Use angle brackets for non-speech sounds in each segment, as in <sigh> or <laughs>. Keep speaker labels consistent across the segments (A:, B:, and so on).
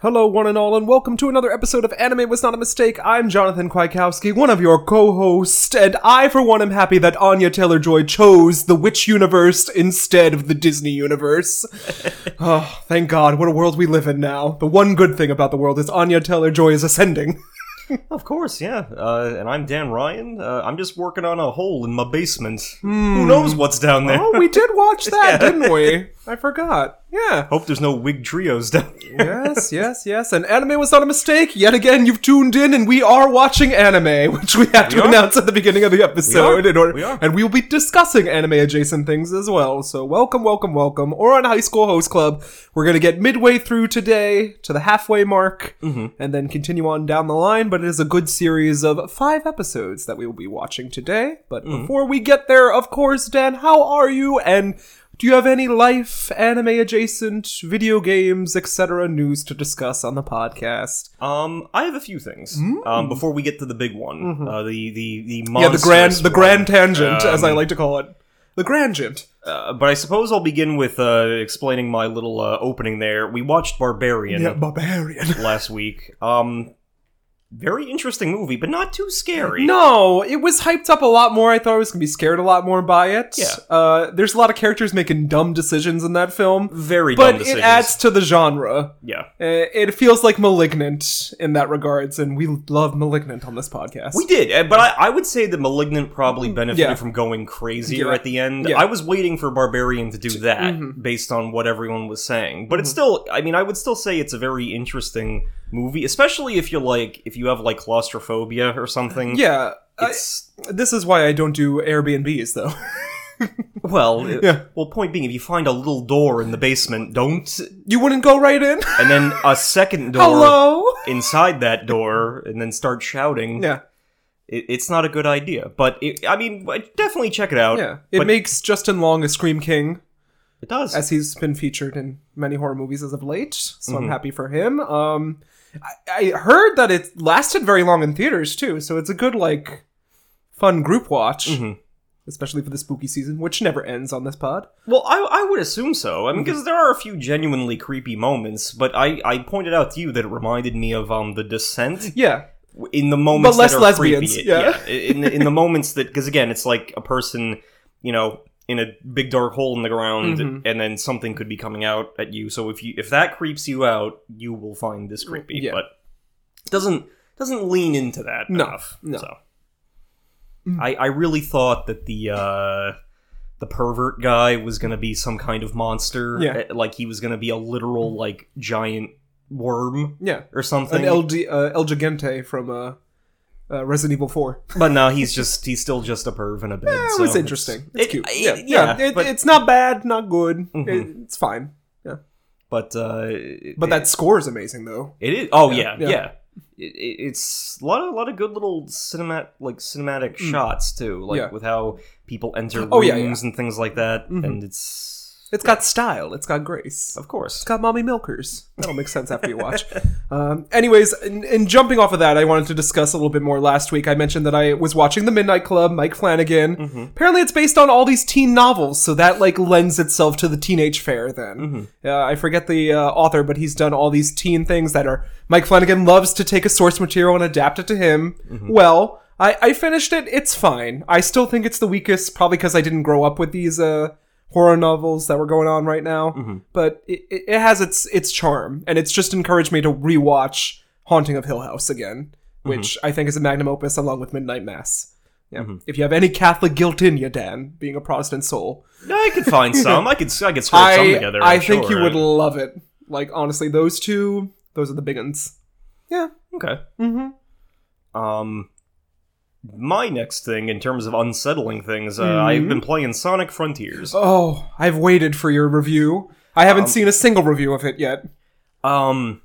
A: Hello, one and all, and welcome to another episode of Anime Was Not a Mistake. I'm Jonathan Kwiatkowski, one of your co-hosts, and I, for one, am happy that Anya Taylor-Joy chose the Witch universe instead of the Disney
B: <laughs>
A: universe. oh, thank God! What a world we live in now. The one good thing about the world is Anya Taylor-Joy is
B: <laughs>
A: ascending.
B: Of course, yeah. Uh, and I'm Dan Ryan. Uh, I'm just working on a hole in my basement. Who knows what's down there?
A: Hmm. oh, we did watch that, didn't we? I forgot. Yeah.
B: <laughs> Hope there's no wig trios down there.
A: yes, yes, yes. And anime was not a mistake. Yet again, you've tuned in, and we are watching anime, <laughs> which we have to
B: are.
A: announce at the beginning of the episode.
B: We are.
A: In order,
B: We are.
A: And we will be discussing anime adjacent things as well. So welcome, welcome, welcome. Or on High School Host Club, we're gonna get midway through today to the halfway mark,
B: Mm-hmm.
A: and then continue on down the line. But it is a good series of five episodes that we will be watching today. But
B: Mm-hmm.
A: before we get there, of course, Dan, how are you? And do you have any life, anime adjacent, video games, etc. news to discuss on the podcast?
B: Um, I have a few things. Um, before we get to the big one, uh, the the the
A: Hmm. Mm-hmm. yeah, the grand,
B: monstrous
A: the grand tangent, as I
B: Um,
A: like to call it, the grandgent.
B: one. Uh, but I suppose I'll begin with uh, explaining my little uh, opening there. We watched Barbarian
A: Yeah, barbarian.
B: <laughs> last week. Um, very interesting movie, but not too scary.
A: No, it was hyped up a lot more. I thought I was gonna be scared a lot more by it.
B: Yeah.
A: Uh, there's a lot of characters making dumb decisions in that film,
B: Very dumb
A: but it
B: decisions.
A: adds to the genre.
B: yeah.
A: Uh, It feels like malignant in that regards, and we love malignant on this podcast.
B: We did, uh, but I, I would say that Malignant probably benefited
A: Mm-hmm. Yeah.
B: from going crazier
A: Yeah.
B: at the end.
A: Yeah. mm-hmm.
B: I was waiting for Barbarian to do that based on what everyone was saying. But it's still, I mean, I would still say it's a very interesting movie, especially if you're like, if you have like claustrophobia or something.
A: yeah, I-
B: It's,
A: this is why I don't do Airbnbs though. <laughs>
B: well, it-
A: Yeah.
B: well, point being, if you find a little door in the basement, don't.
A: you wouldn't go right in.
B: And then a second door
A: Hello.
B: inside that door and then start shouting.
A: Yeah,
B: It, it's not a good idea. But it, I mean, definitely check it out.
A: yeah. It
B: But
A: makes Justin Long a scream king,
B: it does.
A: as he's been featured in many horror movies as of late. So
B: Mm-hmm.
A: I'm happy for him. Um, I, I heard that it lasted very long in theaters too, so it's a good like fun group watch,
B: Mm-hmm.
A: especially for the spooky season, which never ends on this pod.
B: Well, I, I would assume so. I mean, because there are a few genuinely creepy moments, but I, I pointed out to you that it reminded me of um the Descent
A: Yeah,
B: w- in the moments
A: But less
B: that are
A: lesbians,
B: creepy.
A: yeah.
B: in the, in the moments that because again, it's like a person, you know, in a big dark hole in the ground,
A: Mm-hmm.
B: and then something could be coming out at you. So if you if that creeps you out, you will find this creepy.
A: Yeah.
B: But it doesn't doesn't lean into that
A: No,
B: enough.
A: no. Mm.
B: So I I really thought that the. uh the pervert guy was going to be some kind of monster.
A: Yeah.
B: eh, Like he was going to be a literal, like, giant worm
A: yeah.
B: or
A: An
B: something.
A: El, G- uh, El Gigante from uh, uh, Resident Evil Four.
B: but no, he's just, he's still just a perv in a bed.
A: It
B: so
A: was interesting. It's
B: it-
A: cute.
B: it-
A: yeah,
B: yeah,
A: yeah. It,
B: but-
A: it's not bad, not good.
B: Mhm.
A: It- it's fine.
B: But, uh.
A: But that score is amazing, though.
B: It is. Oh,
A: Yeah,
B: yeah.
A: yeah.
B: Yeah. It, it, it's a lot of, lot of good little cinemat, like, cinematic shots, too. Like,
A: Mm. Yeah.
B: with how people enter rooms
A: Oh, yeah,
B: and things like that.
A: Mhm.
B: And it's.
A: It's got style. It's got grace.
B: Of course.
A: It's got mommy milkers. That'll make sense after you watch. Um, anyways, and, and jumping off of that, I wanted to discuss a little bit more. Last week, I mentioned that I was watching The Midnight Club, Mike Flanagan. Apparently, it's based on all these teen novels, so that like lends itself to the teenage fair. Then Uh, I forget the uh, author, but he's done all these teen things that are Mike Flanagan loves to take a source material and adapt it to him. Well. I, I finished it. It's fine. I still think it's the weakest, probably because I didn't grow up with these uh, horror novels that were going on right now.
B: Mm-hmm.
A: But it, it it has its its charm, and it's just encouraged me to rewatch Haunting of Hill House again,
B: Mm-hmm.
A: which I think is a magnum opus along with Midnight Mass. Yeah. If you have any Catholic guilt in you, Dan, being a Protestant soul,
B: I
A: <laughs>
B: could find some. I could, I could scrape some
A: I,
B: together.
A: I
B: I'm
A: think
B: sure.
A: you would love it. Like honestly, those two, those are the big ones. Yeah.
B: Okay.
A: Mm-hmm.
B: Um, my next thing in terms of unsettling things, uh,
A: Mhm.
B: I've been playing Sonic Frontiers.
A: Oh, I've waited for your review. I haven't
B: Um,
A: seen a single review of it yet.
B: Um,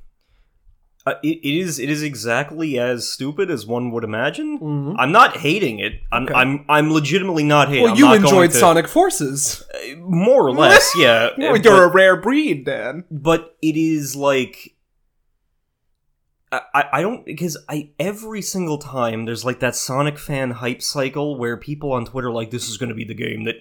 B: uh, it, it is it is exactly as stupid as one would imagine.
A: Mhm.
B: I'm not hating it. I'm
A: Okay.
B: I'm I'm legitimately not hating.
A: Well,
B: I'm
A: you
B: not going
A: enjoyed
B: to-
A: Sonic Forces.
B: uh, more or
A: <laughs>
B: less, yeah.
A: Well,
B: uh,
A: you're a rare breed, Dan.
B: but it is like I, I- I don't because I every single time there's like that Sonic fan hype cycle where people on Twitter are like this is going to be the game that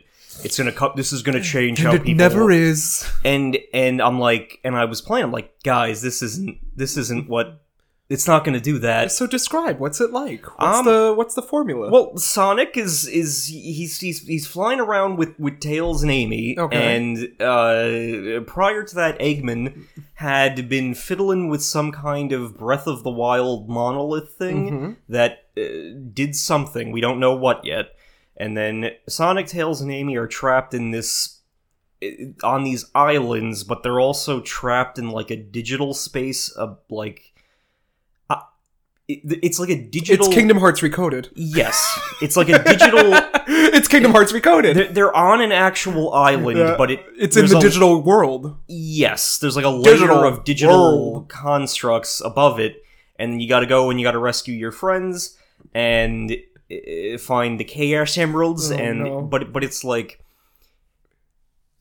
B: it's gonna cut. This is gonna change how
A: And it
B: people
A: never is.
B: and and I'm like, and I was playing. I'm like, guys, this isn't this isn't what it's not going to do that.
A: So describe what's it like? What's
B: Um,
A: the what's the formula?
B: Well, Sonic is is he's he's, he's flying around with with Tails and Amy,
A: Okay.
B: and uh, prior to that, Eggman had been fiddling with some kind of Breath of the Wild monolith thing
A: Mhm.
B: that uh, did something. We don't know what yet. And then Sonic, Tails, and Amy are trapped in this on these islands, but they're also trapped in like a digital space of like. uh, it- It's like a digital.
A: it's Kingdom Hearts recoded.
B: Yes, it's like a digital.
A: <laughs> it's Kingdom Hearts recoded.
B: they're, they're on an actual island,
A: Yeah,
B: but it
A: It's in
B: there's
A: the
B: a-
A: digital world.
B: Yes, there's like a layer
A: Digital
B: of digital
A: world.
B: constructs above it, and you got to go and you got to rescue your friends and uh, find the chaos emeralds.
A: Oh,
B: and
A: no.
B: but but it's like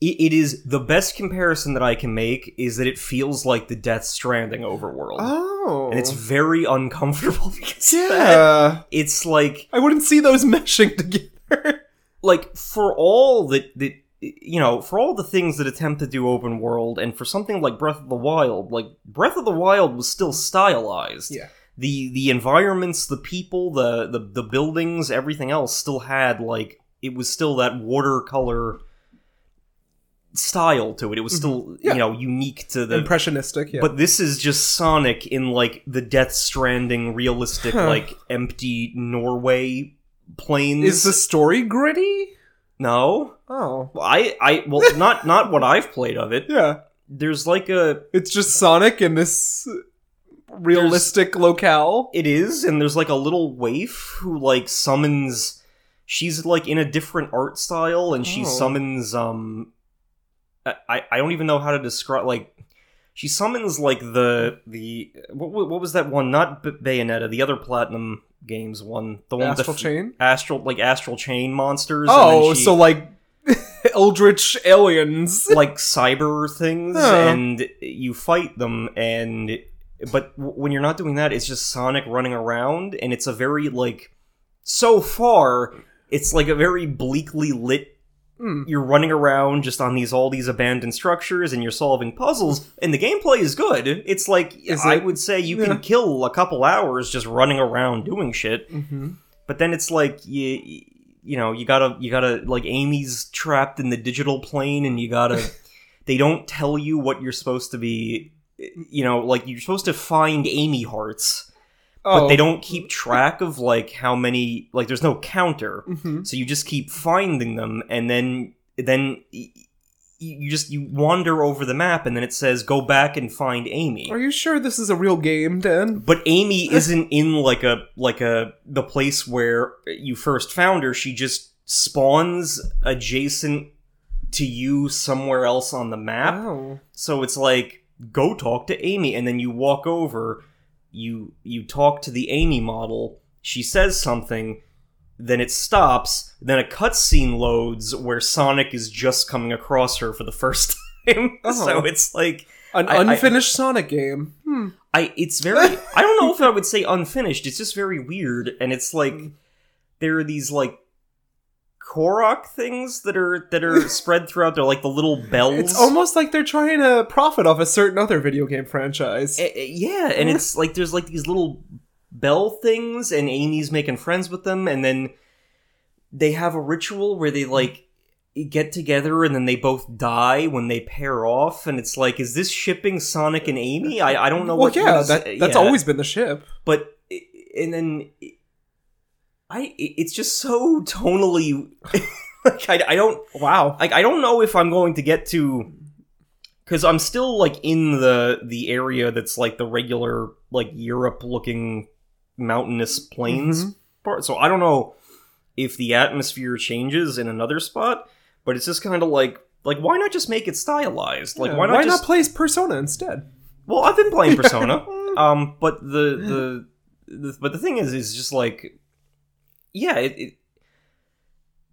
B: it, it is the best comparison that I can make is that it feels like the Death Stranding overworld,
A: Oh,
B: and it's very uncomfortable <laughs> because of that.
A: yeah.
B: it's like
A: I wouldn't see those <laughs> meshing together.
B: like for all that that you know for all the things that attempt to do open world and for something like breath of the wild like breath of the wild was still stylized
A: Yeah.
B: the the environments the people the the, the buildings everything else still had like it was still that watercolor style to it it was still
A: Mm-hmm. Yeah.
B: you know unique to the
A: Impressionistic. Yeah.
B: but this is just Sonic in like the Death Stranding realistic,
A: Huh.
B: like empty Norway plains.
A: is the story gritty?
B: no?
A: Oh,
B: Well, I, I, well, not not what I've played of it.
A: yeah.
B: There's like a,
A: It's just Sonic in this realistic locale.
B: it is, and there's like a little waif who like summons. She's like in a different art style, and she
A: Oh.
B: summons. Um, I- I I don't even know how to describe like. She summons like the the what wa- what was that one? Not B- Bayonetta, the other Platinum Games one, the one with
A: Astral
B: the f-
A: Chain.
B: astral like astral chain monsters. and then
A: Oh,
B: she-
A: so like <laughs> eldritch aliens.
B: <laughs> like cyber things
A: Oh.
B: and you fight them and but w- when you're not doing that it's just sonic running around and it's a very like so far it's like a very bleakly lit
A: Hmm.
B: you're running around just on these all these abandoned structures and you're solving puzzles and the gameplay is good it's like
A: Is
B: i
A: it?
B: would say you
A: Yeah.
B: can kill a couple hours just running around doing shit
A: Mm-hmm.
B: but then it's like you you know you gotta you gotta like amy's trapped in the digital plane and you gotta they don't tell you what you're supposed to be you know like you're supposed to find amy hearts
A: Oh,
B: but they don't keep track of like how many like there's no counter
A: Mhm.
B: so you just keep finding them and then then y- y- you just you wander over the map and then it says go back and find amy
A: Are you sure this is a real game, Dan?
B: but Amy isn't in like a like a the place where you first found her. She just spawns adjacent to you somewhere else on the map.
A: Wow.
B: So it's like go talk to Amy and then you walk over, you you talk to the Amy model. She says something, then it stops, then a cutscene loads where Sonic is just coming across her for the first <laughs> time.
A: Oh.
B: So it's like
A: An
B: I- I-
A: unfinished Sonic game. Hmm.
B: I it's very I don't know if I would say unfinished. It's just very weird, and it's like
A: Mm.
B: there are these like Korok things that are that are
A: <laughs>
B: spread throughout. They're like the little bells.
A: It's almost like they're trying to profit off a certain other video game franchise.
B: Eh, eh, yeah, and it's like there's like these little bell things, and Amy's making friends with them, and then they have a ritual where they like get together and then they both die when they pair off and it's like is this shipping sonic and amy i, I don't know
A: well,
B: what
A: yeah,
B: what is-
A: that, that's
B: yeah.
A: always been the ship.
B: but and then I it's just so tonally <laughs> like I, I don't
A: Wow.
B: like I don't know if I'm going to get to because I'm still like in the the area that's like the regular like Europe looking mountainous plains
A: Mhm.
B: part so I don't know if the atmosphere changes in another spot but it's just kind of like like why not just make it stylized like
A: Yeah,
B: why not just
A: play Persona instead? Hmm.
B: well, I've been <laughs> playing Persona, um, but the, the the but the thing is, is just like, yeah, it, it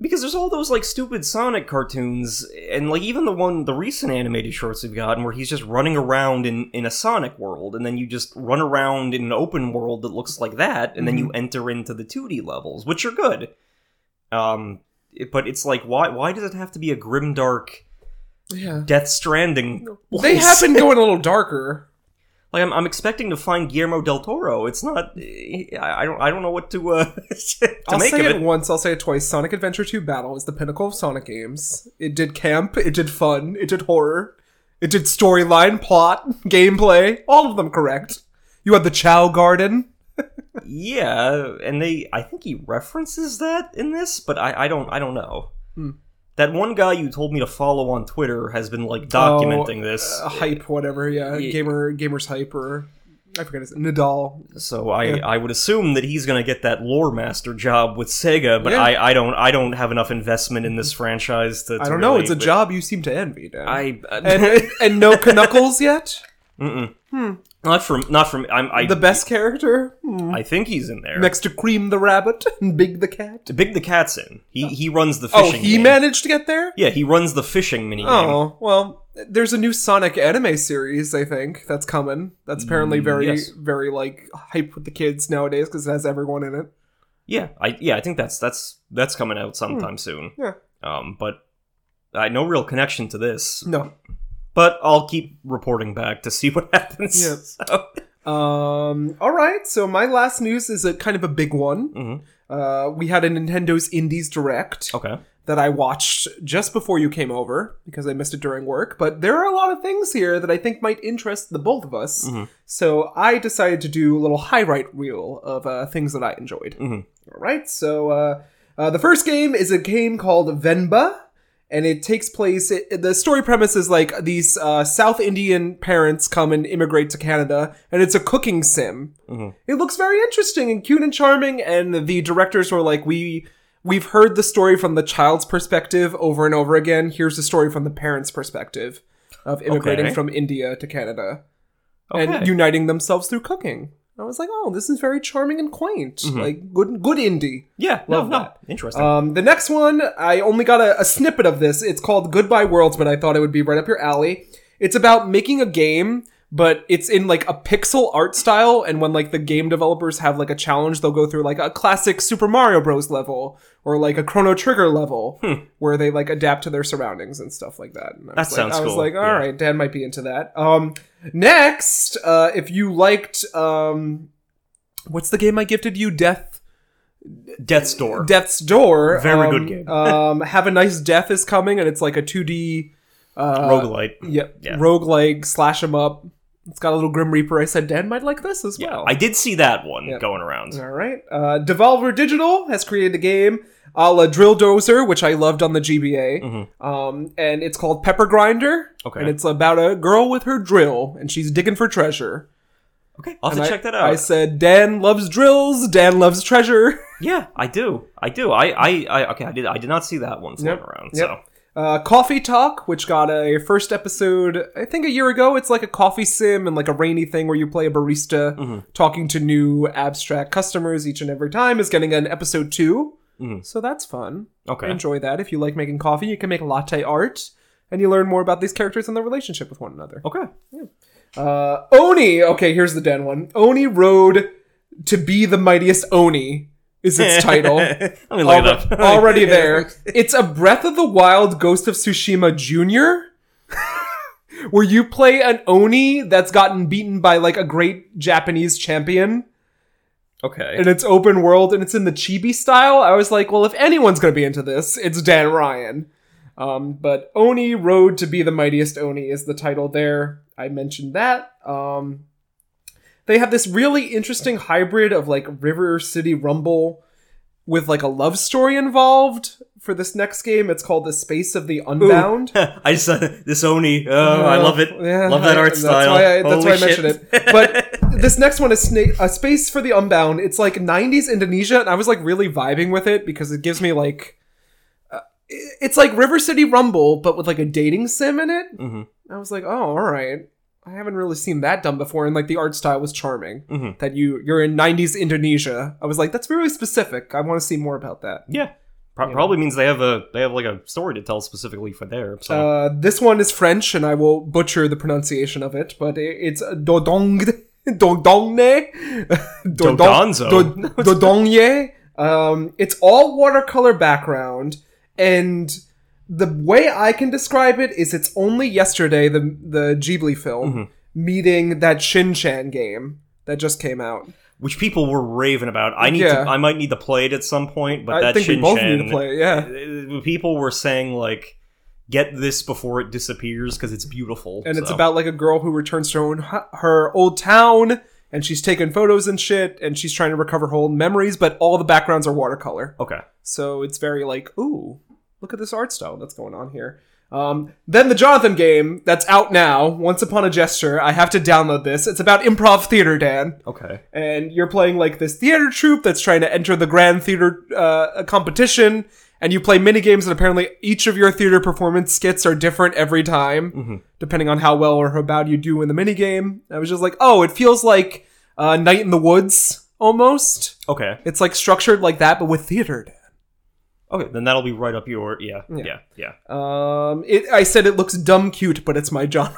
B: because there's all those like stupid Sonic cartoons, and like even the one the recent animated shorts we've gotten where he's just running around in in a Sonic world, and then you just run around in an open world
A: Mm-hmm.
B: that looks like that, and then you enter into the 2D levels, which are good. Um, it- but it's like why why does it have to be a grimdark
A: Yeah.
B: Death Stranding?
A: They
B: place?
A: have
B: <laughs>
A: been going a little darker.
B: Like I'm, I'm expecting to find Guillermo del Toro. It's not. eh, I, I don't. I don't know what to uh, <laughs> to
A: I'll
B: make
A: say
B: of
A: it,
B: it.
A: once, I'll say it twice. Sonic Adventure 2 Battle is the pinnacle of Sonic games. It did camp, it did fun, it did horror, it did storyline, plot, <laughs> gameplay, all of them correct. You had the Chow Garden.
B: Yeah, and they. I think he references that in this, but I, I don't. I don't know.
A: Hmm.
B: That one guy you told me to follow on Twitter has been like documenting this,
A: uh, hype, whatever, yeah,
B: Yeah.
A: gamer, gamers hype, or I forget his Nadal.
B: so I,
A: yeah.
B: I would assume that he's gonna get that lore master job with Sega. But
A: Yeah.
B: I, I don't I don't have enough investment in this franchise to. to
A: I don't know.
B: really-
A: It's a job you seem to envy, Dan.
B: I
A: and and no Knuckles yet.
B: mm-mm.
A: Hmm.
B: <laughs> not from not from I'm, <laughs> I
A: the best character Hmm.
B: I think he's in there.
A: next to Cream the Rabbit and Big the Cat.
B: Big the cat's in. He he runs the
A: Oh,
B: fishing.
A: he
B: game.
A: managed to get there.
B: Yeah, he runs the fishing mini.
A: Oh well, there's a new Sonic anime series. I think that's coming. That's apparently
B: Mm,
A: very
B: yes.
A: very like hype with the kids nowadays because it has everyone in it.
B: Yeah, I yeah I think that's that's that's coming out sometime soon.
A: Yeah.
B: Um, but I no real connection to this.
A: No,
B: But I'll keep reporting back to see <laughs> what happens.
A: Yeah. <laughs>
B: So-
A: Um, all right. So my last news is a kind of a big one.
B: Mhm.
A: Uh, we had a Nintendo's Indies Direct
B: Okay.
A: that I watched just before you came over because I missed it during work. But there are a lot of things here that I think might interest the both of us.
B: Mhm.
A: So I decided to do a little highlight reel of uh, things that I enjoyed.
B: Mhm.
A: All right. So uh, uh, the first game is a game called Venba. And it takes place. It, the story premise is like these uh, South Indian parents come and immigrate to Canada, and it's a cooking sim
B: Mhm.
A: it looks very interesting and cute and charming and the directors were like we we've heard the story from the child's perspective over and over again here's the story from the parents perspective of immigrating
B: Okay.
A: from india to canada
B: Okay.
A: and uniting themselves through cooking i was like oh this is very charming and quaint
B: Mm-hmm.
A: like good good indie
B: yeah.
A: Love
B: no, no.
A: that.
B: Interesting.
A: um, the next one, I only got a, a snippet of this. It's called Goodbye Worlds, but I thought it would be right up your alley. It's about making a game, but it's in like a pixel art style. And when like the game developers have like a challenge, they'll go through like a classic Super Mario Bros. level or like a Chrono Trigger level, where they like adapt to their surroundings and stuff like that. And I
B: Hmm. That
A: was
B: sounds
A: like, I was
B: cool.
A: like, all
B: Yeah.
A: right, Dan might be into that. Um, next, uh, if you liked, um, what's the game I gifted you? Death. Uh,
B: Death's door.
A: Death's Door.
B: Very
A: um,
B: good game.
A: <laughs> um, Have a Nice Death is coming, and it's like a 2D uh,
B: Roguelite.
A: Yeah,
B: Yeah.
A: roguelike, slash 'em up. It's got a little Grim Reaper. I said Dan might like this as
B: Yeah.
A: well.
B: I did see that one
A: Yep.
B: going around.
A: All right. Uh, Devolver Digital has created a game a la Drill Dozer, which I loved on the GBA.
B: Mhm.
A: Um, and it's called Pepper Grinder.
B: Okay.
A: And it's about a girl with her drill, and she's digging for treasure.
B: Okay. I'll have
A: And
B: to
A: I-
B: check that
A: I
B: out.
A: said, Dan loves drills, Dan loves treasure. <laughs>
B: yeah, I do. I do. I, I, I okay, I did I did not see that one floating
A: Yep.
B: around.
A: Yep.
B: So
A: Uh, coffee Talk, which got a first episode, I think a year ago. It's like a coffee sim and like a rainy thing where you play a barista talking to new abstract customers each and every time, is getting an episode 2
B: Mhm.
A: So that's fun.
B: Okay.
A: Enjoy that. If you like making coffee, you can make latte art and you learn more about these characters and their relationship with one another.
B: Okay.
A: Uh, Oni. Okay, here's the den one. Oni Road to be the mightiest Oni is
B: <laughs>
A: its title.
B: Let me look
A: Alre-
B: it up. <laughs>
A: already there. It's a Breath of the Wild Ghost of Tsushima Jr. where you play an Oni that's gotten beaten by like a great Japanese champion
B: Okay.
A: and it's open world and it's in the chibi style. I was like, well, if anyone's going to be into this, it's Dan Ryan. Um, but Oni Road to be the Mightiest Oni is the title there. I mentioned that. Um, they have this really interesting hybrid of like River City Rumble with like a love story involved for this next game. It's called The Space of the Unbound.
B: <laughs> I just uh, this Oni. Oh, I
A: Uh,
B: love it.
A: yeah,
B: love that art
A: that's
B: style.
A: Why I, that's
B: Holy
A: why I
B: shit.
A: mentioned it. But <laughs> this next one is Snake, a space for the unbound. It's like '90s Indonesia, and I was like really vibing with it because it gives me like, uh, i- it's like River City Rumble, but with like a dating sim in it.
B: Mhm.
A: I was like, oh, all right. I haven't really seen that done before, and like the art style was charming.
B: Mhm.
A: That you you're in '90s Indonesia. I was like, that's very specific. I want to see more about that.
B: yeah, Pro-
A: Yeah.
B: probably means they have a they have like a story to tell specifically for there. So
A: Uh, this one is French, and I will butcher the pronunciation of it, but i- it's uh, Dodong <laughs> Dodongne Dodon-
B: Dodonzo.
A: Dod- Dodongne. Um, it's all watercolor background, and the way I can describe it is it's only yesterday the the Ghibli film
B: Mm-hmm.
A: meeting that Shin Chan game that just came out.
B: which people were raving about. I need
A: Yeah.
B: to, I might need to play it at some point, but
A: I
B: that
A: think we
B: Shin
A: both
B: Chan-
A: need to play it, yeah.
B: uh, People were saying like, get this before it disappears because it's beautiful,
A: and it's
B: so.
A: about like a girl who returns to her, own, her old town and she's taking photos and shit and she's trying to recover her old memories but all the backgrounds are watercolor
B: okay.
A: so it's very like ooh look at this art style that's going on here um, then the jonathan game that's out now once upon a gesture i have to download this it's about improv theater dan
B: Okay.
A: and you're playing like this theater troupe that's trying to enter the grand theater uh, competition and you play mini games and apparently each of your theater performance skits are different every time depending on how well or how bad you do in the mini game i was just like oh it feels like uh, night in the woods almost
B: Okay.
A: it's like structured like that but with theater
B: Okay. Then that'll be right up your yeah yeah yeah.
A: um, it, i said it looks dumb cute but it's my <laughs> genre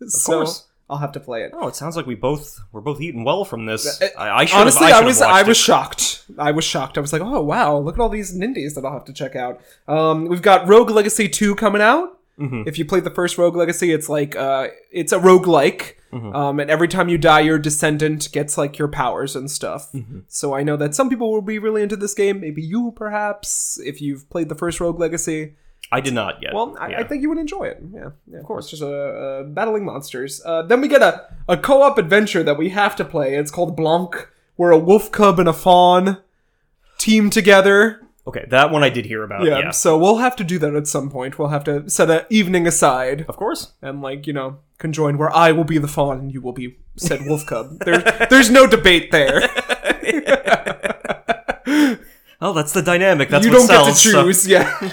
A: of
B: course.
A: i'll have to play it
B: Oh, it sounds like we both we're both eating well from this.
A: Uh,
B: I, I should
A: Honestly,
B: have, I,
A: I,
B: should have
A: was
B: watched
A: I
B: it.
A: was shocked. I was shocked. I was like, oh wow, look at all these nindies that I'll have to check out. Um, we've got Rogue Legacy two coming out.
B: Mm-hmm.
A: If you played the first Rogue Legacy, it's like uh, it's a roguelike.
B: Mm-hmm.
A: Um, and every time you die, your descendant gets like your powers and stuff.
B: Mm-hmm.
A: So I know that some people will be really into this game. Maybe you, perhaps, if you've played the first Rogue Legacy.
B: I did not yet.
A: Well, I,
B: yeah.
A: I think you would enjoy it. Yeah, of course. It's just uh, uh, battling monsters. Uh, then we get a, a co op adventure that we have to play. It's called Blanc, where a wolf cub and a fawn team together.
B: okay that one I did hear about.
A: Yeah,
B: Yeah.
A: so we'll have to do that at some point. We'll have to set an evening aside
B: Of course.
A: and, like, you know, conjoin where I will be the fawn and you will be said wolf cub. There's, there's no debate there.
B: Oh, that's the dynamic. That's
A: you
B: what
A: don't
B: sells,
A: get to
B: so-
A: choose, yeah.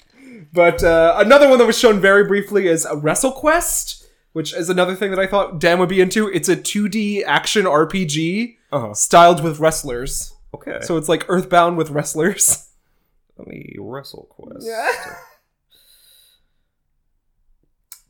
A: <laughs> but uh, another one that was shown very briefly is a WrestleQuest, which is another thing that I thought Dan would be into. It's a 2D action RPG
B: Uh-huh.
A: styled with wrestlers.
B: Okay.
A: So it's like Earthbound with
B: <laughs>
A: wrestlers.
B: let me wrestle quest.
A: Yeah.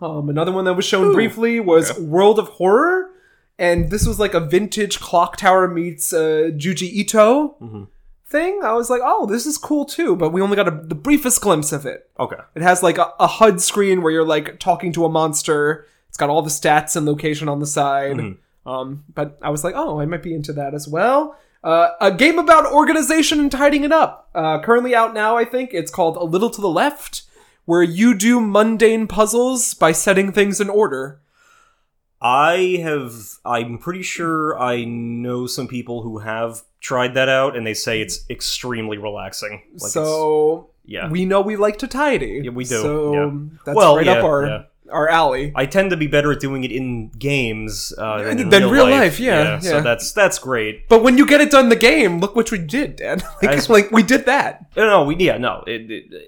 A: Um, another one that was shown
B: Ooh.
A: briefly was
B: Okay.
A: World of Horror, and this was like a vintage clock tower meets uh, Juji Ito
B: Mhm.
A: thing. I was like, oh, this is cool too, but we only got a, the briefest glimpse of it.
B: <laughs> Okay.
A: It has like a, a HUD screen where you're like talking to a monster. It's got all the stats and location on the side.
B: Mhm.
A: Um, but I was like, oh, I might be into that as well. Uh, a game about organization and tidying it up. Uh, currently out now, I think. It's called A Little to the Left, where you do mundane puzzles by setting things in order.
B: I have. I'm pretty sure I know some people who have tried that out, and they say it's extremely relaxing. Like it's-
A: so
B: yeah,
A: we know we like to tidy.
B: Yeah, we do,
A: So
B: yeah.
A: that's
B: Well,
A: right up
B: yeah,
A: our
B: yeah.
A: our alley.
B: I tend to be better at doing it in games uh, than, in
A: Than real
B: real life.
A: life, yeah, yeah.
B: So that's that's great.
A: But when you get it done, the game. Look what we did, Dan. <laughs> like,
B: That's-
A: like we did that.
B: No, no, we yeah, no. It, it,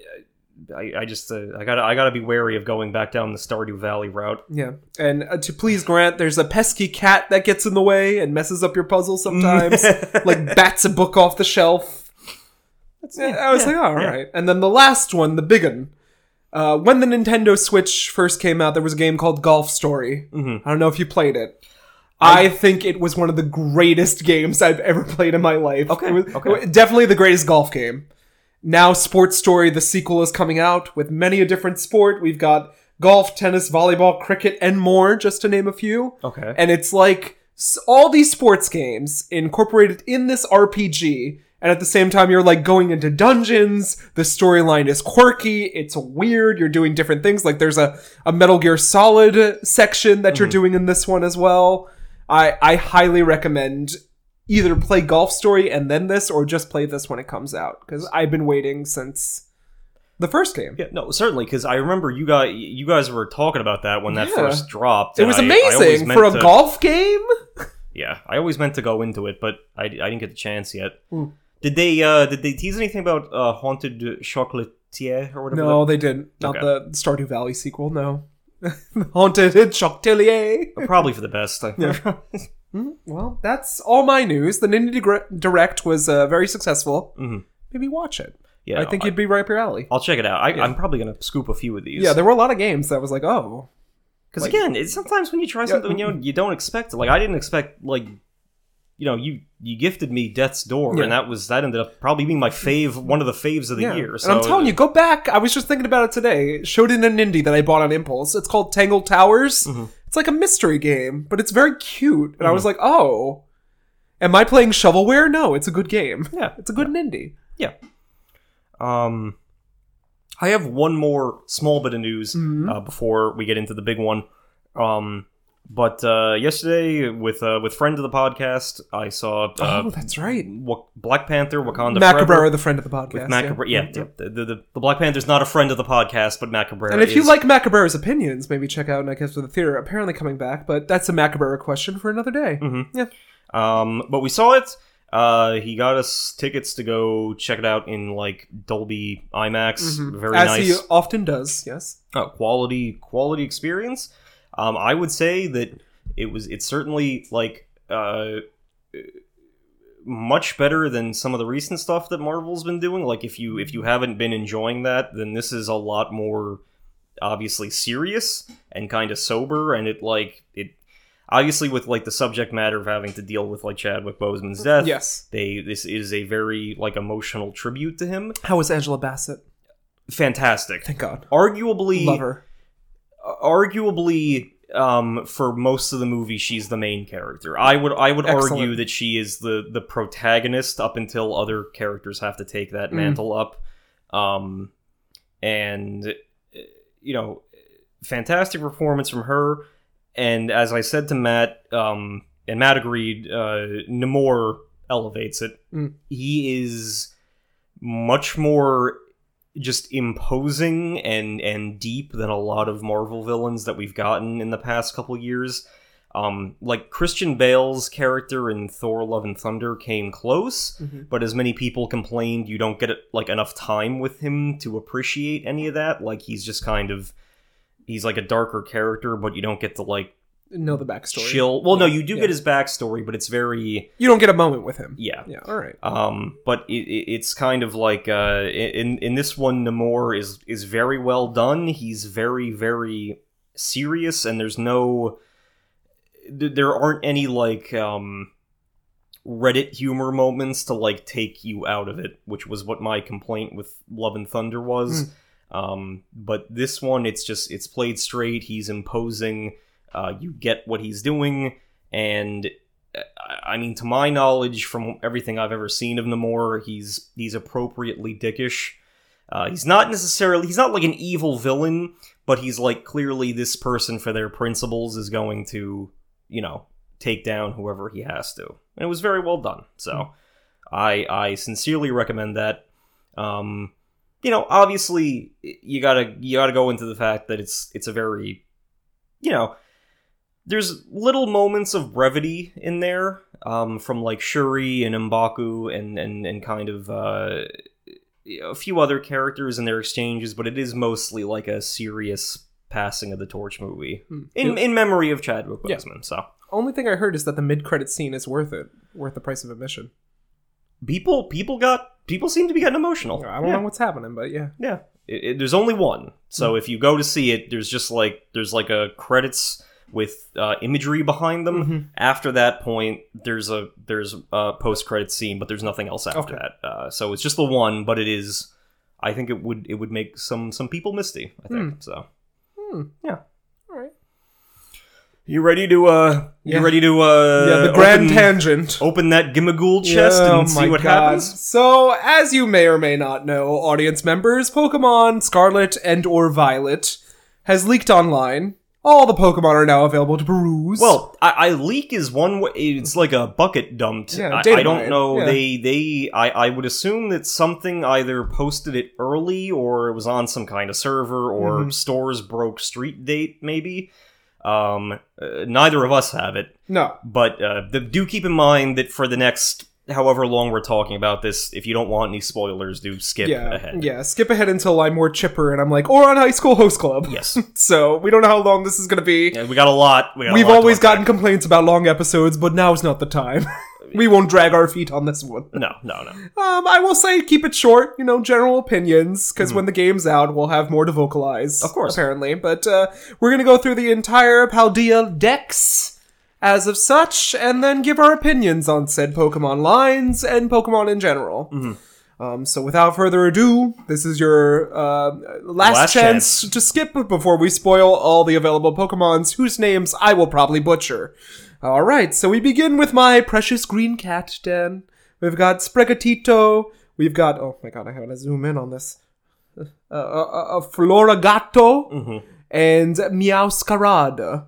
B: I, I just uh, I gotta I gotta be wary of going back down the Stardew Valley route.
A: Yeah, and uh, to please Grant, there's a pesky cat that gets in the way and messes up your puzzle
B: <laughs>
A: sometimes. like bats a book off the shelf. I was like, oh, all right.
B: yeah.
A: And then the last one, the big one. Uh, when the Nintendo Switch first came out, there was a game called Golf Story.
B: Mm-hmm.
A: I don't know if you played it. I, think it was one of the greatest <laughs> games I've ever played in my life.
B: Okay,
A: It was-
B: okay.
A: definitely the greatest golf game. Now, Sports Story, the sequel is coming out with many a different sport. We've got golf, tennis, volleyball, cricket, and more, just to name a few
B: Okay.
A: and it's like s- all these sports games incorporated in this RPG. And at the same time, you're like going into dungeons. The storyline is quirky. It's weird. You're doing different things. Like there's a, a Metal Gear Solid section
B: Mm-hmm.
A: that you're doing in this one as well. I, I highly recommend either play Golf Story and then this, or just play this when it comes out. Because I've been waiting since the first game.
B: yeah, no, certainly because I remember you guys you guys were talking about that when that
A: Yeah.
B: first dropped.
A: It
B: and
A: was
B: I- I always
A: amazing
B: meant
A: for a
B: to-
A: golf game.
B: Yeah, I always meant to go into it, but I, I didn't get the chance yet.
A: Hmm.
B: Did they uh did they tease anything about uh haunted chocolatier or whatever?
A: No, they didn't. Not
B: Okay.
A: the Stardew Valley sequel. No, <laughs> Haunted Chocolatier.
B: that- Probably for the best. I-
A: <laughs> Yeah. Hmm, Well, that's all my news. The Ninja Dir- Direct was uh, very successful.
B: Mhm.
A: Maybe watch it.
B: <laughs> yeah.
A: I think
B: I,
A: you'd be right up your alley.
B: will check it out. I, I'm probably gonna scoop a few of these.
A: Yeah, there were a lot of games that was like, oh,
B: Because again, it's sometimes when you try something you know, you don't expect it. Like I didn't expect like you know, you you gifted me Death's Door,
A: Yeah.
B: and that was that ended up probably being my fave, one of the faves of the
A: Yeah.
B: year. So
A: and I'm telling you, go back. I was just thinking about it today. It Showed in an indie that I bought on impulse. It's called Tangled Towers.
B: Mm-hmm.
A: It's like a mystery game, but it's very cute. And I was like, oh, am I playing shovelware? No, it's a good game.
B: yeah,
A: It's a good indie.
B: yeah. Um, I have one more small bit of news
A: Mm-hmm.
B: uh, before we get into the big one. Um, but uh, yesterday with uh, with friend of the podcast, I saw uh,
A: oh, that's right.
B: Wa- Black Panther Wakanda Forever.
A: Macabrera, the friend of the podcast.
B: Matt
A: yeah. Mm-hmm.
B: Cabra- yeah, The, the, the, the Black Panther's not a friend of the podcast, but Matt Cabrera.
A: And if you
B: is.
A: like Macabrera's opinions, maybe check out Night Guess for the Theater. Apparently coming back, but that's a Macabrera question for another day. Yeah.
B: um, but we saw it. Uh, he got us tickets to go check it out in like Dolby IMAX. Very
A: Mm-hmm. As
B: nice,
A: he often does, yes.
B: uh, quality quality experience. Um, I would say that it was. It's certainly like uh, much better than some of the recent stuff that Marvel's been doing. Like if you if you haven't been enjoying that, then this is a lot more obviously serious and kind of sober and it like it obviously with like the subject matter of having to deal with like Chadwick
A: Uh,
B: Boseman's death.
A: Yes.
B: They this is a very like emotional tribute to him.
A: How is Angela Bassett?
B: Fantastic.
A: Thank God.
B: Arguably
A: Love her.
B: arguably um, for most of the movie she's the main character. I would I would
A: Excellent.
B: argue that she is the the protagonist up until other characters have to take that
A: Mm.
B: mantle up. Um, and uh, you know, fantastic performance from her. And as I said to Matt, um, and Matt agreed, uh, Namor elevates it.
A: Mm.
B: He is much more just imposing and and deep than a lot of Marvel villains that we've gotten in the past couple years. Um, like Christian Bale's character in Thor: Love and Thunder came close,
A: Mhm.
B: but as many people complained, you don't get like enough time with him to appreciate any of that. Like he's just kind of he's like a darker character, but you don't get to like
A: Know the backstory.
B: chill. Well, no, you do
A: Yeah.
B: get his backstory, but it's very
A: You don't get a moment with him.
B: yeah.
A: Yeah, all right.
B: Um, but it, it, it's kind of like uh, in in this one, Namor is is very well done. He's very very serious, and there's no th- there aren't any like um Reddit humor moments to like take you out of it, which was what my complaint with Love and Thunder was. Um, but this one, it's just it's played straight. He's imposing. Uh, you get what he's doing, and I- I mean, to my knowledge, from everything I've ever seen of Namor, he's he's appropriately dickish. Uh, he's not necessarily he's not like an evil villain, but he's like clearly this person for their principles is going to you know take down whoever he has to. And it was very well done. So I I sincerely recommend that. Um, you know, obviously you gotta you gotta go into the fact that it's it's a very you know there's little moments of brevity in there um, from like Shuri and Mbaku and and and kind of uh, a few other characters and their exchanges, but it is mostly like a serious passing of the torch movie
A: Hmm.
B: in in memory of Chadwick
A: Yeah.
B: Boseman. So
A: Only thing I heard is that the mid-credit scene is worth it, worth the price of admission.
B: people people got people seem to be getting emotional.
A: I don't
B: Yeah.
A: know what's happening, but yeah. Mm.
B: Yeah. It, it- there's only one. So if you go to see it, there's just like there's like a credits with uh, imagery behind them.
A: Mhm.
B: After that point, there's a there's a post credit scene, but there's nothing else
A: Okay.
B: after that. Uh, so it's just the one, but it is. I think it would it would make some some people misty. I think so.
A: Hmm.
B: Yeah.
A: All right.
B: You ready to uh?
A: Yeah.
B: You ready to uh?
A: yeah, the grand
B: open,
A: tangent.
B: Open that Gimmagool chest
A: Yeah,
B: and
A: oh
B: see
A: my
B: what
A: God.
B: happens.
A: So, as you may or may not know, audience members, Pokemon Scarlet and or Violet has leaked online. All the Pokemon are now available to peruse.
B: Well, I, I leak is one way. It's like a bucket dumped.
A: Yeah,
B: I,
A: data
B: I don't
A: mine,
B: know.
A: yeah.
B: They they. I I would assume that something either posted it early or it was on some kind of server or
A: Mhm.
B: stores broke street date maybe. Um, uh, neither of us have it,
A: no.
B: but uh, the, do keep in mind that for the next however long we're talking about this, if you don't want any spoilers, do skip
A: Yeah.
B: ahead.
A: Yeah, skip ahead until I'm more chipper and I'm like, or on High School Host Club.
B: Yes.
A: So, we don't know how long this is going to be.
B: Yeah, we got a lot. We got a
A: We've
B: lot to
A: always
B: unpack.
A: gotten complaints about long episodes, but now's not the time. <laughs> we won't drag our feet on this one.
B: No, no, no.
A: Um, I will say keep it short, you know, general opinions, because when the game's out, we'll have more to vocalize.
B: Hmm. Of course.
A: Apparently. But uh, we're going to go through the entire Paldea Dex as of such, and then give our opinions on said Pokemon lines and Pokemon in general.
B: Mm-hmm.
A: Um, so without further ado, this is your uh, last,
B: Last
A: chance,
B: chance.
A: to skip before we spoil all the available Pokemons whose names I will probably butcher. All right, so we begin with my precious green cat, Dan. We've got Spregatito. We've got oh my god, I gotta zoom in on this. Uh, uh, uh, Floragato
B: Mm-hmm.
A: and Meowscarada.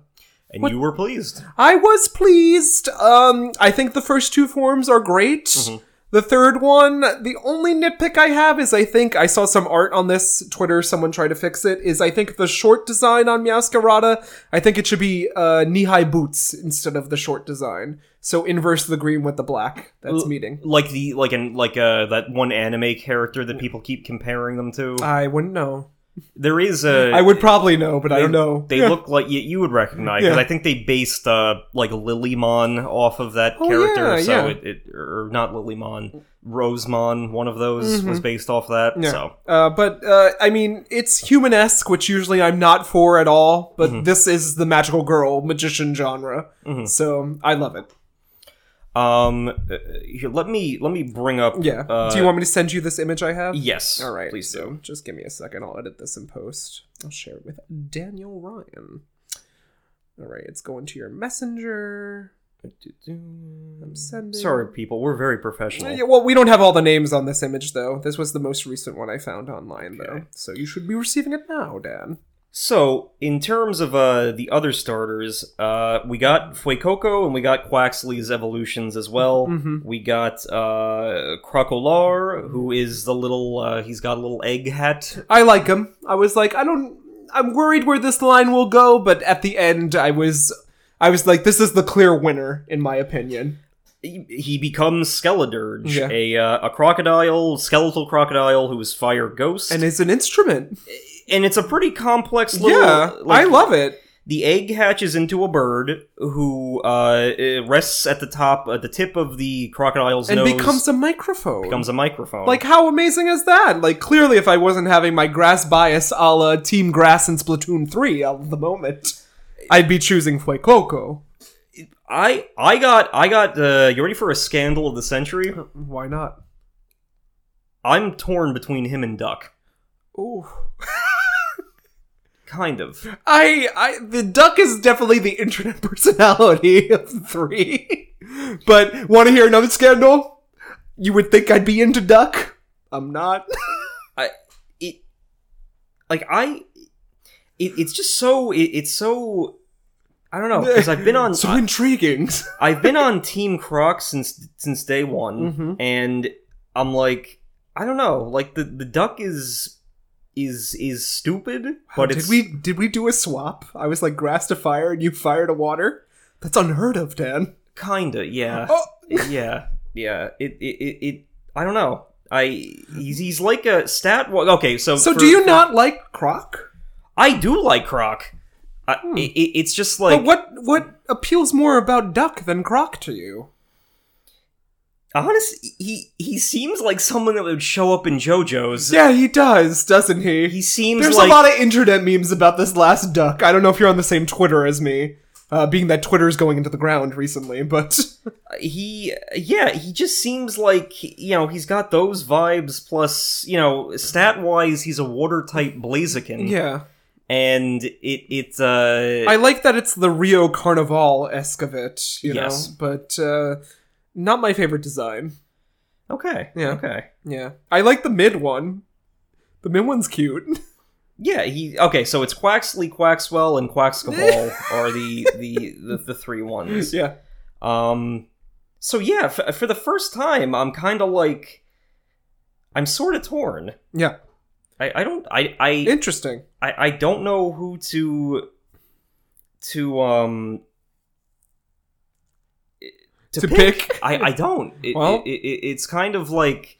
B: And you were pleased.
A: I was pleased. Um, I think the first two forms are great. The third one, the only nitpick I have is I think I saw some art on this Twitter. Someone tried to fix it. Is I think the short design on Meowscarada, I think it should be uh, knee-high boots instead of the short design. So inverse the green with the black. That's meeting.
B: Like the like an like uh that one anime character that people keep comparing them to.
A: I wouldn't know.
B: there is a
A: I would probably know, but I don't know.
B: They look like you, you would recognize because
A: Yeah.
B: I think they based uh, like Lilymon off of that
A: Oh,
B: character.
A: yeah,
B: so
A: yeah.
B: It, it or not Lilymon, Rosemon. One of those was based off that.
A: Mm-hmm. Yeah.
B: So
A: Uh, but uh, I mean, it's humanesque, which usually I'm not for at all. But
B: Mm-hmm.
A: this is the magical girl magician genre, so I love it.
B: um, uh, here, let me let me bring up.
A: Yeah.
B: Uh,
A: do you want me to send you this image I have?
B: Yes.
A: All right.
B: Please do.
A: so just give me a second. I'll edit this in post. I'll share it with Daniel Ryan. All right, it's going to your messenger. I'm sending. Uh,
B: Sorry, people. We're very professional.
A: Yeah, well, we don't have all the names on this image though. This was the most recent one I found online though,
B: Okay.
A: so you should be receiving it now, Dan.
B: So, in terms of uh, the other starters, uh, we got Fuecoco and we got Quaxley's evolutions as well.
A: Mhm.
B: We got uh, Crocolar, who is the little, uh, he's got a little egg hat.
A: I like him. I was like, I don't. I'm worried where this line will go, but at the end, I was, I was like, this is the clear winner in my opinion.
B: He, he becomes Skeledurge,
A: Yeah.
B: a, uh, a crocodile, skeletal crocodile who is fire ghost.
A: And
B: And,
A: it's an instrument.
B: it's a pretty complex little.
A: yeah, I
B: like,
A: love it.
B: The egg hatches into a bird who uh, it rests at the top, at the tip of the crocodile's
A: And
B: nose.
A: becomes a microphone.
B: becomes a microphone.
A: like how amazing is that? Like clearly, if I wasn't having my grass bias, a la Team Grass and Splatoon Three of the moment, I'd be choosing Fuecoco.
B: I I got I got uh you ready for a scandal of the century?
A: Why not?
B: I'm torn between him and Duck.
A: Ooh,
B: Kind of.
A: I, I, the duck is definitely the internet <laughs> personality of the three. but want to hear another scandal? You would think I'd be into duck. I'm not.
B: It like I it, it's just so it, it's so I don't know because I've been
A: <laughs>
B: on
A: so intriguing.
B: I, have been on Team Croc since since day one,
A: Mhm.
B: and I'm like I don't know like the the Duck is is is stupid, but
A: did
B: it's
A: we did we do a swap? I was like grass to fire and you fire to water. That's unheard of, Dan.
B: kinda yeah.
A: Oh,
B: yeah, yeah. It, it, it, it. I don't know. I he's, he's like a stat. wa- Okay, so
A: Oh, so
B: for-
A: do you not like Croc?
B: I do like Croc. I,
A: Hmm.
B: it, it- it's just like
A: but what what appeals more about Duck than Croc to you?
B: honest. He he seems like someone that would show up in JoJo's.
A: Yeah, he does, doesn't he?
B: He seems
A: There's
B: like
A: a lot of internet memes about this last duck. I don't know if you're on the same Twitter as me, uh, being that Twitter's going into the ground recently,
B: <laughs>
A: but
B: uh, he yeah he just seems like you know he's got those vibes plus you know stat wise he's a watertight Blaziken
A: yeah.
B: and it it's uh
A: I like that it's the Rio Carnival esque of it, you
B: Yes.
A: know, but uh, not my favorite design.
B: okay
A: Yeah.
B: okay
A: Yeah. I like the mid one. The mid one's cute. <laughs>
B: Yeah, he okay. So it's Quaxley, Quaxwell, and
A: <laughs>
B: Quaxcabal are the, the the the three ones.
A: yeah.
B: Um, so yeah, f- for the first time, I'm kind of like, I'm sort of torn.
A: Yeah.
B: I, I don't I I,
A: Interesting.
B: I I don't know who to to um
A: To,
B: to,
A: pick.
B: I I don't. It,
A: Well-
B: it, it- it's kind of like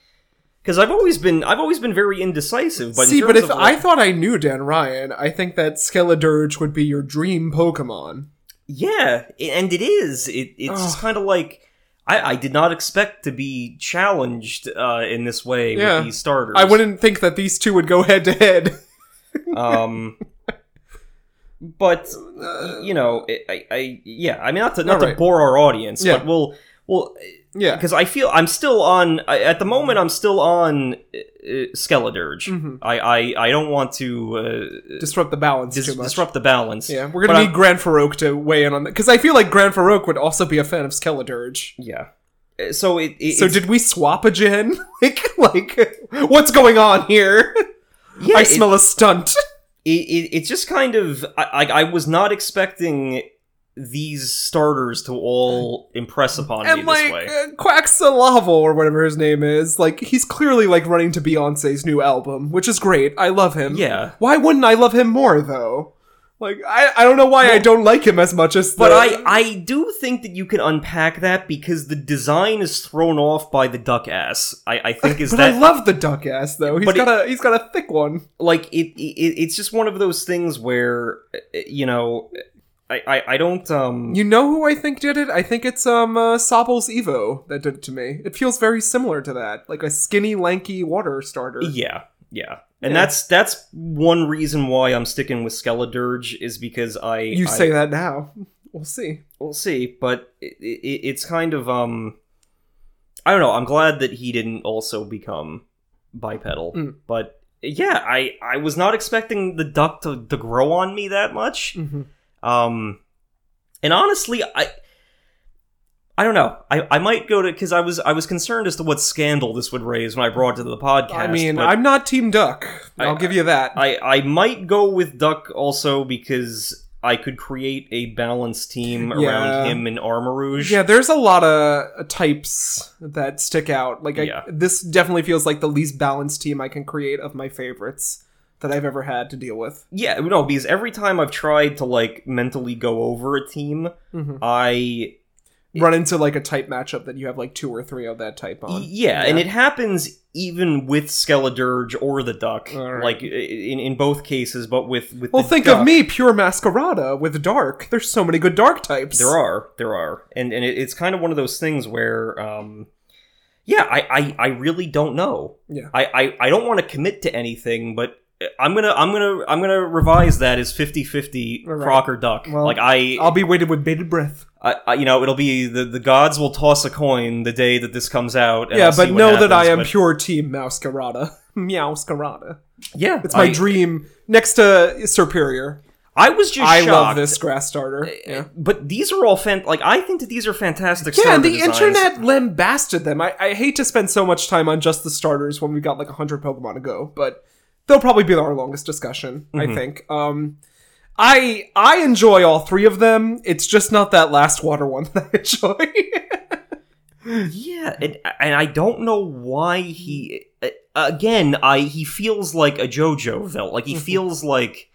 B: because I've always been I've always been very indecisive. But in
A: See, but
B: terms
A: if
B: of,
A: I
B: like-
A: thought I knew Dan Ryan, I think that Skeledurge would be your dream Pokemon.
B: Yeah, i- and it is. It it's just
A: Ugh.
B: kind of like I, I did not expect to be challenged uh, in this way
A: Yeah.
B: with these
A: <laughs>
B: <laughs> starters.
A: I wouldn't think that these two would go head to head.
B: Um, but
A: Uh,
B: y- you know, it, I, I yeah, I mean not to not to
A: Alright.
B: bore our audience,
A: Yeah.
B: but we'll we'll
A: Yeah.
B: because I feel I'm still on I, at the moment I'm still on uh, uh, Skeledirge.
A: Mhm.
B: I, I I don't want to uh,
A: Disrupt the balance
B: dis-
A: too much.
B: disrupt the balance.
A: yeah, we're gonna
B: but
A: need Grand Farouk to weigh in on that because I feel like Grand Farouk would also be a fan of Skeledirge.
B: Yeah. Uh, So it, it
A: So
B: it's-
A: did we swap a gen? <laughs> like, like, what's going on here?
B: yeah,
A: I
B: it-
A: smell a stunt.
B: it, it, it just kind of I, I I was not expecting these starters to all impress upon me
A: and like
B: this way.
A: uh, Quaxalavel or whatever his name is, like he's clearly like running to Beyonce's new album, which is great. I love him.
B: Yeah.
A: Why wouldn't I love him more though? Like I, I don't know why I
B: Well-
A: don't like him as much as.
B: But
A: the-
B: I, I do think that you can unpack that because the design is thrown off by the duck ass. I, I think is
A: but
B: that
A: I love the duck ass though. He's
B: But it-
A: got a he's got a thick one.
B: like it, it it's just one of those things where uh, you know I, I, I don't um
A: You know who I think did it? I think it's um uh, Sobel's Evo that did it to me. It feels very similar to that, like a skinny, lanky water starter.
B: yeah yeah and
A: Yeah.
B: that's that's one reason why I'm sticking with Skeledirge is because I
A: You
B: I-
A: say that now. We'll see.
B: we'll see but it, it, it's kind of um i don't know i'm glad that he didn't also become bipedal
A: Mm.
B: but yeah i i was not expecting the duck to, to grow on me that much um and honestly i I don't know. I, I might go to because I was I was concerned as to what scandal this would raise when I brought it to the podcast.
A: I mean,
B: but
A: I'm not Team Duck.
B: I-
A: I'll give you that.
B: I I might go with Duck also because I could create a balanced team
A: Yeah.
B: around him and Armor Rouge.
A: Yeah, there's a lot of uh, types that stick out. Like, I,
B: Yeah.
A: this definitely feels like the least balanced team I can create of my favorites that I've ever had to deal with.
B: Yeah, no, because every time I've tried to like mentally go over a team,
A: Mhm.
B: I
A: Run into like a type matchup that you have like two or three of that type on.
B: yeah, and it happens even with Skeledirge or the Duck,
A: All right.
B: like i- in in both cases, but with with
A: well,
B: the
A: think
B: Duck,
A: of me, pure Masquerada with Dark. There's so many good Dark types.
B: There are, there are, and and it, it's kind of one of those things where, um, yeah, I I, I really don't know.
A: Yeah.
B: I I, I don't want to commit to anything, but. uh, I'm gonna, I'm gonna, I'm gonna revise that as 50-50
A: All right.
B: croc or duck.
A: Well,
B: like I,
A: I'll be waited with bated breath.
B: I, I, you know, it'll be the, the gods will toss a coin the day that this comes out. And
A: yeah,
B: I'll see
A: but
B: what
A: know that I
B: happens,
A: am
B: but-
A: pure Team Masquerada. <laughs> Meowscarada.
B: yeah,
A: It's my
B: I,
A: dream. Next to Superior.
B: I was just
A: I
B: shocked. Uh,
A: love this grass starter. Yeah.
B: But these are all fan. Like I think that these are fantastic.
A: Yeah,
B: starter
A: and the
B: designs.
A: internet lambasted them. I, I hate to spend so much time on just the starters when we've got like 100 Pokemon to go, but they'll probably be our longest discussion, I
B: Mm-hmm.
A: think. Um, I I enjoy all three of them. It's just not that last water one <laughs> that I enjoy.
B: Yeah, and, and I don't know why he. uh, Again, I he feels like a JoJo villain. Like he feels like.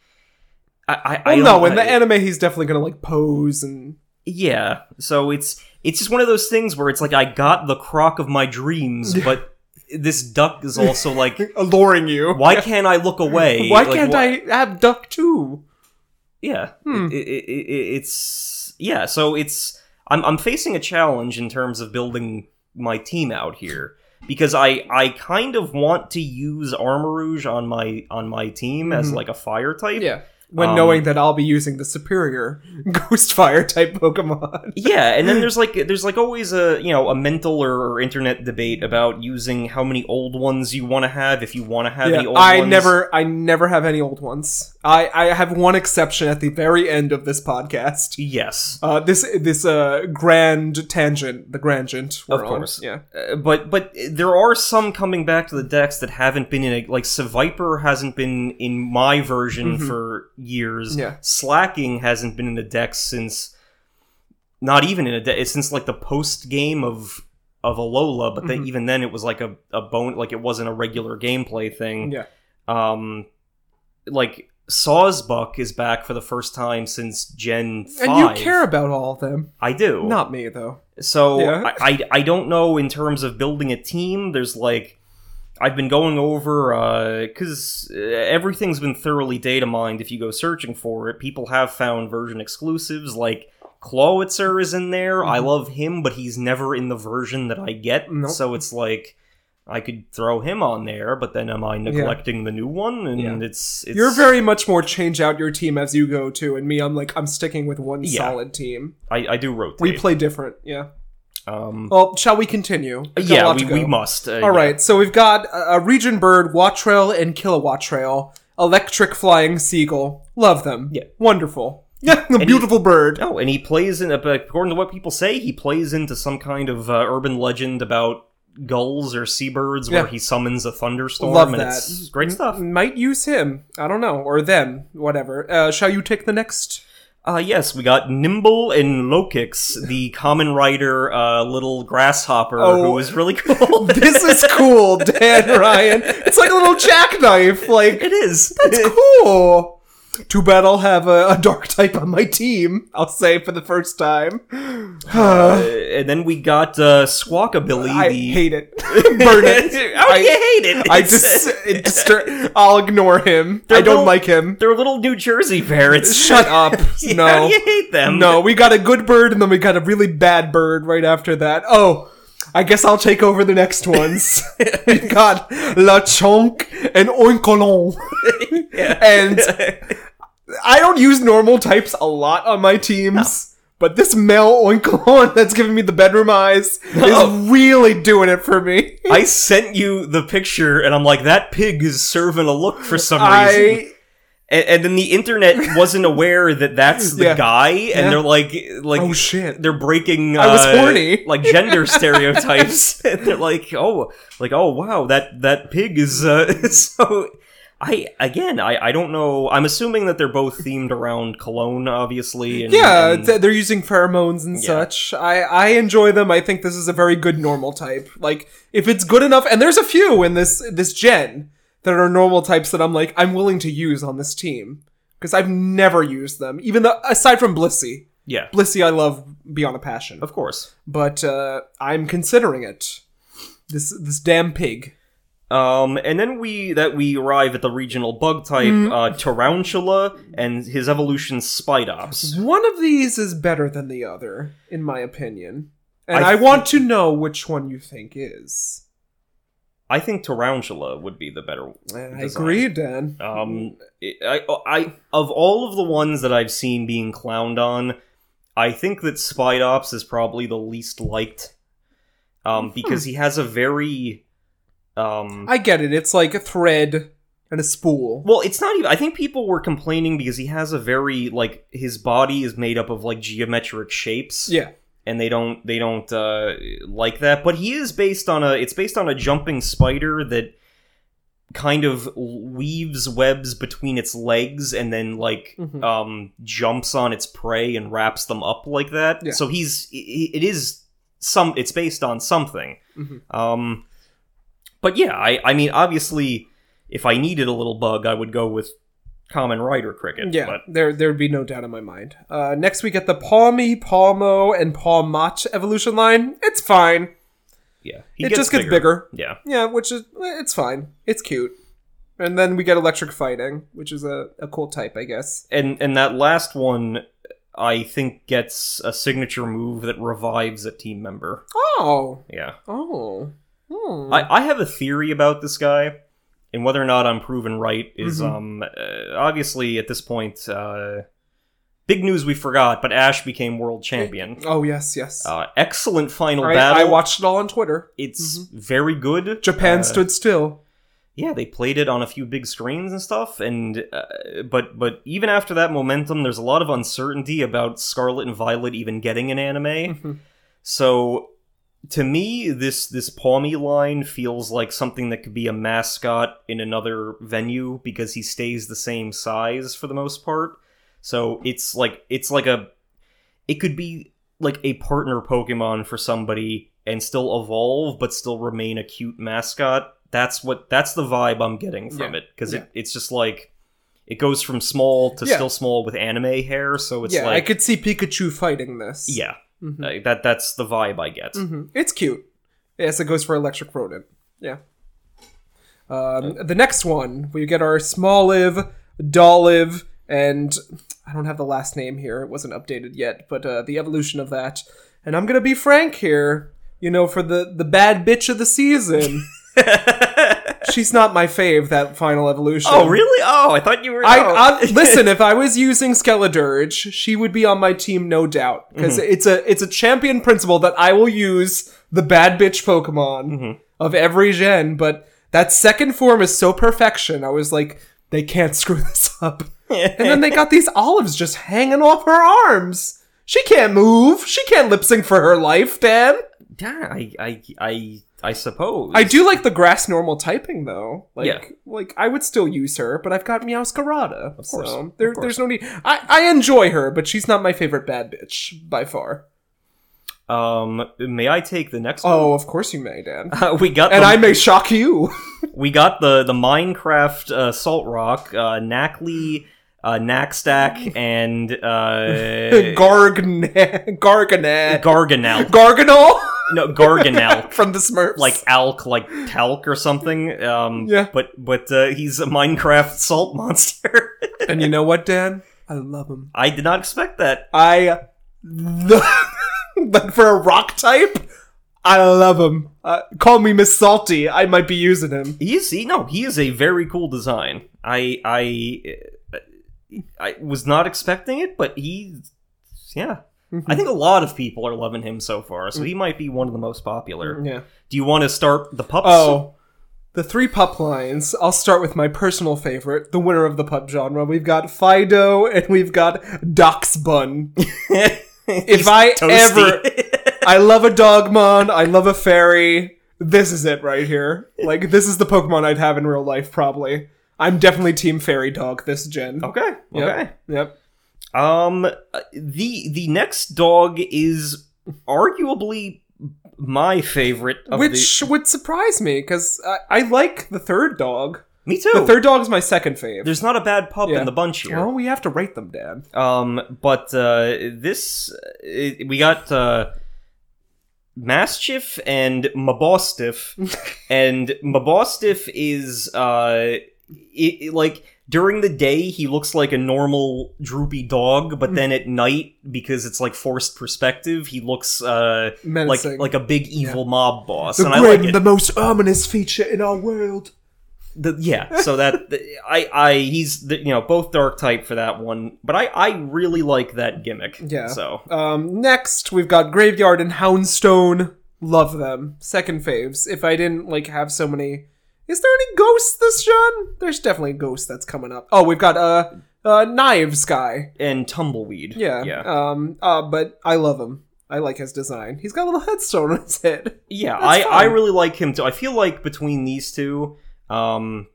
B: I, I, I
A: well,
B: don't-
A: Mm-hmm. Oh, no, in the
B: I-
A: anime, he's definitely gonna like pose and
B: Yeah, so it's it's just one of those things where it's like I got the croc of
A: <laughs>
B: my dreams, but this duck is also like
A: <laughs> alluring you.
B: why can't I look away?
A: <laughs> Why
B: Like,
A: can't
B: wh-
A: I have duck too?
B: Yeah,
A: Hmm.
B: It- it- it- it's yeah. So it's I'm I'm facing a challenge in terms of building my team out here because I I kind of want to use Armor Rouge on my on my team as
A: Mhm.
B: like a fire type.
A: Yeah. When
B: Um,
A: knowing that I'll be using the superior <laughs> ghost fire type Pokemon.
B: Yeah,
A: <laughs>
B: and then there's like there's like always a you know a mental or, or internet debate about using how many old ones you want to have if you want to have
A: Yeah,
B: any old
A: I
B: ones.
A: never I never have any old ones. I, I have one exception at the very end of this podcast.
B: yes
A: Uh, this this uh grand tangent, the grandgent. we're
B: Of
A: on.
B: course.
A: yeah.
B: Uh, but but there are some coming back to the decks that haven't been in a, like Seviper hasn't been in my version
A: Mhm.
B: for years.
A: Yeah.
B: Slacking hasn't been in the decks since not even in a deck since like the post game of of Alola, but then
A: Mhm.
B: even then it was like a, a bone like it wasn't a regular gameplay thing.
A: Yeah.
B: Um like Sawsbuck is back for the first time since Gen 5.
A: And you care about all of them.
B: I do.
A: Not me though.
B: So
A: Yeah.
B: I, I I don't know in terms of building a team. There's like I've been going over because uh, everything's been thoroughly data mined. If you go searching for it, people have found version exclusives. Like Clawitzer is in there. I
A: Mhm.
B: love him, but he's never in the version that I get.
A: Nope.
B: So it's like I could throw him on there, but then am I neglecting the new one? And
A: Yeah.
B: it's, it's
A: You're very much more change out your team as you go to, and me, I'm like I'm sticking with one
B: Yeah.
A: solid team.
B: I, I do rotate.
A: We play different, yeah.
B: Um,
A: Well, shall we continue? Oh, We've got a
B: yeah,
A: lot
B: we,
A: to go.
B: we must. Uh,
A: All right, so we've got a uh, region bird, Wattrail, and Kilowatt Trail, electric flying seagull. Love them.
B: Yeah.
A: wonderful. <laughs> Yeah, a beautiful bird.
B: No, Oh, and he plays in. According to what people say, he plays into some kind of uh, urban legend about gulls or seabirds,
A: Yeah.
B: where he summons a thunderstorm.
A: Love
B: and
A: that. Mm-hmm.
B: It's great stuff.
A: Might use him. I don't know, or them, whatever. Uh, shall you take the next? <laughs>
B: Uh, yes, we got Nimble and Lokix, the common rider, uh, little grasshopper
A: Oh.
B: who is
A: <laughs>
B: really cool.
A: This is cool, Dan Ryan. It's like a little jackknife. Like
B: it is.
A: That's cool. Too bad I'll have a, a dark type on my team. I'll say for the first
B: <sighs>
A: time. <sighs>
B: Uh, <laughs> and then we got uh, Squawkabilly.
A: I
B: the...
A: hate it. Burn it.
B: <laughs> oh,
A: I,
B: you hate it.
A: I
B: It's-
A: just it distur- I'll ignore him. I don't
B: little-
A: like
B: <laughs>
A: him.
B: <laughs> they're little New Jersey parrots. <laughs>
A: Shut up.
B: Yeah,
A: no.
B: you hate them.
A: No, we got a good bird and then we got a really bad bird right after that. Oh, I guess I'll take over the next
B: <laughs>
A: ones. we got La Chonk and Oinkolon. and I don't use normal types a lot on my teams. But this male Oinkolon <laughs> that's giving me the bedroom eyes
B: Oh.
A: is really doing it for me.
B: I sent you the picture, and I'm like, that pig is serving a look for some reason.
A: I
B: And, and then the internet wasn't aware that that's the
A: Yeah.
B: guy, and
A: Yeah.
B: they're like, like,
A: oh shit.
B: they're breaking. Uh,
A: I was horny.
B: <laughs> like gender
A: <laughs>
B: stereotypes. and they're like, oh, like, oh wow, that that pig is uh, <laughs> so. I again, I I don't know. I'm assuming that they're both themed around cologne, obviously. And,
A: Yeah,
B: and-
A: th- they're using pheromones and
B: Yeah.
A: such. I I enjoy them. I think this is a very good normal type. Like if it's good enough, and there's a few in this this gen that are normal types that I'm like I'm willing to use on this team because I've never used them. Even though aside from Blissey,
B: yeah,
A: Blissey I love beyond a passion,
B: of course.
A: but uh, I'm considering it. This this damn pig.
B: Um, and then we that we arrive at the regional bug type uh, Tarantula and his evolution Spidops.
A: One of these is better than the other, in my opinion, and
B: I
A: I want to know which one you think is.
B: I think Tarantula would be the better.
A: I
B: design.
A: agree, Dan.
B: Um, I, I I- of all of the ones that I've seen being clowned on, I think that Spidops is probably the least liked, um, because he has a very, um,
A: I get it. It's like a thread and a spool.
B: Well, it's not even. I think people were complaining because he has a very like his body is made up of like geometric shapes.
A: Yeah.
B: and they don't they don't uh, like that. But he is based on a it's based on a jumping spider that kind of weaves webs between its legs and then like
A: Mhm.
B: um, jumps on its prey and wraps them up like that.
A: Yeah.
B: So he's i- i- it is some it's based on something.
A: Mhm.
B: Um, but yeah, I I mean obviously if I needed a little bug, I would go with common rider cricket.
A: Yeah,
B: but
A: there there would be no doubt in my mind. Uh, next, we get the Palmy, Palmo, and Palmat evolution line. It's fine.
B: yeah, he
A: it just gets bigger.
B: Yeah.
A: Yeah, which is eh, it's fine. It's cute. And then we get electric fighting, which is a, a cool type, I guess.
B: and and that last one i think gets a signature move that revives a team member
A: Oh,
B: yeah
A: oh, hmm.
B: i, I have a theory about this guy and whether or not i'm proven right is
A: Mhm.
B: um uh, obviously at this point uh big news we forgot but ash became world champion
A: oh yes, yes.
B: uh, excellent final
A: I,
B: battle
A: I watched it all Mm-hmm. on Twitter.
B: it's very good
A: Japan
B: Uh,
A: stood still.
B: yeah they played it on a few big screens and stuff and uh, but but even after that momentum there's a lot of uncertainty about scarlet and violet even getting an anime
A: Mhm.
B: so to me this this palmy line feels like something that could be a mascot in another venue because he stays the same size for the most part so it's like it's like a it could be like a partner pokemon for somebody and still evolve but still remain a cute mascot that's what that's the vibe i'm getting from
A: Yeah.
B: it because
A: Yeah.
B: it, it's just like it goes from small to
A: Yeah.
B: still small with anime hair so it's
A: <laughs> Yeah,
B: like
A: I could see Pikachu fighting this.
B: yeah
A: Mhm.
B: like, that that's the vibe i get
A: hmm It's cute. Yes, it goes for electric rodent. Yeah. Um, the next one, we get our Smoliv, Doliv, and I don't have the last name here. It wasn't updated yet, but uh, the evolution of
B: <laughs>
A: that. And I'm gonna be frank here. You know, for the the bad bitch of the season, She's not my fave. That final evolution.
B: oh, really? Oh, I thought you were.
A: I,
B: oh. <laughs>
A: I listen. If I was using Skeledurge, she would be on my team, no doubt, because it's a it's a champion principle that I will use the bad bitch Pokemon of every gen. But that second form is so perfection. I was like, they can't <laughs> screw this up. and then they got these olives just hanging off her arms. She can't move. She can't lip sync for her life, Dan.
B: yeah, I, I, I, I suppose.
A: I do like the grass normal typing though. Like
B: Yeah.
A: like I would still use her, but I've got Meowscarada. Of
B: course,
A: So
B: of
A: there,
B: course.
A: there's no need I, I enjoy her, but she's not my favorite bad bitch by far.
B: Um, may I take the next? one?
A: Oh, of course you may,
B: <laughs>
A: Dan.
B: Uh, we got
A: And
B: the,
A: I may shock you.
B: we got the the Minecraft uh, Salt Rock, uh, Knackly,
A: <laughs>
B: uh, Knackstack, and uh,
A: Gargan Garganet.
B: Garganel.
A: Garganol
B: No,
A: <laughs>
B: Garganel.
A: from the Smurfs.
B: like alk like talc or something um
A: Yeah.
B: but but uh, he's a minecraft salt <laughs> monster
A: And you know what, Dan? I love him.
B: i did not expect that
A: I <laughs> but for a rock type, I love him. Uh, call me Miss Salty. I might be using him.
B: he is he no he is a very cool design i i i was not expecting it but he yeah
A: Mm-hmm.
B: i think a lot of people are loving him so far so he might be one of the most popular
A: Mm. Yeah.
B: do you want to start the pups <laughs>
A: Oh, the three pup lines. I'll start with my personal favorite, the winner of the pup genre. We've got Fido and we've got
B: <laughs>
A: Doxbun. If I
B: Toasty.
A: ever, I love a Dogmon, I love a fairy. This is it right here. Like this is the Pokemon I'd have in real life, probably. I'm definitely Team Fairy Dog this gen.
B: <laughs> okay
A: Yep.
B: Oh, okay
A: Yep.
B: Um, the the next dog is arguably my favorite. Of
A: Which
B: the,
A: would surprise me because I, I like the third dog.
B: me too.
A: The third dog is my second fave.
B: There's not a bad pup
A: Yeah.
B: in the bunch here.
A: Well, we have to rate them, Dad.
B: Um, but uh, this uh, we got uh, Mastiff and
A: <laughs>
B: Mabostiff, and Mabostiff is uh, i i- like during the day he looks like a normal droopy dog,
A: Mm.
B: but then at night because it's like forced perspective, he looks uh. like
A: Menacing.
B: like a big evil mob boss,
A: the
B: and I
A: grim,
B: like it.
A: the most ominous feature in our world.
B: The- yeah, so that the- I I he's the, you know both dark type for that one, but I I really like that gimmick.
A: Yeah.
B: So
A: Um, next, we've got Graveyard and Houndstone. Love them. Second faves. If I didn't like have so many, is there any ghosts this John? There's definitely a ghost that's coming up. Oh, we've got uh, uh Knives guy.
B: and tumbleweed.
A: Yeah.
B: Yeah.
A: Um. Uh. But I love him. I like his design. He's got a little <laughs> headstone on his head.
B: Yeah,
A: That's
B: I, I
A: fine.
B: really like him too. I feel like between these two, um,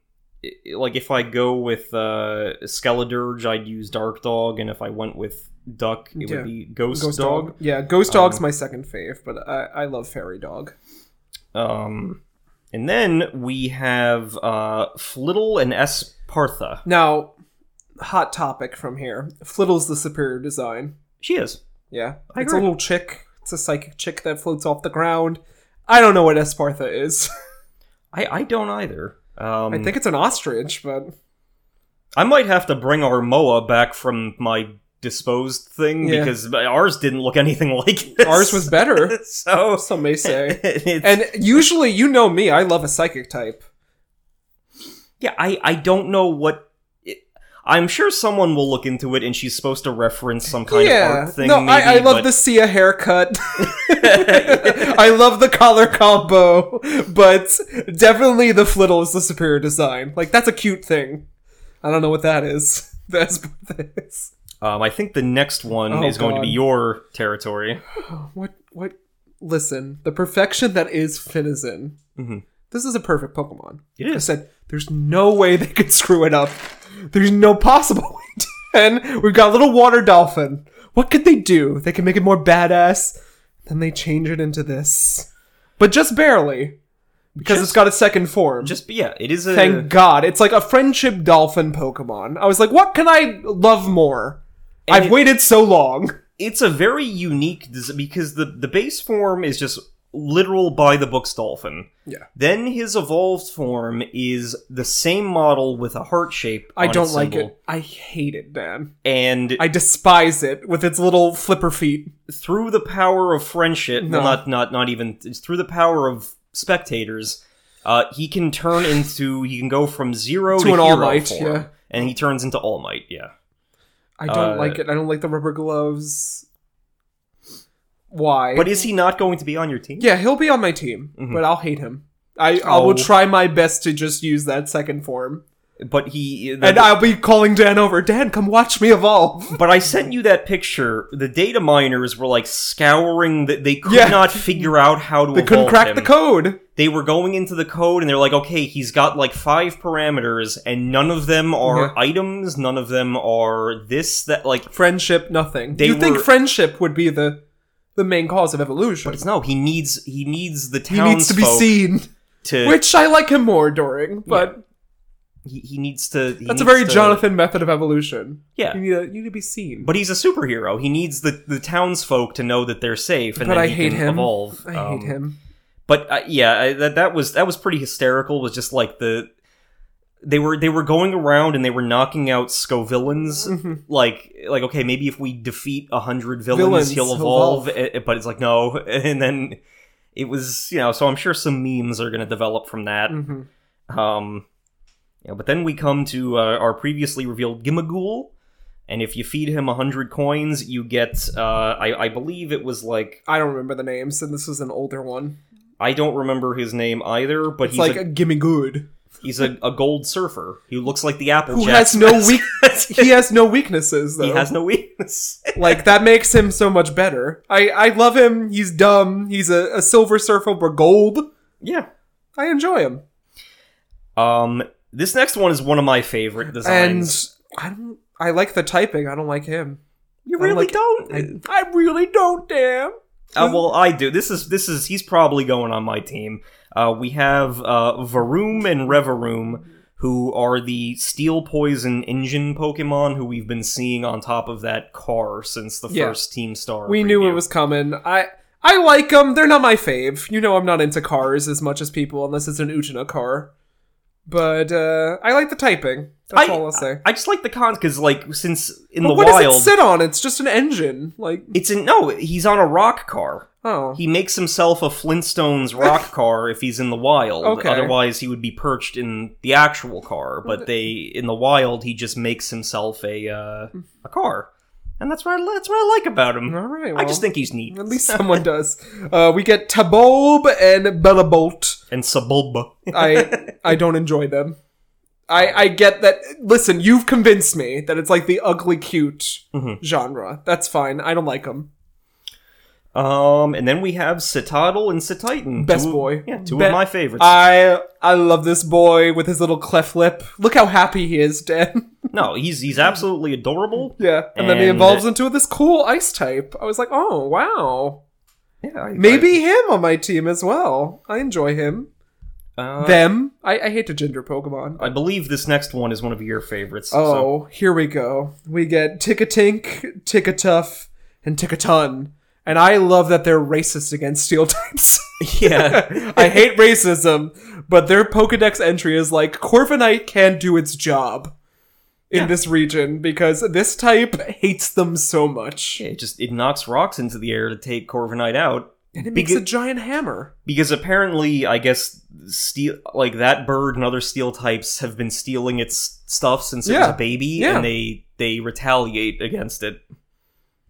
B: i- like if I go with uh, Skeledurge, I'd use Dark Dog, and if I went with Duck, it
A: Yeah.
B: would be Ghost,
A: Ghost
B: Dog.
A: dog. Um. Yeah. Ghost dog's my second fave, but I I love fairy dog.
B: Um, and then we have uh, Flittle and Espartha.
A: Now, hot topic from here. Flittle's the superior design.
B: She is.
A: Yeah.
B: I
A: it's a
B: agree.
A: little chick. It's a psychic chick that floats off the ground. I don't know what Espartha is.
B: I, I don't either. Um,
A: I think it's an ostrich, but
B: I might have to bring our Moa back from my disposed thing
A: Yeah.
B: because ours didn't look anything <laughs> like this.
A: ours was
B: <laughs>
A: better,
B: so.
A: some may say.
B: it's-
A: And usually, you know me, I love a psychic type.
B: yeah, I I don't know what. It, I'm sure someone will look into it, and she's supposed to reference some kind of
A: yeah.
B: art thing.
A: no, I, I
B: maybe,
A: love
B: but-
A: the Sia
B: <laughs>
A: haircut. <laughs> I love the collar combo, but definitely the flittle is the superior design. Like, that's a cute thing. I don't know what that is. <laughs> The Espartha is.
B: Um, I think the next one
A: Oh,
B: is going to be
A: God.
B: your territory.
A: What what listen, the perfection that is Finizen.
B: Mhm.
A: This is a perfect Pokemon.
B: It
A: I
B: is.
A: said there's no way they could <laughs> screw it up. There's no possible <laughs> way. to- and we've got a little water dolphin. What could they do? They can make it more badass. Then they change it into this. But just barely. Because it's got a second form.
B: Just yeah, it is a
A: Thank God. It's like a friendship dolphin Pokemon. I was like, what can I love more? I've
B: it-
A: waited so long.
B: it's a very unique des- because the the base form is just literal by the books dolphin.
A: Yeah.
B: Then his evolved form is the same model with a heart shape.
A: I
B: on
A: don't
B: its
A: like
B: symbol.
A: it. I hate it, man.
B: And
A: I despise it with its little flipper feet.
B: through the power of friendship, well,
A: No.
B: not not not even it's through the power of spectators. Uh, he can turn into he can go from zero to,
A: To an All
B: hero
A: Might,
B: form,
A: yeah.
B: and he turns into All Might. Yeah,
A: I don't
B: Uh,
A: like it. I don't like the rubber gloves. Why?
B: but is he not going to be on your team?
A: yeah, he'll be on my team,
B: Mhm.
A: but I'll hate him. I, I will
B: Oh.
A: try my best to just use that second form.
B: But he the-
A: And I'll be calling Dan over. Dan, come watch me
B: <laughs>
A: evolve.
B: But I sent you that picture. The data miners were like scouring. The, they could
A: Yeah.
B: not figure out how to.
A: They couldn't
B: evolve
A: crack
B: him.
A: the code.
B: They were going into the code and they're like, okay, he's got like five parameters, and none of them are items. None of them are this that like.
A: Friendship, nothing.
B: They
A: you think
B: were-
A: friendship would be the the main cause of evolution.
B: But it's no. He needs he needs the
A: he needs to be
B: townsfolk
A: seen.
B: to-
A: Which I like him more during, but
B: he, he needs to. he
A: that's a
B: needs
A: very
B: to-
A: Jonathan method of evolution.
B: Yeah.
A: You need, to, you need to be seen.
B: But he's a superhero. He needs the, the townsfolk to know that they're safe, and
A: But
B: then
A: I
B: he
A: hate
B: can
A: him.
B: evolve.
A: I
B: Um,
A: hate him.
B: but uh, yeah I, that that was that was pretty hysterical was just like the they were they were going around and they were knocking out
A: Mm.
B: scovillains
A: Mm-hmm,
B: like like okay maybe if we defeat 100 villains,
A: Villains,
B: he'll
A: he'll
B: evolve,
A: evolve.
B: Eh, eh, but it's like no <laughs> and then it was you know so i'm sure some memes are going to develop from that
A: hmm
B: um you know, but then we come to uh, our previously revealed Gimagool, and if you feed him 100 coins you get uh i, I believe it was like
A: I don't remember the names, and this was an older one.
B: I don't remember his name either, but
A: It's
B: he's
A: like
B: a
A: a gimme good.
B: He's a, a gold surfer. He looks like the Apple
A: Who
B: Jack <laughs>
A: has no
B: Spencer.
A: weak? he has no weaknesses though.
B: he has <laughs> no weakness.
A: like that makes him so much better. I I love him. He's dumb. He's a, a silver surfer, but gold.
B: yeah.
A: I enjoy him.
B: Um. This next one is one of my favorite designs.
A: And I don't. I like the typing. I don't like him.
B: you
A: I'm
B: really
A: like-
B: don't.
A: I, I really don't. Damn.
B: uh, well, I do. This is this is. He's probably going on my team. Uh, we have uh, Varoom and Revaroom, who are the Steel Poison Engine Pokemon who we've been seeing on top of that car since the
A: Yeah.
B: first Team Star.
A: We knew it
B: preview.
A: was coming. I I like them. They're not my fave. You know, I'm not into cars as much as people, unless it's an Uchina car. But uh, I like the typing. That's
B: I-
A: all I'll say.
B: I just like the cons because, like, since in
A: But
B: the
A: what
B: wild,
A: does it sit on? It's just an engine. Like
B: it's in no. He's on a rock car.
A: oh,
B: He makes himself a Flintstones
A: <laughs>
B: rock car if he's in the wild.
A: Okay.
B: Otherwise, he would be perched in the actual car. But they in the wild, he just makes himself a uh, a car, and that's what I, that's what I like about him.
A: all right.
B: I just
A: well,
B: think he's neat.
A: at least someone does. Uh, we get Tabob and Bellabolt. <laughs>
B: And Sabulba. <laughs>
A: I I don't enjoy them. I I get that. Listen, you've convinced me that it's like the ugly cute
B: Mhm.
A: genre. That's fine. I don't like them.
B: um, and then we have Citadel and Cititan.
A: Best
B: two of-
A: boy.
B: Yeah, two
A: Be-
B: of my favorites.
A: I I love this boy with his little cleft lip. Look how happy he is, Dan. <laughs>
B: no, he's he's absolutely adorable.
A: yeah, and, then he
B: And-
A: evolves into this cool ice type. I was like, oh wow,
B: Yeah, I-
A: maybe him on my team as well. I enjoy him.
B: I- uh,
A: Them. I, I hate to gender Pokemon.
B: I believe this next one is one of your favorites. so-
A: Oh, here we go. We get Tickatink, Tickatuff, and Tickaton. And I love that they're racist against steel types. <laughs>
B: <laughs> yeah.
A: I hate racism, but their Pokedex entry is like Corviknight can do its job in
B: Yeah.
A: this region because this type hates them so much.
B: Yeah, it just it knocks rocks into the air to take Corviknight out
A: And it makes
B: Beca-
A: a giant hammer.
B: because apparently I guess steel like that bird and other steel types have been stealing its stuff since it was
A: Yeah.
B: a baby
A: Yeah.
B: and they they retaliate against it.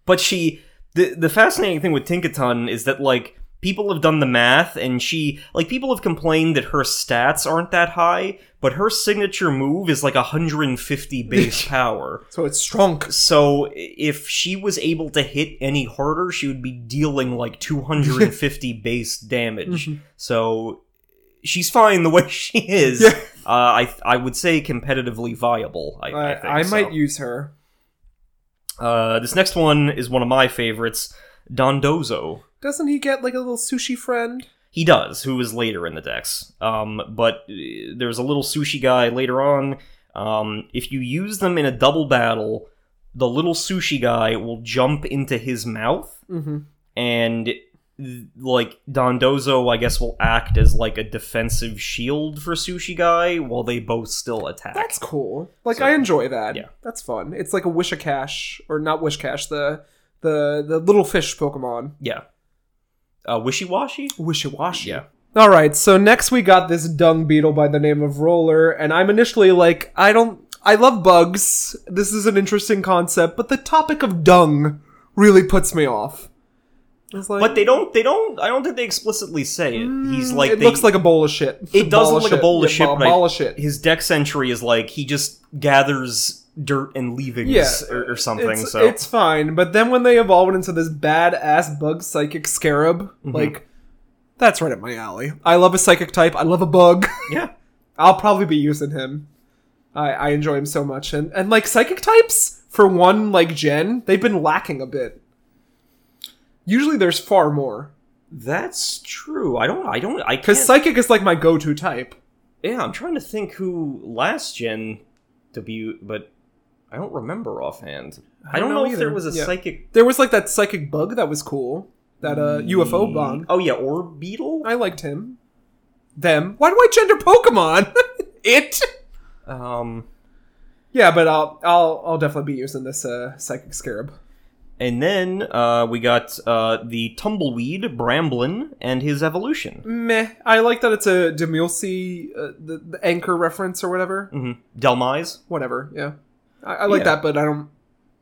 B: But she the the fascinating thing with Tinkaton is that like people have done the math and she like people have complained that her stats aren't that high, but her signature move is like
A: <laughs>
B: 150 base power.
A: So it's strong.
B: So if she was able to hit any harder, she would be dealing
A: <laughs>
B: like 250 base damage.
A: Mhm.
B: So she's fine the way <laughs> she is.
A: Yeah.
B: Uh, I I would say competitively viable. I, I,
A: I,
B: think
A: I might
B: so.
A: use her.
B: Uh, this next one is one of my favorites, Dondozo.
A: Doesn't he get like a little sushi friend?
B: He does, who is later in the decks. Um, but uh, there's a little sushi guy later on. Um, if you use them in a double battle, the little sushi guy will jump into his mouth.
A: Mm-hmm.
B: and th- like Dondozo, I guess, will act as like a defensive shield for Sushi Guy while they both still attack.
A: That's cool. Like
B: So-
A: I enjoy that.
B: yeah.
A: That's fun. It's like a wish a cash or not wish cash, the the the little fish Pokemon.
B: yeah. Uh, Wishy Washy.
A: Wishy washy.
B: Yeah.
A: All right, so next we got this dung beetle by the name of Roller, and I'm initially like, I don't, I love bugs. This is an interesting concept, but the topic of dung really puts me off. It's like,
B: But they don't. They don't. I don't think they explicitly say it. He's like.
A: Mm, it
B: they,
A: looks like a bowl of shit.
B: It does look like a bowl of
A: Yeah,
B: shit.
A: bo-
B: but I-
A: bowl of shit.
B: His dex entry is like he just gathers dirt and leavings
A: Yeah,
B: or, or something.
A: It's,
B: so
A: it's fine, but then when they evolve it into this badass bug psychic scarab,
B: Mm-hmm.
A: like that's right up my alley. I love a psychic type. I love a bug. <laughs>
B: yeah,
A: I'll probably be using him. I, I enjoy him so much, and and like psychic types for one like gen, they've been lacking a bit. Usually, there's far more
B: that's true. I don't. I don't. I can't.
A: because psychic is like my go-to type.
B: yeah, I'm trying to think who last gen debut, but I don't remember offhand. I don't,
A: don't
B: know,
A: know
B: if there
A: either.
B: was a
A: Yeah.
B: psychic
A: There was like that psychic bug that was cool, that uh
B: Mm.
A: UFO bomb.
B: Oh yeah, or beetle.
A: I liked him. Them. Why do I gender Pokemon? <laughs> it.
B: Um,
A: Yeah, but I'll I'll I'll definitely be using this uh, psychic scarab.
B: and then uh, we got uh, the tumbleweed Bramblin and his evolution.
A: Meh. I like that it's a Demulsi, uh, the, the anchor reference or whatever.
B: hmm Delmise.
A: Whatever. Yeah, I, I like
B: Yeah.
A: that, but I don't.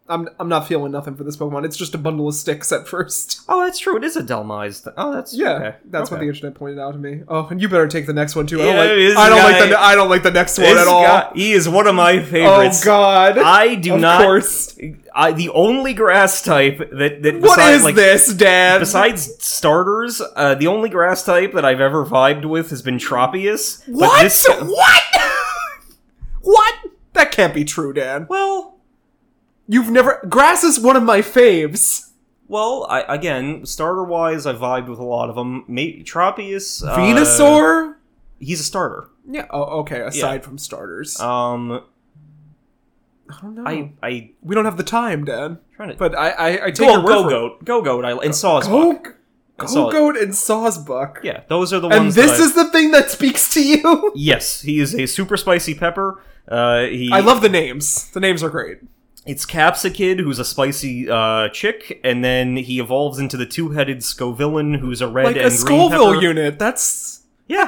A: I'm I'm not feeling nothing for this Pokemon. It's just a bundle of sticks at <laughs> first.
B: Oh, that's true. It is a Delmise. Th- oh, that's
A: Yeah,
B: okay.
A: that's what
B: Okay.
A: the internet pointed out to me. Oh, and you better take the next one too. I don't
B: Yeah, this
A: like. I don't like the.
B: guy-
A: I don't like the next one
B: This
A: at all.
B: guy- he is one of my
A: oh
B: favorites.
A: God.
B: I do
A: of
B: not.
A: course.
B: I the only grass type that that
A: What
B: besides,
A: is
B: like,
A: this, Dad?
B: Besides starters, uh, the only grass type that I've ever vibed with has been Tropius. but
A: what?
B: this-
A: what? <laughs> what? That can't be true, Dad.
B: well,
A: You've never. Grass is one of my faves.
B: well. I, again, starter wise, I vibed with a lot of them. Maybe Tropius, uh,
A: Venusaur?
B: He's a starter.
A: Yeah. Oh, okay. Aside from starters,
B: Um,
A: I don't know.
B: I I
A: we don't have the time, Dad.
B: trying to
A: But I, I, I take
B: go
A: your word
B: go
A: for it.
B: goat go goat. I and Sawsbuck.
A: Coke,
B: I saw
A: Go
B: it.
A: Goat, and Sawsbuck.
B: Yeah, those are the
A: And
B: ones.
A: this
B: that I-
A: is the thing that speaks to
B: <laughs>
A: you.
B: yes. He is a super spicy pepper. Uh, he
A: I love the names. The names are great.
B: It's Capsicid, who's a spicy uh, chick, and then he evolves into the two-headed Scovillain, who's a red
A: Like
B: and
A: a Scoville
B: green pepper.
A: unit. That's
B: Yeah,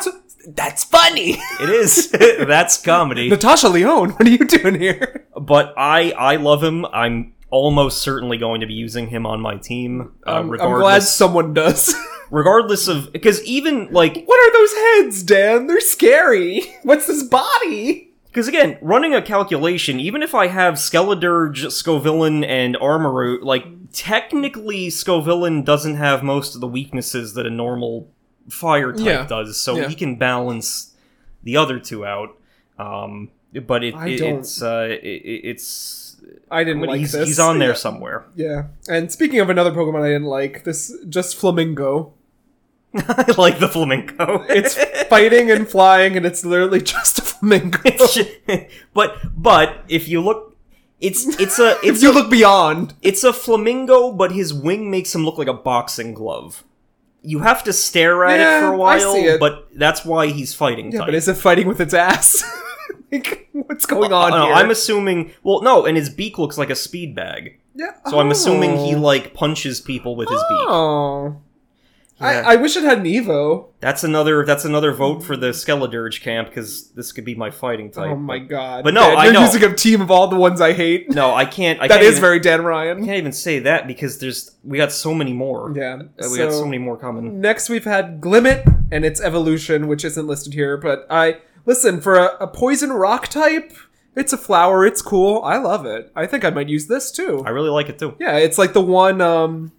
A: that's funny. <laughs>
B: it is. <laughs> That's comedy.
A: Natasha Leone, what are you doing here?
B: But I, I love him. I'm almost certainly going to be using him on my team, uh,
A: I'm, I'm glad
B: regardless.
A: someone does. <laughs>
B: Regardless of, because even like,
A: what are those heads, Dan? They're scary. <laughs> What's this body?
B: because again, running a calculation, even if I have Skeledurge, Scovillain, and Armoroot, like technically Scovillain doesn't have most of the weaknesses that a normal fire type
A: Yeah.
B: does, so
A: Yeah.
B: he can balance the other two out. Um, but it,
A: I
B: it-
A: don't-
B: it's uh, it, it's
A: I didn't like
B: he's,
A: this.
B: he's on
A: <laughs>
B: there somewhere. <laughs>
A: Yeah. And speaking of another Pokemon I didn't like, this just
B: <laughs>
A: flamingo.
B: I like the flamenco.
A: <laughs> It's fighting and flying, and it's literally <laughs> just a flamingo.
B: <laughs> but but if you look, it's it's a
A: if
B: it's
A: you look beyond,
B: it's a flamingo, but his wing makes him look like a boxing glove. You have to stare at it
A: Yeah,
B: for a
A: I see
B: while,
A: it.
B: but that's why he's fighting.
A: yeah,
B: type.
A: but is it fighting with its ass? <laughs> like, what's going on
B: Uh,
A: here?
B: I'm assuming. Well, no, and his beak looks like a speed bag,
A: yeah.
B: so I'm assuming he
A: Oh.
B: like punches people with his beak.
A: Oh.
B: Yeah.
A: I, I wish it had an Evo.
B: That's another. That's another vote for the Skeledurge camp because this could be my fighting
A: Oh
B: type.
A: my god.
B: But no,
A: Dan,
B: I
A: you're
B: know.
A: using a team of all the ones I hate.
B: No, I can't. I
A: <laughs> that
B: can't
A: is
B: even,
A: very Dan
B: I
A: Ryan.
B: can't even say that because there's we got so many more.
A: Yeah.
B: Uh, we
A: so-
B: got so many more common.
A: Next, we've had Glimmet and its evolution, which isn't listed here, but I. Listen, for a, a poison rock type, it's a flower, it's cool. I love it. I think I might use this too.
B: I really like it too.
A: yeah, it's like the one. um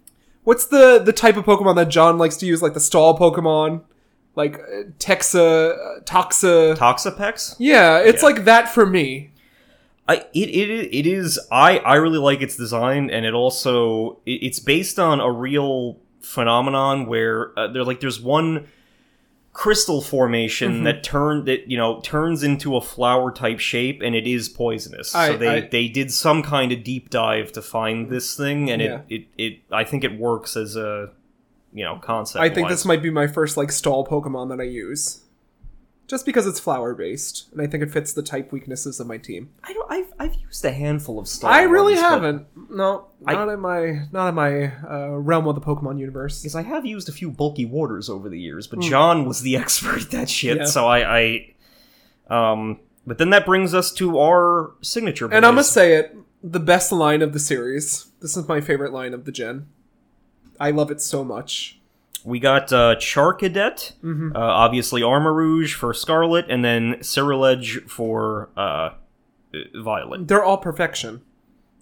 A: What's the the type of Pokemon that John likes to use? Like the stall Pokemon? Like uh, Texa, uh, Toxa.
B: Toxapex.
A: yeah, it's
B: Yeah.
A: like that for me.
B: I it, it it is I I really like its design and it also it, it's based on a real phenomenon where uh, there like there's one crystal formation
A: Mhm.
B: that turned that you know turns into a flower type shape and it is poisonous.
A: I-
B: so they
A: I-
B: they did some kind of deep dive to find this thing and
A: Yeah.
B: it, it it I think it works as a you know concept.
A: I think
B: wise.
A: this might be my first like stall Pokemon that I use. just because it's flower based, and I think it fits the type weaknesses of my team.
B: I don't. I've, I've used a handful of Star.
A: I really
B: Wars, but-
A: haven't. No,
B: I-
A: not in my not in my uh, realm of the Pokemon universe.
B: because I have used a few bulky warders over the years, but John was the <laughs> expert at that shit.
A: Hmm. Yeah.
B: So I, I, um, but then that brings us to our signature.
A: And I'm gonna
B: boys.
A: say it, the best line of the series. This is my favorite line of the gen. I love it so much.
B: we got uh, Char Cadet,
A: Mm-hmm.
B: uh, obviously Armor Rouge for Scarlet, and then Cyrilege for uh, uh, Violet.
A: They're all perfection.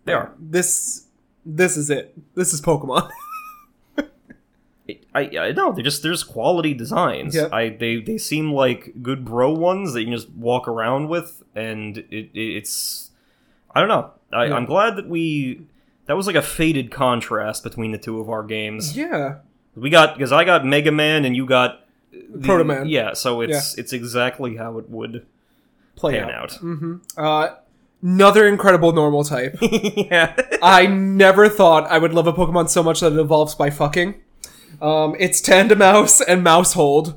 B: They are.
A: This this is it. This is Pokemon. <laughs>
B: I, I no, they're just there's quality designs.
A: Yeah.
B: I they they seem like good bro ones that you can just walk around with, and it, it it's I don't know. I,
A: Yeah.
B: I'm glad that we that was like a faded contrast between the two of our games.
A: yeah.
B: We got because I got Mega Man and you got the-
A: Proto Man.
B: Yeah, so it's it's exactly how it would
A: Play
B: pan
A: out.
B: out.
A: Uh another incredible normal
B: <laughs>
A: type.
B: yeah,
A: I never thought I would love a Pokemon so much that it evolves by fucking. Um, it's Tandemouse and
B: <laughs>
A: Mousehold.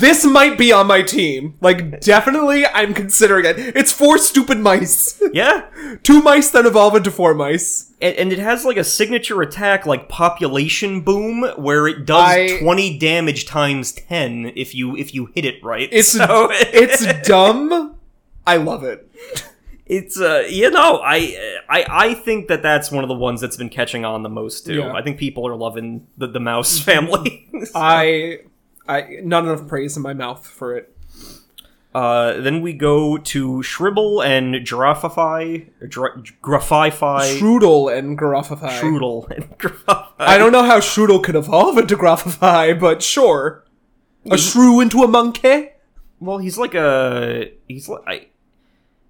A: This might be on my team. Like, definitely, I'm considering it. It's four stupid mice.
B: yeah,
A: Two mice that evolve into four mice.
B: and, and it has like a signature attack like population boom where it does
A: I-
B: 20 damage times 10 if you if you hit it right
A: It's
B: <laughs> so,
A: <laughs> it's
B: <laughs>
A: dumb. I love it.
B: it's uh you know I, I i think that that's one of the ones that's been catching on the most too
A: Yeah.
B: i think people are loving the, the mouse <laughs> family
A: I I not enough praise in my mouth for it.
B: uh then we go to shribble and girafify or Gira- grafify
A: Shrudel and Garofify.
B: Strudel and <laughs> Girafify.
A: I don't know how Shrudel could evolve into Garofify, but sure.
B: Mm-hmm.
A: A shrew into a monkey?
B: Well, he's like a he's like I,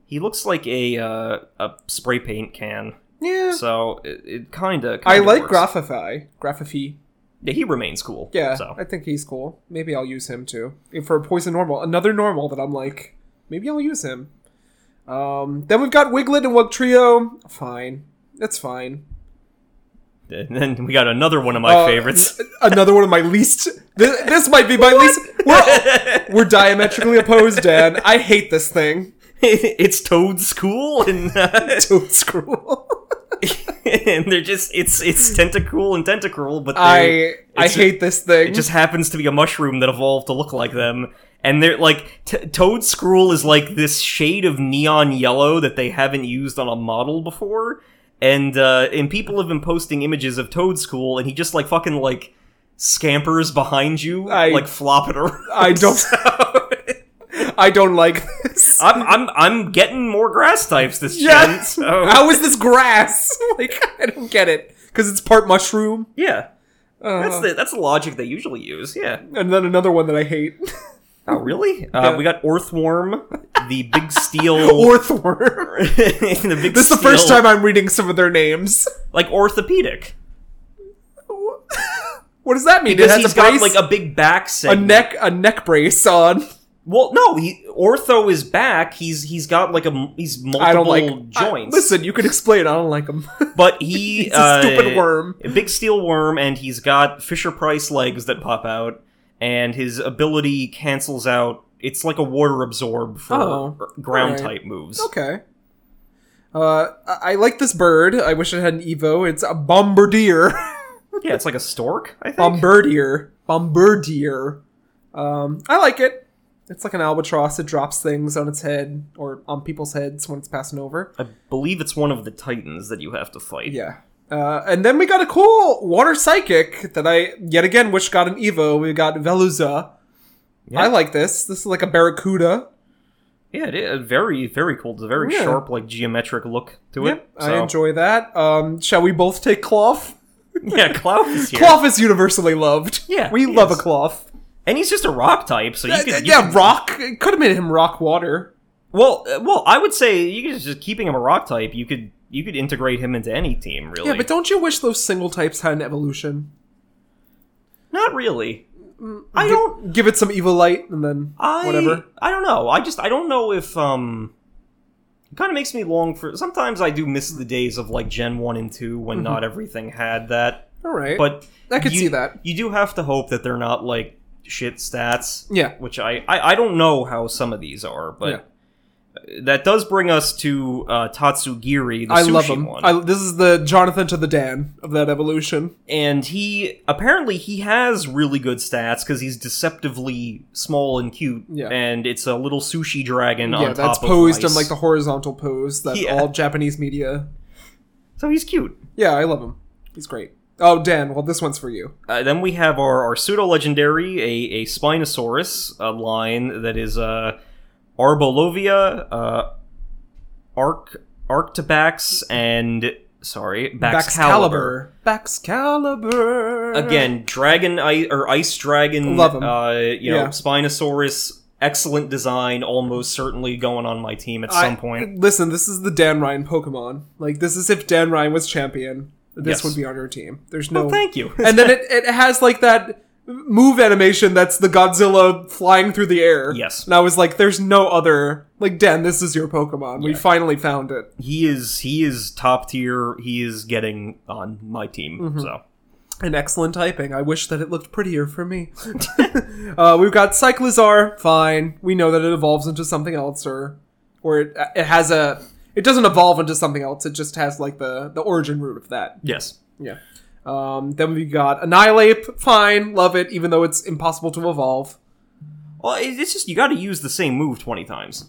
B: he looks like a uh, a spray paint can.
A: Yeah.
B: So it, it kind of.
A: I like Graphify. Graphify.
B: Yeah, he remains cool.
A: Yeah,
B: So
A: I think he's cool. Maybe I'll use him too. If For a poison normal. Another normal that I'm like, maybe I'll use him. Um, then we've got Wiglet and Wugtrio. Fine. That's fine.
B: and then we got another one of my
A: Uh, <laughs>
B: favorites. <laughs>
A: n- Another one of my least. This, this might be my least. We're, all- we're diametrically opposed, Dan. I hate this thing. <laughs>
B: it's Toad's school, and uh, <laughs>
A: Toad's cruel.
B: and they're just it's it's tentacool and tentacruel, but they-
A: I I
B: it's-
A: hate this thing.
B: It just happens to be a mushroom that evolved to look like them. And they're like, t- Toad Scroll is like this shade of neon yellow that they haven't used on a model before. And uh, and people have been posting images of Toad School, and he just like fucking like scampers behind you,
A: I-
B: like flopping around.
A: I don't-
B: <laughs> So,
A: I don't like this.
B: <laughs> I'm I'm I'm getting more grass types this
A: Yeah.
B: gen. So
A: How is this grass? <laughs> Like I don't get it because it's part mushroom.
B: yeah,
A: Uh,
B: that's the that's the logic they usually use. Yeah.
A: and then another one that I hate, <laughs>
B: Oh really? Uh,
A: Mm-hmm. Yeah.
B: We got Orthworm, the
A: <laughs>
B: big steel.
A: Orthworm.
B: <laughs> the big
A: This is the first
B: steel-
A: time I'm reading some of their names.
B: like orthopedic.
A: What does that mean?
B: Because
A: it has
B: he's
A: a brace,
B: got like a big back
A: a
B: segment.
A: neck, a neck brace on.
B: Well, no, he, ortho is back. He's he's got like a m- he's multiple
A: I don't like I-
B: joints.
A: listen, you can explain. I don't like <laughs> them.
B: but he
A: He's
B: uh,
A: a stupid worm.
B: a big steel worm, and he's got Fisher Price legs that pop out, and his ability cancels out. It's like a water absorb for
A: Oh,
B: ground
A: alright. <laughs>
B: type moves.
A: Okay. Uh, I-, I like this bird. I wish it had an Evo. It's a bombardier. <laughs>
B: Yeah, it's like a stork. I think.
A: bombardier. Bombardier. Um, I like it. It's like an albatross. It drops things on its head or on people's heads when it's passing over.
B: I believe it's one of the titans that you have to fight.
A: Yeah. Uh, and then we got a cool water psychic that I yet again wish got an Evo. We got Veluza.
B: Yeah.
A: I like this. This is like a barracuda.
B: yeah, it is very very cool. It's a very
A: Yeah.
B: sharp, like geometric look to it.
A: Yep, I
B: so-
A: enjoy that. Um, shall we both take cloth?
B: <laughs> Yeah, Clough is here.
A: Cloth is universally loved.
B: Yeah,
A: we
B: he
A: love
B: is.
A: a cloth.
B: And he's just a rock type, so you
A: Yeah,
B: could. you
A: yeah,
B: could-
A: rock. It could have made him rock water.
B: Well, uh, well, I would say you could just keeping him a rock type. You could you could integrate him into any team, really.
A: Yeah, but don't you wish those single types had an evolution?
B: not really. I don't.
A: Give it some evil light and then
B: I
A: whatever.
B: I don't know. I just I don't know if um. It kind of makes me long for. Sometimes I do miss the days of like Gen One and Two when
A: Mm-hmm.
B: not everything had that.
A: All right,
B: But
A: I could
B: you-
A: see that.
B: you do have to hope that they're not like shit stats.
A: Yeah.
B: Which I, I, I don't know how some of these are, but that does bring us to uh, Tatsugiri, the
A: I
B: sushi
A: love him.
B: one.
A: I, this is the Jonathan to the Dan of that evolution.
B: and he apparently he has really good stats because he's deceptively small and cute.
A: Yeah.
B: And it's a little sushi dragon on
A: yeah,
B: top
A: that's
B: of
A: posed
B: ice.
A: in like the horizontal pose that
B: Yeah.
A: all Japanese media.
B: so he's cute.
A: Yeah, I love him. He's great. Oh, Dan. Well, this one's for you.
B: Uh, then we have our, our pseudo legendary, a, a Spinosaurus a line that is uh, Arbolovia, uh, Arc Arctobax, and sorry, Baxcalibur.
A: Baxcalibur.
B: Again, dragon ice or ice dragon.
A: Love 'em.
B: Uh, you know,
A: Yeah.
B: Spinosaurus. Excellent design, almost certainly going on my team at
A: I-
B: some point.
A: Listen, this is the Dan Ryan Pokemon. Like this is if Dan Ryan was champion, this
B: Yes.
A: would be on your team. There's no
B: Well, thank you. <laughs>
A: <laughs> and then it, it has like that move animation that's the Godzilla flying through the air.
B: Yes.
A: And I was like, there's no other like Dan, this is your Pokemon. We finally found it.
B: he is he is top tier. He is getting on my team.
A: Mm-hmm.
B: So
A: An excellent typing. I wish that it looked prettier for me. <laughs> uh, we've got Cyclizar, fine. We know that it evolves into something else or or it, it has a it doesn't evolve into something else. It just has like the the origin root of that.
B: yes,
A: Yeah. Um, then we got Annihilate, fine, love it, even though it's impossible to evolve.
B: well, it- it's just you got to use the same move twenty times.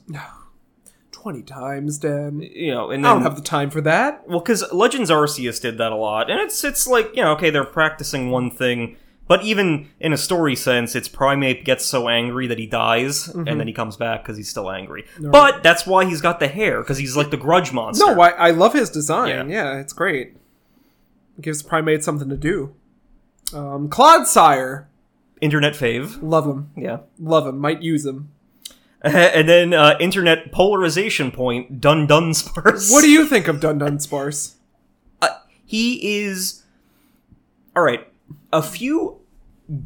A: 20 times, Dan.
B: You know, and then,
A: I don't have the time for that.
B: well because Legends Arceus did that a lot, and it's it's like you know okay they're practicing one thing, but even in a story sense, it's Primate gets so angry that he dies,
A: Mm-hmm.
B: and then he comes back because he's still angry. But that's why he's got the hair because he's like the Grudge monster.
A: No, I, I love his design. Yeah, it's great. gives Primate something to do. Um, Clodsire.
B: internet fave.
A: Love him.
B: Yeah.
A: Love him. Might use him.
B: <laughs> And then uh, internet polarization point, Dun Dun Sparse.
A: What do you think of Dun Dun Sparse?
B: uh, he is all right a few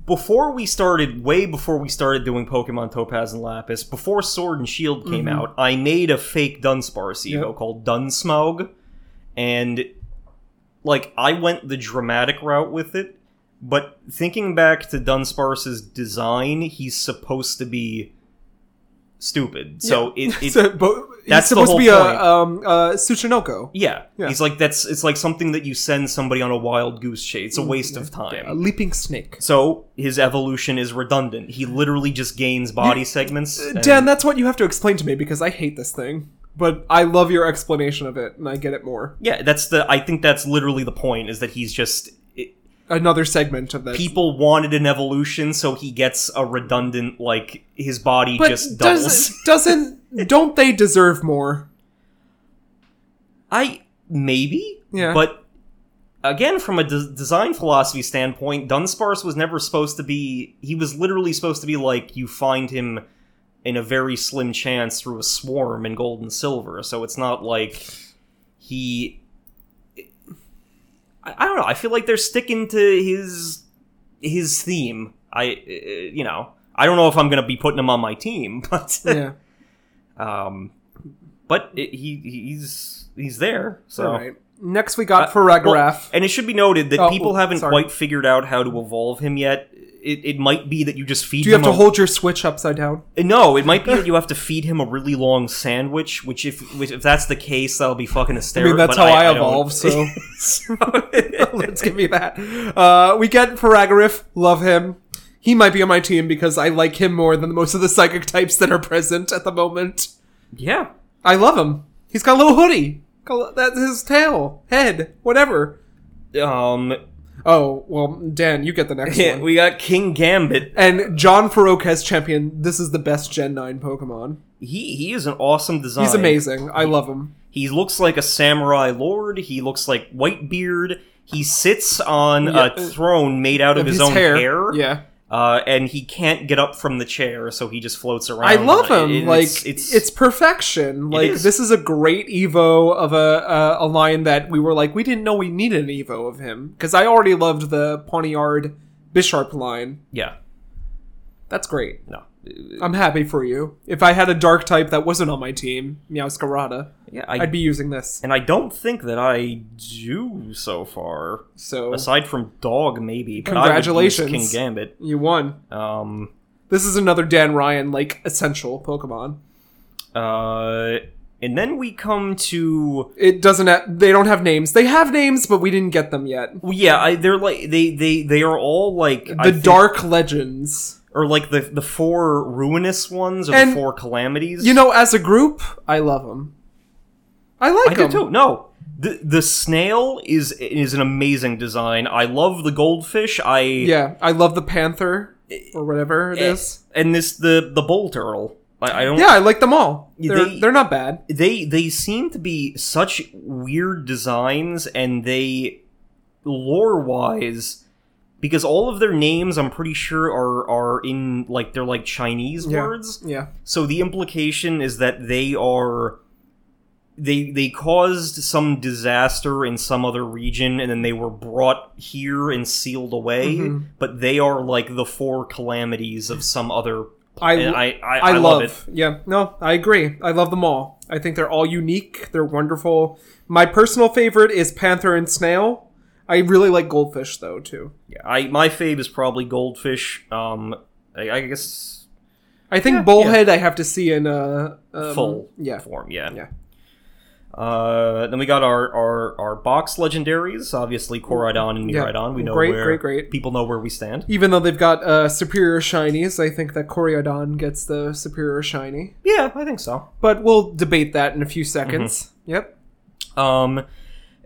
B: before we started way before we started doing pokemon topaz and lapis before sword and shield came out i made a fake dunsparce evo
A: Mm-hmm. Yep.
B: called dunsmog and like i went the dramatic route with it but thinking back to dunsparce's design he's supposed to be stupid so <laughs> it, it
A: <laughs> So, bo-
B: That's the
A: he's supposed
B: whole
A: to be
B: point.
A: a um, uh, Tsuchinoko.
B: yeah.
A: Yeah.
B: he's like that's it's like something that you send somebody on a wild goose chase.
A: Mm,
B: It's a waste of time.
A: A leaping snake.
B: So his evolution is redundant. He literally just gains body segments. and-
A: uh, Dan, that's what you have to explain to me because I hate this thing. But I love your explanation of it and I get it more.
B: yeah, that's the. I think that's literally the point. Is that he's just it,
A: Another segment of this.
B: people wanted an evolution, so he gets a redundant like his body just doubles.
A: does, doesn't don't they deserve
B: <laughs>
A: more?
B: I maybe.
A: Yeah.
B: But again, from a des- design philosophy standpoint, Dunsparce was never supposed to be. He was literally supposed to be like you find him in a very slim chance through a swarm in gold and silver. So it's not like he. I, I don't know. I feel like they're sticking to his his theme. I uh, you know I don't know if I'm gonna be putting him on my team, <laughs> but
A: Yeah.
B: um, but it, he he's he's there. So uh,
A: All right. Next we got Ferragraph.
B: and it should be noted that
A: Oh,
B: people
A: oh,
B: haven't
A: sorry.
B: quite figured out how to evolve him yet. It, it might be that you just feed
A: Do you
B: him
A: have to
B: a-
A: hold your switch upside down? <laughs>
B: No, it might be that you have to feed him a really long sandwich. Which if which, if that's the case, that'll be fucking
A: I mean,
B: hysterical.
A: that's
B: but
A: how I,
B: don't- <laughs>
A: evolve, so
B: So-
A: let's give me that. Uh, we get Ferragraph. Love him. He might be on my team because I like him more than most of the psychic types that are present at the moment.
B: yeah,
A: I love him. He's got a little hoodie. Got a li- That's his tail, head, whatever.
B: um,
A: Oh, well, Dan, you get the next one.
B: we got King Gambit.
A: And John Farouk has champion. This is the best Gen 9 Pokemon.
B: He he is an awesome design.
A: He's amazing. I love him.
B: He looks like a samurai lord. He looks like Whitebeard. He sits on
A: Yeah.
B: a throne made out of, his, own hair.
A: hair. Yeah.
B: Uh, and he can't get up from the chair, so he just floats around.
A: I love him.
B: uh, It-
A: like
B: it's,
A: it's,
B: it's,
A: perfection. Like
B: is.
A: this is a great Evo of a, a a line that we were like we didn't know we needed an Evo of him because I already loved the Pawniard Bisharp line.
B: yeah.
A: That's great.
B: No. Uh,
A: I'm happy for you. If I had a dark type that wasn't on my team, Meowscarada,
B: Yeah,
A: I'd
B: I,
A: be using this.
B: and I don't think that I do so far.
A: So
B: Aside from dog, maybe. But I would use
A: Congratulations.
B: King Gambit.
A: you won.
B: Um,
A: This is another Dan Ryan like essential Pokemon.
B: uh, and then we come to
A: It doesn't. Ha- they don't have names. They have names, but we didn't get them yet.
B: well, yeah, I, they're like they they they are all like
A: The
B: I think-
A: Dark Legends.
B: or like the the four ruinous ones or
A: And-
B: the four calamities.
A: You know, as a group, I love them. I
B: I
A: like
B: do
A: them.
B: too. No, the the snail is is an amazing design. I love the goldfish. I
A: Yeah, I love the Panther or whatever it
B: eh,
A: is.
B: and this the the bull turtle. I, I don't.
A: Yeah, I like them all.
B: Yeah,
A: They're,
B: they-
A: they're not bad.
B: They they seem to be such weird designs, and they lore wise. Because all of their names, I'm pretty sure, are are in like they're like Chinese
A: Yeah.
B: words.
A: Yeah,
B: So the implication is that they are they they caused some disaster in some other region and then they were brought here and sealed away,
A: Mhm.
B: but they are like the four calamities of some other
A: I
B: and
A: I,
B: I, I,
A: love,
B: it.
A: Yeah, no, I agree. I love them all. I think they're all unique. They're wonderful. My personal favorite is Panther and Snail. I really like Goldfish though too.
B: Yeah, I my fave is probably goldfish. Um I, I guess
A: I think
B: Yeah,
A: Bullhead I have to see in a um,
B: Full.
A: Yeah,
B: form, yeah.
A: Yeah.
B: Uh, then we got our, our, our box legendaries, obviously Koridon and
A: Yeah.
B: Miraidon. We know
A: Great,
B: where
A: great, great.
B: people know where we stand.
A: even though they've got uh, superior shinies, I think that Coriodon gets the superior shiny.
B: Yeah, I think so.
A: But we'll debate that in a few seconds.
B: Mm-hmm.
A: Yep.
B: Um,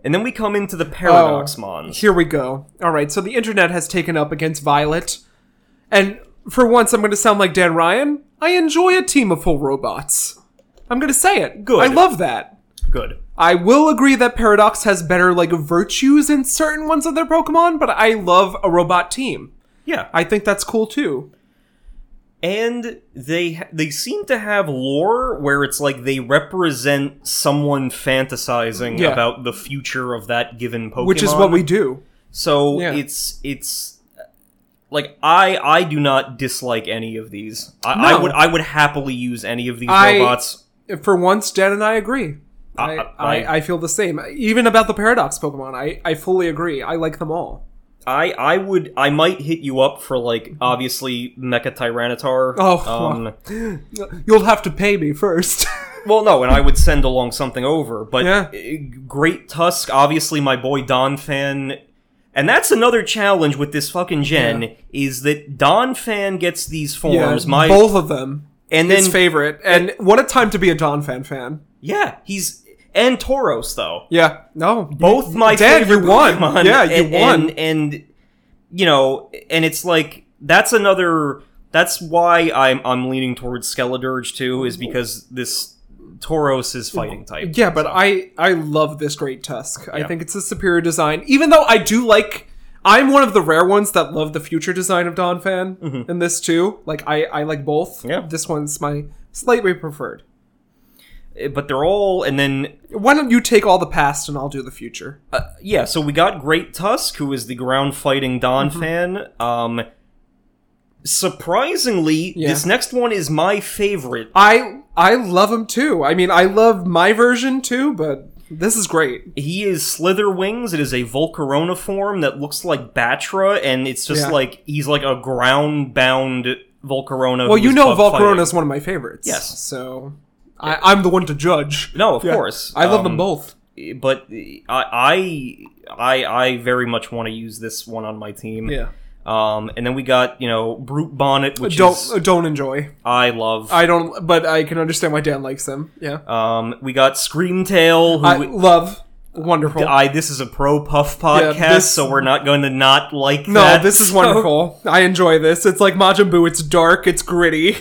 B: and then we come into the paradox
A: Oh.
B: mons.
A: Here we go. All right, so the internet has taken up against Violet. And for once, I'm going to sound like Dan Ryan. I enjoy a team of full robots. I'm going to say it.
B: Good.
A: I love that.
B: Good.
A: I will agree that Paradox has better, like, virtues in certain ones of their Pokemon, but I love a robot team.
B: Yeah,
A: I think that's cool too.
B: and they ha- they seem to have lore where it's like they represent someone fantasizing
A: Yeah.
B: about the future of that given Pokemon,
A: Which is what we do.
B: So
A: Yeah.
B: it's it's like I I do not dislike any of these. I,
A: No.
B: I would I would happily use any of these
A: I-
B: robots.
A: For once, Dan and I agree. I,
B: I-
A: I, I, feel the same. Even about the Paradox Pokemon, I, I fully agree. I like them all.
B: I I would I might hit you up for like obviously Mecha Tyranitar.
A: Oh.
B: Um,
A: You'll have to pay me first.
B: Well, no, and I would send along something over, but
A: Yeah.
B: uh, Great Tusk, obviously my boy Don Fan, and that's another challenge with this fucking gen is that Don Fan gets these forms, my
A: both of them.
B: and
A: his
B: then
A: favorite. And what a time to be a Don fan fan.
B: yeah, he's and Tauros though,
A: Yeah. No.
B: both my
A: Mm, Dad,
B: favorite
A: you won.
B: Pokemon,
A: Yeah, you
B: and,
A: won.
B: and, and you know, and it's like that's another. That's why I'm I'm leaning towards Skeledirge too, is because this Tauros is fighting type.
A: Yeah, but I I love this great tusk. I think it's a superior design. Even though I do like I'm one of the rare ones that love the future design of Don fan and this too. Like I I like both.
B: Mm-hmm. Yeah.
A: This one's my slightly preferred.
B: Eh, but they're all and then
A: Why don't you take all the past and I'll do the future?
B: uh, yeah so we got great tusk who is the ground fighting don
A: Mm-hmm.
B: fan um surprisingly
A: Yeah.
B: this next one is my favorite
A: I I love him too. I mean, I love my version too, but this is great.
B: he is slither wings it is a volcarona form that looks like batra and it's just
A: Yeah.
B: like he's like a ground bound volcarona
A: Well,
B: who
A: you
B: is
A: know
B: bug
A: Volcarona
B: fighting.
A: is one of my favorites.
B: Yes.
A: So I, I'm the one to judge.
B: no of
A: Yeah.
B: course
A: I love
B: Um,
A: them both.
B: but i i i, I very much want to use this one on my team um and then we got you know brute bonnet which
A: don't
B: is-
A: uh, don't enjoy.
B: I love.
A: I don't, but I can understand why Dan likes them. Yeah.
B: um, we got Screamtail.
A: I
B: Who
A: love wonderful.
B: I, this is a pro puff podcast,
A: Yeah, this-
B: so we're not going to not like.
A: no,
B: that.
A: this is
B: So-
A: wonderful. I enjoy this. It's like Majin Buu. It's dark. It's
B: <laughs>
A: gritty.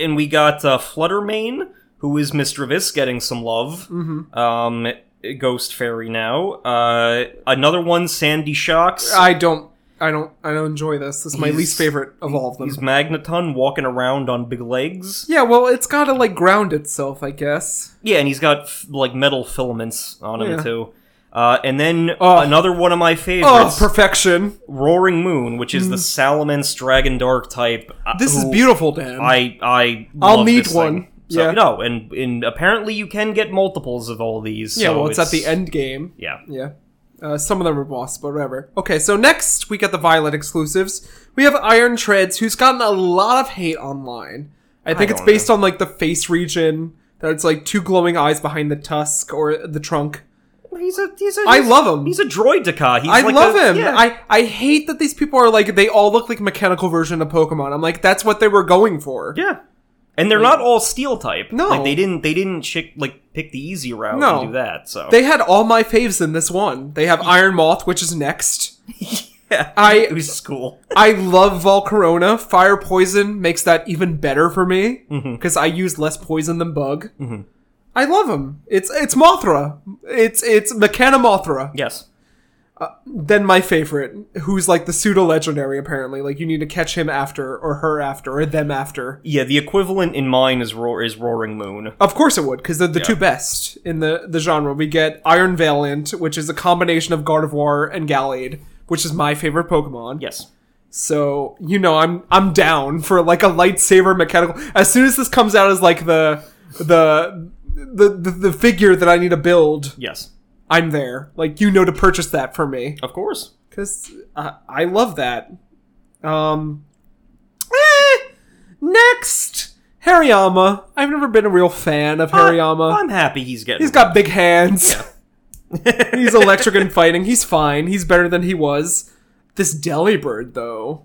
B: And we got uh, Fluttermane, who is Miss Travis getting some love.
A: Mm-hmm.
B: Um, Ghost Fairy now. Uh, another one, Sandy Shocks.
A: I don't. I don't. I don't enjoy this. This is my
B: He's-
A: least favorite of all of them.
B: He's Magneton walking around on big legs.
A: Yeah. Well, it's gotta like ground itself, I guess.
B: Yeah, and he's got f- like metal filaments on him
A: Yeah.
B: too. Uh, and then
A: Oh.
B: another one of my
A: Oh,
B: favorites,
A: perfection.
B: Roaring Moon, which is the Salamence Dragon Dark type. uh,
A: This is
B: who
A: beautiful, Dan.
B: I I
A: I'll
B: love
A: need
B: this
A: one.
B: Thing. So,
A: Yeah.
B: No, and and apparently you can get multiples of all these.
A: yeah,
B: so
A: well, it's, at the end game.
B: Yeah.
A: Yeah. Uh, some of them are boss, but whatever. Okay, so next we get the Violet exclusives. We have Iron Treads, who's gotten a lot of hate online. I think it's
B: don't
A: based on like the face region, that it's like two glowing eyes behind the tusk or the trunk.
B: He's a he's a
A: I
B: he's-
A: love him.
B: He's a droid Daka. He's
A: I
B: like
A: love
B: a-
A: him.
B: yeah.
A: I, I hate that these people are like they all look like mechanical version of Pokemon. I'm like, that's what they were going for.
B: yeah. And they're not all steel type.
A: No.
B: like, they didn't they didn't chick, like pick the easy route
A: No.
B: and do that. So
A: They had all my faves in this one. They have Iron Moth, which is next.
B: <laughs> yeah,
A: I-
B: <laughs> it was just cool.
A: I love Volcarona. Fire poison makes that even better for me because I use less poison than bug. I love him. It's it's Mothra. It's it's Mechana Mothra.
B: Yes.
A: Then my favorite, who's like the pseudo legendary apparently. Like you need to catch him after or her after or them after.
B: Yeah, the equivalent in mine is roar is Roaring Moon.
A: Of course it would because they're the two best in the the genre. We get Iron Valiant, which is a combination of Gardevoir and Gallade, which is my favorite Pokemon.
B: Yes.
A: So you know, I'm I'm down for like a lightsaber mechanical. As soon as this comes out as like the the the the, the figure that I need to build,
B: Yes.
A: I'm there. Like you know to purchase that for me
B: Of course.
A: because I, I love that. Um, eh, next Hariyama. I've never been a real fan of Hariyama.
B: I'm happy he's getting.
A: He's got big hands. He's
B: <laughs>
A: electric and fighting. He's fine. He's better than he was. This Delibird, though.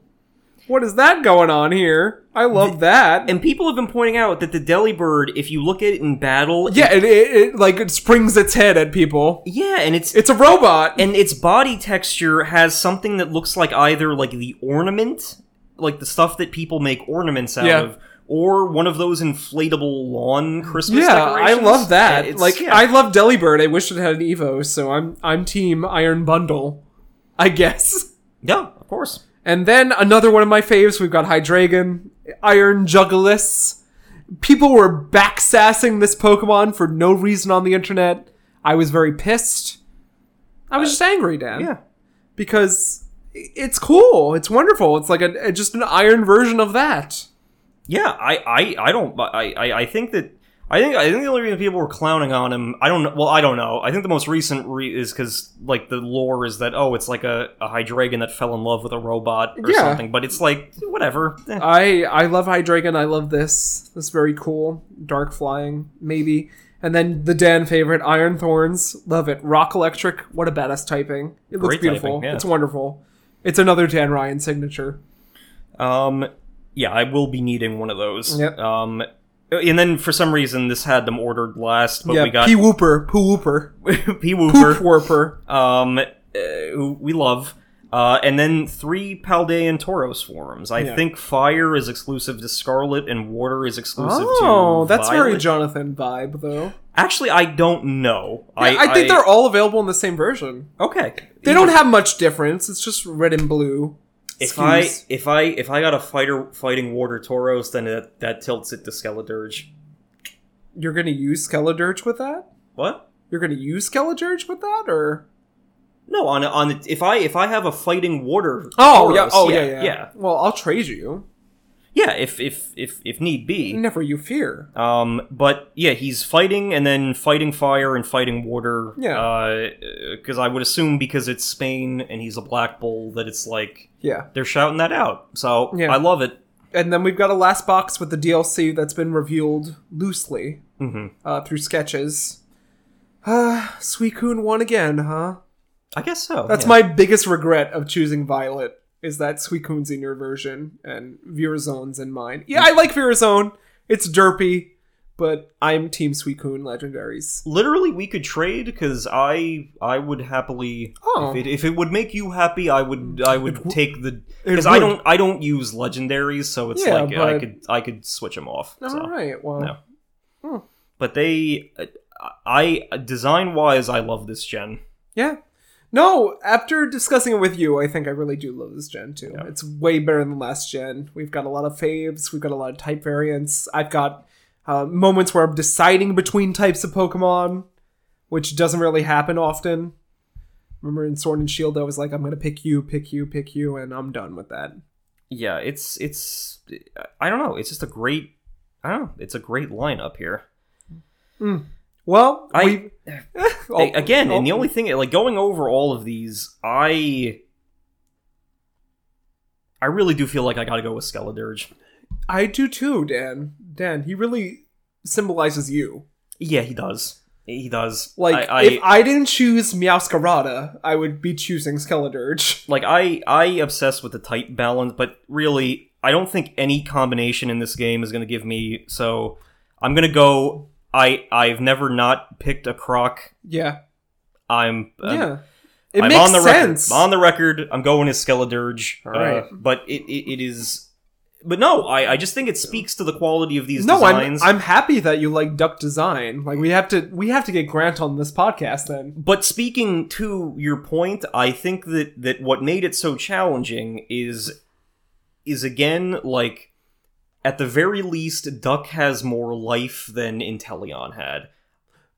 A: What is that going on here? I love that.
B: And people have been pointing out that the Delibird, if you look at it in battle,
A: yeah, it, it, it like it springs its head at people.
B: yeah, and it's
A: It's a robot.
B: and its body texture has something that looks like either like the ornament, like the stuff that people make ornaments out
A: Yeah.
B: of, or one of those inflatable lawn Christmas.
A: yeah, I
B: decorations.
A: love that.
B: And it's-
A: like
B: yeah.
A: I love Delibird. I wish it had an Evo, so I'm I'm team Iron Bundle, I guess.
B: yeah, of course.
A: And then another one of my faves, we've got Hydreigon, Iron Juggalus. People were backsassing this Pokemon for no reason on the internet. I was very pissed. I was just angry, Dan.
B: Yeah,
A: Because i- it's cool. It's wonderful. It's like a, a- just an iron version of that.
B: yeah. I I I don't. I I, I think that. I think I think the only reason people were clowning on him, I don't know. Well, I don't know. I think the most recent re- is because like the lore is that oh, it's like a, a Hydreigon that fell in love with a robot or
A: Yeah.
B: something. But it's like whatever. Eh.
A: I I love Hydreigon. I love this. This is very cool. Dark flying, maybe. And then the Dan favorite, Iron Thorns. Love it. Rock Electric. What a badass typing. It looks
B: Great
A: beautiful.
B: typing, yeah.
A: It's wonderful. It's another Dan Ryan signature.
B: Um, yeah, I will be needing one of those.
A: Yep.
B: Um, and then for some reason this had them ordered last, but
A: yeah,
B: we got
A: Pee Whooper, Poo Whooper,
B: <laughs> P
A: Poop
B: Wooper,
A: Warper.
B: um, uh, who we love. Uh, and then three Paldean Tauros forms. I
A: Yeah.
B: think fire is exclusive to Scarlet, and water is exclusive to.
A: Oh, that's very
B: Violet.
A: Jonathan vibe, though.
B: Actually, I don't know.
A: I, I think they're all available in the same version.
B: okay.
A: They don't have much difference. It's just red and blue.
B: If I
A: SKUs.
B: if I if I got a fighter fighting water Tauros, then that, that tilts it to Skeledirge.
A: you're gonna use Skeledirge with that,
B: What?
A: you're gonna use Skeledirge with that, or
B: No, on on the, if I if I have a fighting water. Tauros,
A: Oh, yeah,
B: yeah,
A: Well, I'll trade you.
B: yeah. If if if if need be.
A: Never you fear.
B: Um, but yeah, he's fighting and then fighting fire and fighting water.
A: Yeah.
B: because I would assume because it's Spain and he's a black bull that it's like
A: Yeah,
B: they're shouting that out. So
A: Yeah.
B: I love it.
A: and then we've got a last box with the DLC that's been revealed loosely
B: hmm
A: uh, through sketches. Uh, Suicune won again, huh?
B: I guess so.
A: That's
B: yeah.
A: my biggest regret of choosing Violet is that Suicune's in your version and Virazone's in mine. Yeah, I like Virazone. It's derpy, but I'm Team Suicune Legendaries.
B: Literally, we could trade because I I would happily
A: Oh.
B: if it, if it would make you happy, I would I would take the
A: it
B: because I
A: would.
B: don't I don't use legendaries, so it's
A: Yeah,
B: like I
A: but-
B: could I could switch them off.
A: All
B: so.
A: right, well,
B: No. But they, I design wise, I love this gen.
A: yeah. No, after discussing it with you, I think I really do love this gen too. It's way better than last gen. We've got a lot of faves. We've got a lot of type variants. I've got uh, moments where I'm deciding between types of Pokemon, which doesn't really happen often. Remember in Sword and Shield, I was like, I'm gonna pick you, pick you, pick you, and I'm done with that.
B: yeah, it's it's I don't know. It's just a great I don't know. It's a great lineup here.
A: Well,
B: I-
A: we oh,
B: A- again, and the only thing like going over all of these, I I really do feel like I got to go with Skeledirge.
A: I do too, Dan. Dan, he really symbolizes you.
B: Yeah, he does. He does.
A: Like
B: I, I
A: if I didn't choose Meowscarada, I would be choosing Skeledirge.
B: like I I obsess with the type balance, but really I don't think any combination in this game is going to give me. So I'm going to go I I've never not picked a croc.
A: <laughs> Yeah,
B: I'm I'm
A: yeah. It
B: Um, I'm
A: makes
B: on the
A: sense.
B: record. On the record, I'm going as Skeledirge.
A: All right.
B: Uh, but it, it, it is. But no, I, I just think it speaks to the quality of these
A: no,
B: designs.
A: I'm I'm happy that you like duck design. Like we have to we have to get Grant on this podcast then.
B: but speaking to your point, I think that that what made it so challenging is is again like at the very least, Duck has more life than Inteleon had.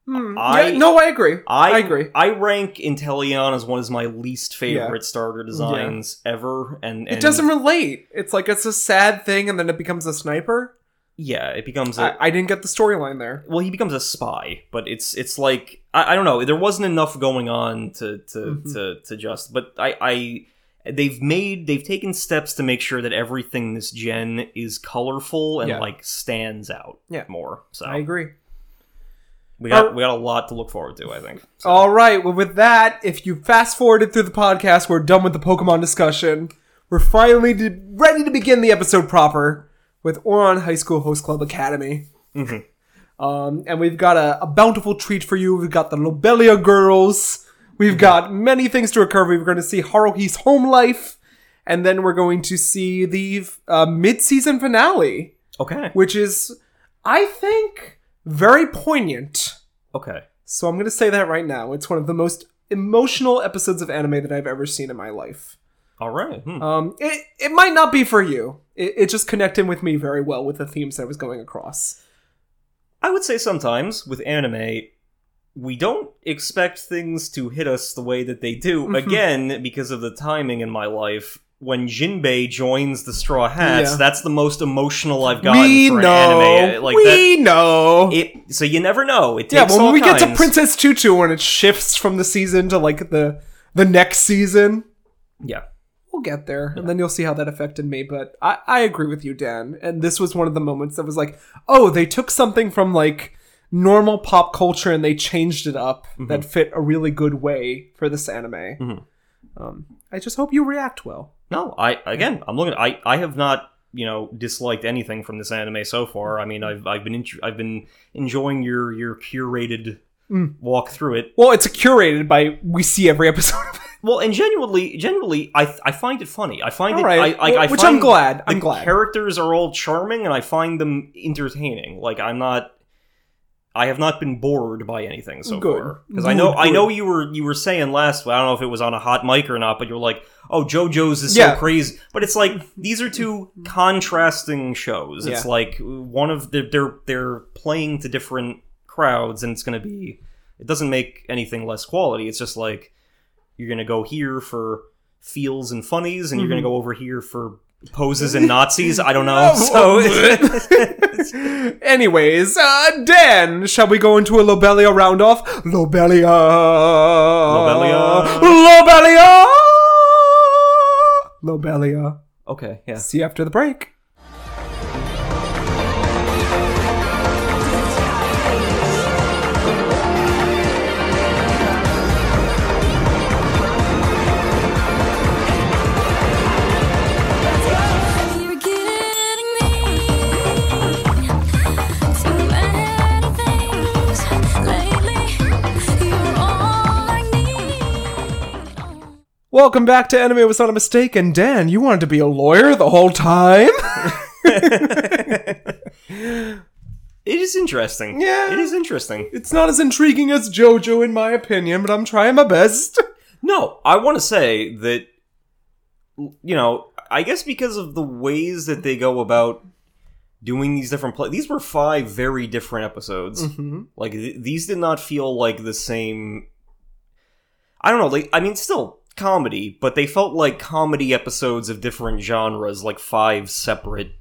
A: Hmm.
B: I-
A: yeah, no, I agree.
B: I,
A: agree.
B: I rank Inteleon as one of my least favorite starter designs ever, and, and
A: It doesn't relate. It's like it's a sad thing, and then it becomes a sniper.
B: Yeah, it becomes a,
A: I, I didn't get the storyline there.
B: well he becomes a spy but it's it's like i, I don't know there wasn't enough going on to to
A: Mhm.
B: to, to just but i i they've made they've taken steps to make sure that everything this gen is colorful and
A: Yeah.
B: like stands out
A: Yeah.
B: more so
A: I agree.
B: we got
A: Uh,
B: we got a lot to look forward to i think So-
A: All right. Well, with that, if you fast forwarded through the podcast, we're done with the Pokemon discussion. We're finally d- ready to begin the episode proper with Oron High School Host Club Academy.
B: Mhm.
A: Um, and we've got a, a bountiful treat for you. We've got the Lobelia girls. We've got many things to occur. We're going to see Haruhi's home life. And then we're going to see the uh, mid season finale,
B: okay
A: which is, I think, very poignant.
B: okay
A: So I'm going to say that right now. It's one of the most emotional episodes of anime that I've ever seen in my life.
B: all right hmm.
A: Um, it, it might not be for you. It, it just connected with me very well with the themes that I was going across.
B: i would say sometimes with anime we don't expect things to hit us the way that they do
A: Mhm.
B: again because of the timing in my life when Jinbei joins the Straw Hats,
A: Yeah.
B: that's the most emotional I've gotten
A: we
B: for an
A: know.
B: anime. Like
A: we
B: that,
A: know.
B: it, so you never know. It
A: yeah,
B: takes
A: but when
B: all
A: we get to
B: kinds.
A: Princess Tutu when it shifts from the season to like the the next season,
B: yeah,
A: we'll get there and then you'll see how that affected me but I, I agree with you dan and this was one of the moments that was like oh they took something from like normal pop culture and they changed it up
B: Mm-hmm.
A: that fit a really good way for this anime
B: Mm-hmm.
A: um, i just hope you react well
B: no, I again, I'm looking. I I have not you know disliked anything from this anime so far. I mean, I've I've been int- I've been enjoying your your curated
A: Mm.
B: walk through it.
A: well it's curated by we see every episode of it.
B: Well, and genuinely, genuinely, I I find it funny. I find
A: all
B: it
A: right
B: I, I, I
A: which
B: find
A: i'm glad i'm
B: the
A: glad
B: characters are all charming and I find them entertaining. Like I'm not I have not been bored by anything so
A: Good.
B: far. Because I
A: Good,
B: know I
A: good.
B: know you were you were saying last I don't know if it was on a hot mic or not, but you were like, oh JoJo's is
A: Yeah.
B: so crazy. But it's
A: <laughs>
B: like these are two contrasting shows. It's
A: Yeah.
B: like one of the, they're they're playing to different crowds and it's gonna be it doesn't make anything less quality. It's just like you're gonna go here for feels and funnies, and you're gonna go over here for poses and Nazis. I don't know. So <laughs> Oh.
A: <laughs> Anyways, uh, Dan, shall we go into a Lobelia roundoff? Lobelia!
B: Lobelia.
A: Lobelia! Lobelia.
B: okay, yeah.
A: See you after the break.
C: You're getting me to ahead of things lately. You're all I need.
A: Welcome back to Anime Was Not a Mistake, and Dan, you wanted to be a lawyer the whole time? <laughs>
B: It is interesting.
A: Yeah.
B: it is interesting.
A: it's not as intriguing as JoJo, in my opinion, but I'm trying my best.
B: No, I want to say that you know, I guess because of the ways that they go about doing these different play these were five very different episodes. Like th- these did not feel like the same. I- I don't know. Like, I mean, still comedy, but they felt like comedy episodes of different genres, like five separate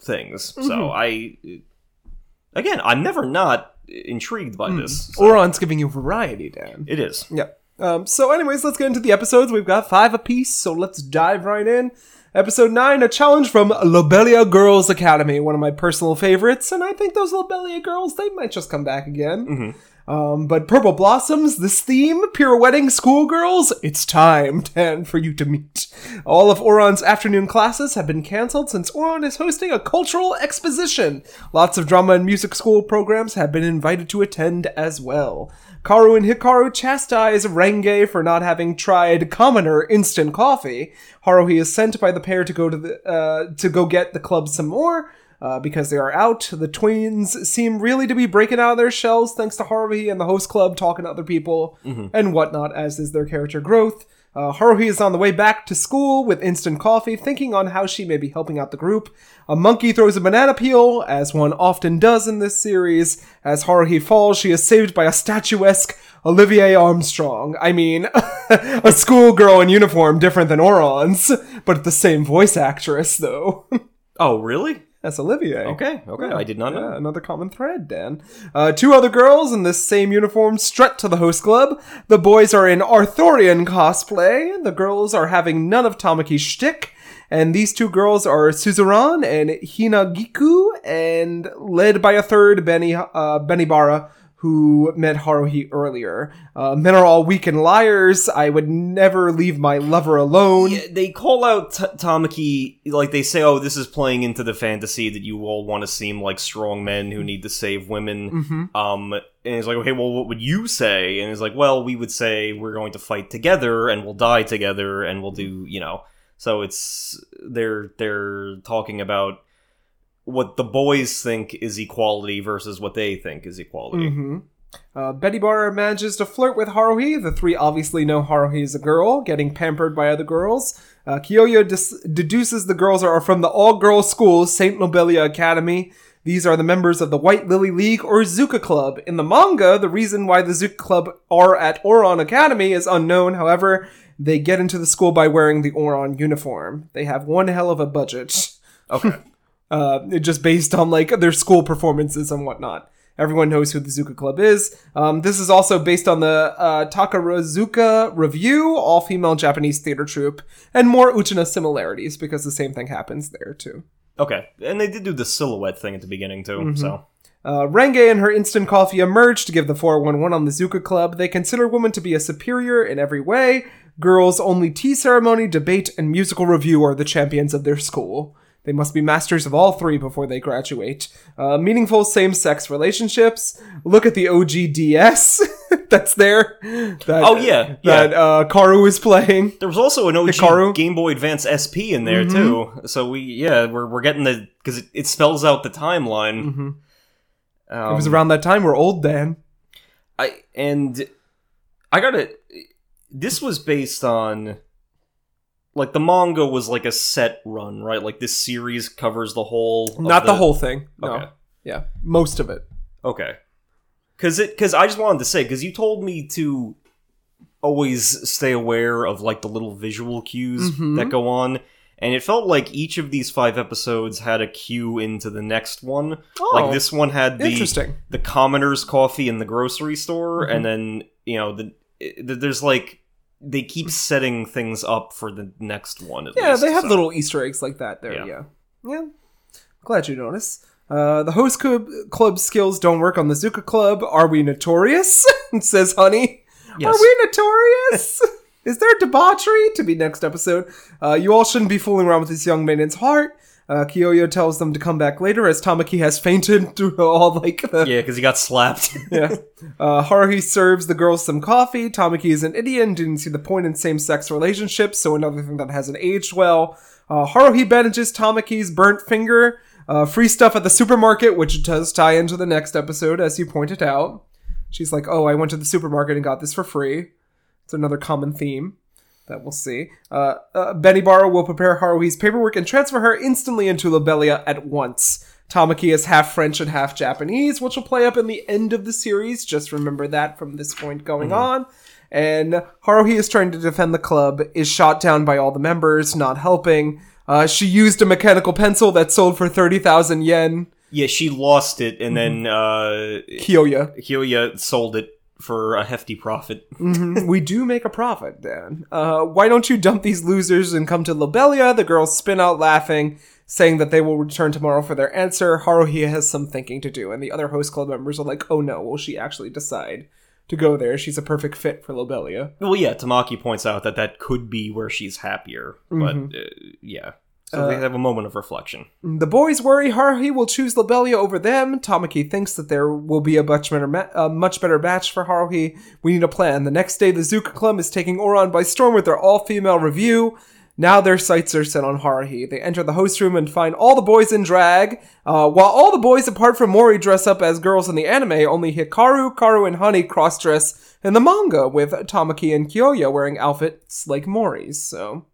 B: things. So I,
A: Mm-hmm.
B: again, I'm never not intrigued
A: Mm.
B: by this. So
A: Oron's giving you variety, Dan.
B: it is.
A: Yeah. Um, so, anyways, let's get into the episodes. We've got five apiece, so let's dive right in. Episode nine: a challenge from Lobelia Girls Academy, one of my personal favorites, and I think those Lobelia girls they might just come back again. Um, but Purple Blossoms, this theme, pirouetting schoolgirls, it's time, Dan, for you to meet. All of Oron's afternoon classes have been canceled since Oron is hosting a cultural exposition. Lots of drama and music school programs have been invited to attend as well. Karu and Hikaru chastise Renge for not having tried commoner instant coffee. Haruhi is sent by the pair to go to the uh, to go get the club some more uh, because they are out. The twins seem really to be breaking out of their shells thanks to Harvey and the host club talking to other people and whatnot, as is their character growth. Uh, Haruhi is on the way back to school with instant coffee, thinking on how she may be helping out the group. A monkey throws a banana peel, as one often does in this series. As Haruhi falls, she is saved by a statuesque Olivier Armstrong. I mean, <laughs> a schoolgirl in uniform different than Oron's, but the same voice actress, though. <laughs>
B: Oh, really?
A: That's Olivier.
B: Okay, okay. I did not know.
A: Oh, Yeah, another common thread, Dan. Uh, two other girls in this same uniform strut to the host club. The boys are in Arthurian cosplay. The girls are having none of Tamaki's shtick. And these two girls are Suzuran and Hinagiku, and led by a third, Benny, uh, Benibara, who met Haruhi earlier. Uh, men are all weak and liars. I would never leave my lover alone.
B: Yeah, they call out T- Tamaki, like they say, oh, this is playing into the fantasy that you all want to seem like strong men who need to save women.
A: Mm-hmm.
B: Um, and he's like, okay, well, what would you say? And he's like, well, we would say we're going to fight together and we'll die together and we'll do, you know. So it's they're they're talking about what the boys think is equality versus what they think is equality.
A: hmm Uh, Betty Barra manages to flirt with Haruhi. The three obviously know Haruhi is a girl, getting pampered by other girls. Uh, Kiyoyo dis- deduces the girls are from the all girl school, St. Nobelia Academy. These are the members of the White Lily League or Zuka Club. In the manga, the reason why the Zuka Club are at Oron Academy is unknown. However, they get into the school by wearing the Oron uniform. They have one hell of a budget <laughs>
B: Okay.
A: uh, just based on like their school performances and whatnot. Everyone knows who the Zuka Club is. Um, this is also based on the uh, Takarazuka Review, all female Japanese theater troupe, and more Uchina similarities because the same thing happens there too.
B: Okay. And they did do the silhouette thing at the beginning too, so
A: Uh, Renge and her instant coffee emerge to give the 411 on the Zuka Club. They consider women to be a superior in every way. Girls only tea ceremony, debate, and musical review are the champions of their school. They must be masters of all three before they graduate. Uh, meaningful same sex relationships. Look at the OGDS <laughs> that's there. That,
B: Oh, yeah,
A: That uh, Karu is playing.
B: There was also an OG
A: Hikaru? Mm-hmm.
B: Game Boy Advance SP in there too. So we, yeah, we're, we're getting the because it, it spells out the timeline.
A: Mhm.
B: Um,
A: It was around that time we're old, Dan.
B: I and I gotta. This was based on like the manga was like a set run, right? Like this series covers the whole, of
A: Not the, whole thing. No.
B: Okay.
A: Yeah. Most of it.
B: Okay. Cause it, cause I just wanted to say, cause you told me to always stay aware of like the little visual cues
A: Mhm.
B: that go on, and it felt like each of these five episodes had a cue into the next one.
A: Oh.
B: like this one had the
A: Interesting.
B: the commoner's coffee in the grocery store,
A: Mhm.
B: and then you know the it- there's like they keep setting things up for the next one. At
A: Yeah,
B: least,
A: they have
B: so.
A: little Easter eggs like that there. Yeah.
B: Yeah.
A: Yeah. Glad you noticed. Uh, the host club, club skills don't work on the Zuka Club. Are we notorious? <laughs> says Honey.
B: Yes.
A: Are we notorious? <laughs> Is there debauchery? To be next episode. Uh, you all shouldn't be fooling around with this young maiden's heart. Uh, Kiyoyo tells them to come back later as Tamaki has fainted <laughs> through all like the
B: Yeah, because he got slapped. <laughs>
A: yeah. Uh, Haruhi serves the girls some coffee. Tamaki is an idiot and didn't see the point in same sex relationships, so another thing that hasn't aged well. Uh, Haruhi bandages Tamaki's burnt finger. Uh, free stuff at the supermarket, which does tie into the next episode, as you pointed out. She's like, oh, I went to the supermarket and got this for free. It's another common theme that we'll see. Uh, uh, Benny Barrow will prepare Haruhi's paperwork and transfer her instantly into Lobelia at once. Tamaki is half French and half Japanese, which will play up in the end of the series. Just remember that from this point going on. And Haruhi is trying to defend the club, is shot down by all the members, not helping. Uh, she used a mechanical pencil that sold for 30,000 yen.
B: Yeah, she lost it, and then uh,
A: Mm-hmm. Kyoya.
B: Hyoya sold it for a hefty profit.
A: Mhm, we do make a profit, Dan. Uh, why don't you dump these losers and come to Lobelia? The girls spin out laughing, saying that they will return tomorrow for their answer. Haruhi has some thinking to do, and the other host club members are like, oh no, will she actually decide to go there? She's a perfect fit for Lobelia.
B: Well, yeah, Tamaki points out that that could be where she's happier,
A: Mm-hmm.
B: but uh, yeah. So
A: Uh,
B: they have a moment of reflection.
A: The boys worry Haruhi will choose Lobelia over them. Tamaki thinks that there will be a much better, ma- a much better match for Haruhi. We need a plan. The next day, the Zuka Club is taking Oron by storm with their all-female review. Now their sights are set on Haruhi. They enter the host room and find all the boys in drag. Uh, while all the boys apart from Mori dress up as girls in the anime, only Hikaru, Karu, and Honey cross-dress in the manga, with Tamaki and Kyoya wearing outfits like Mori's. So,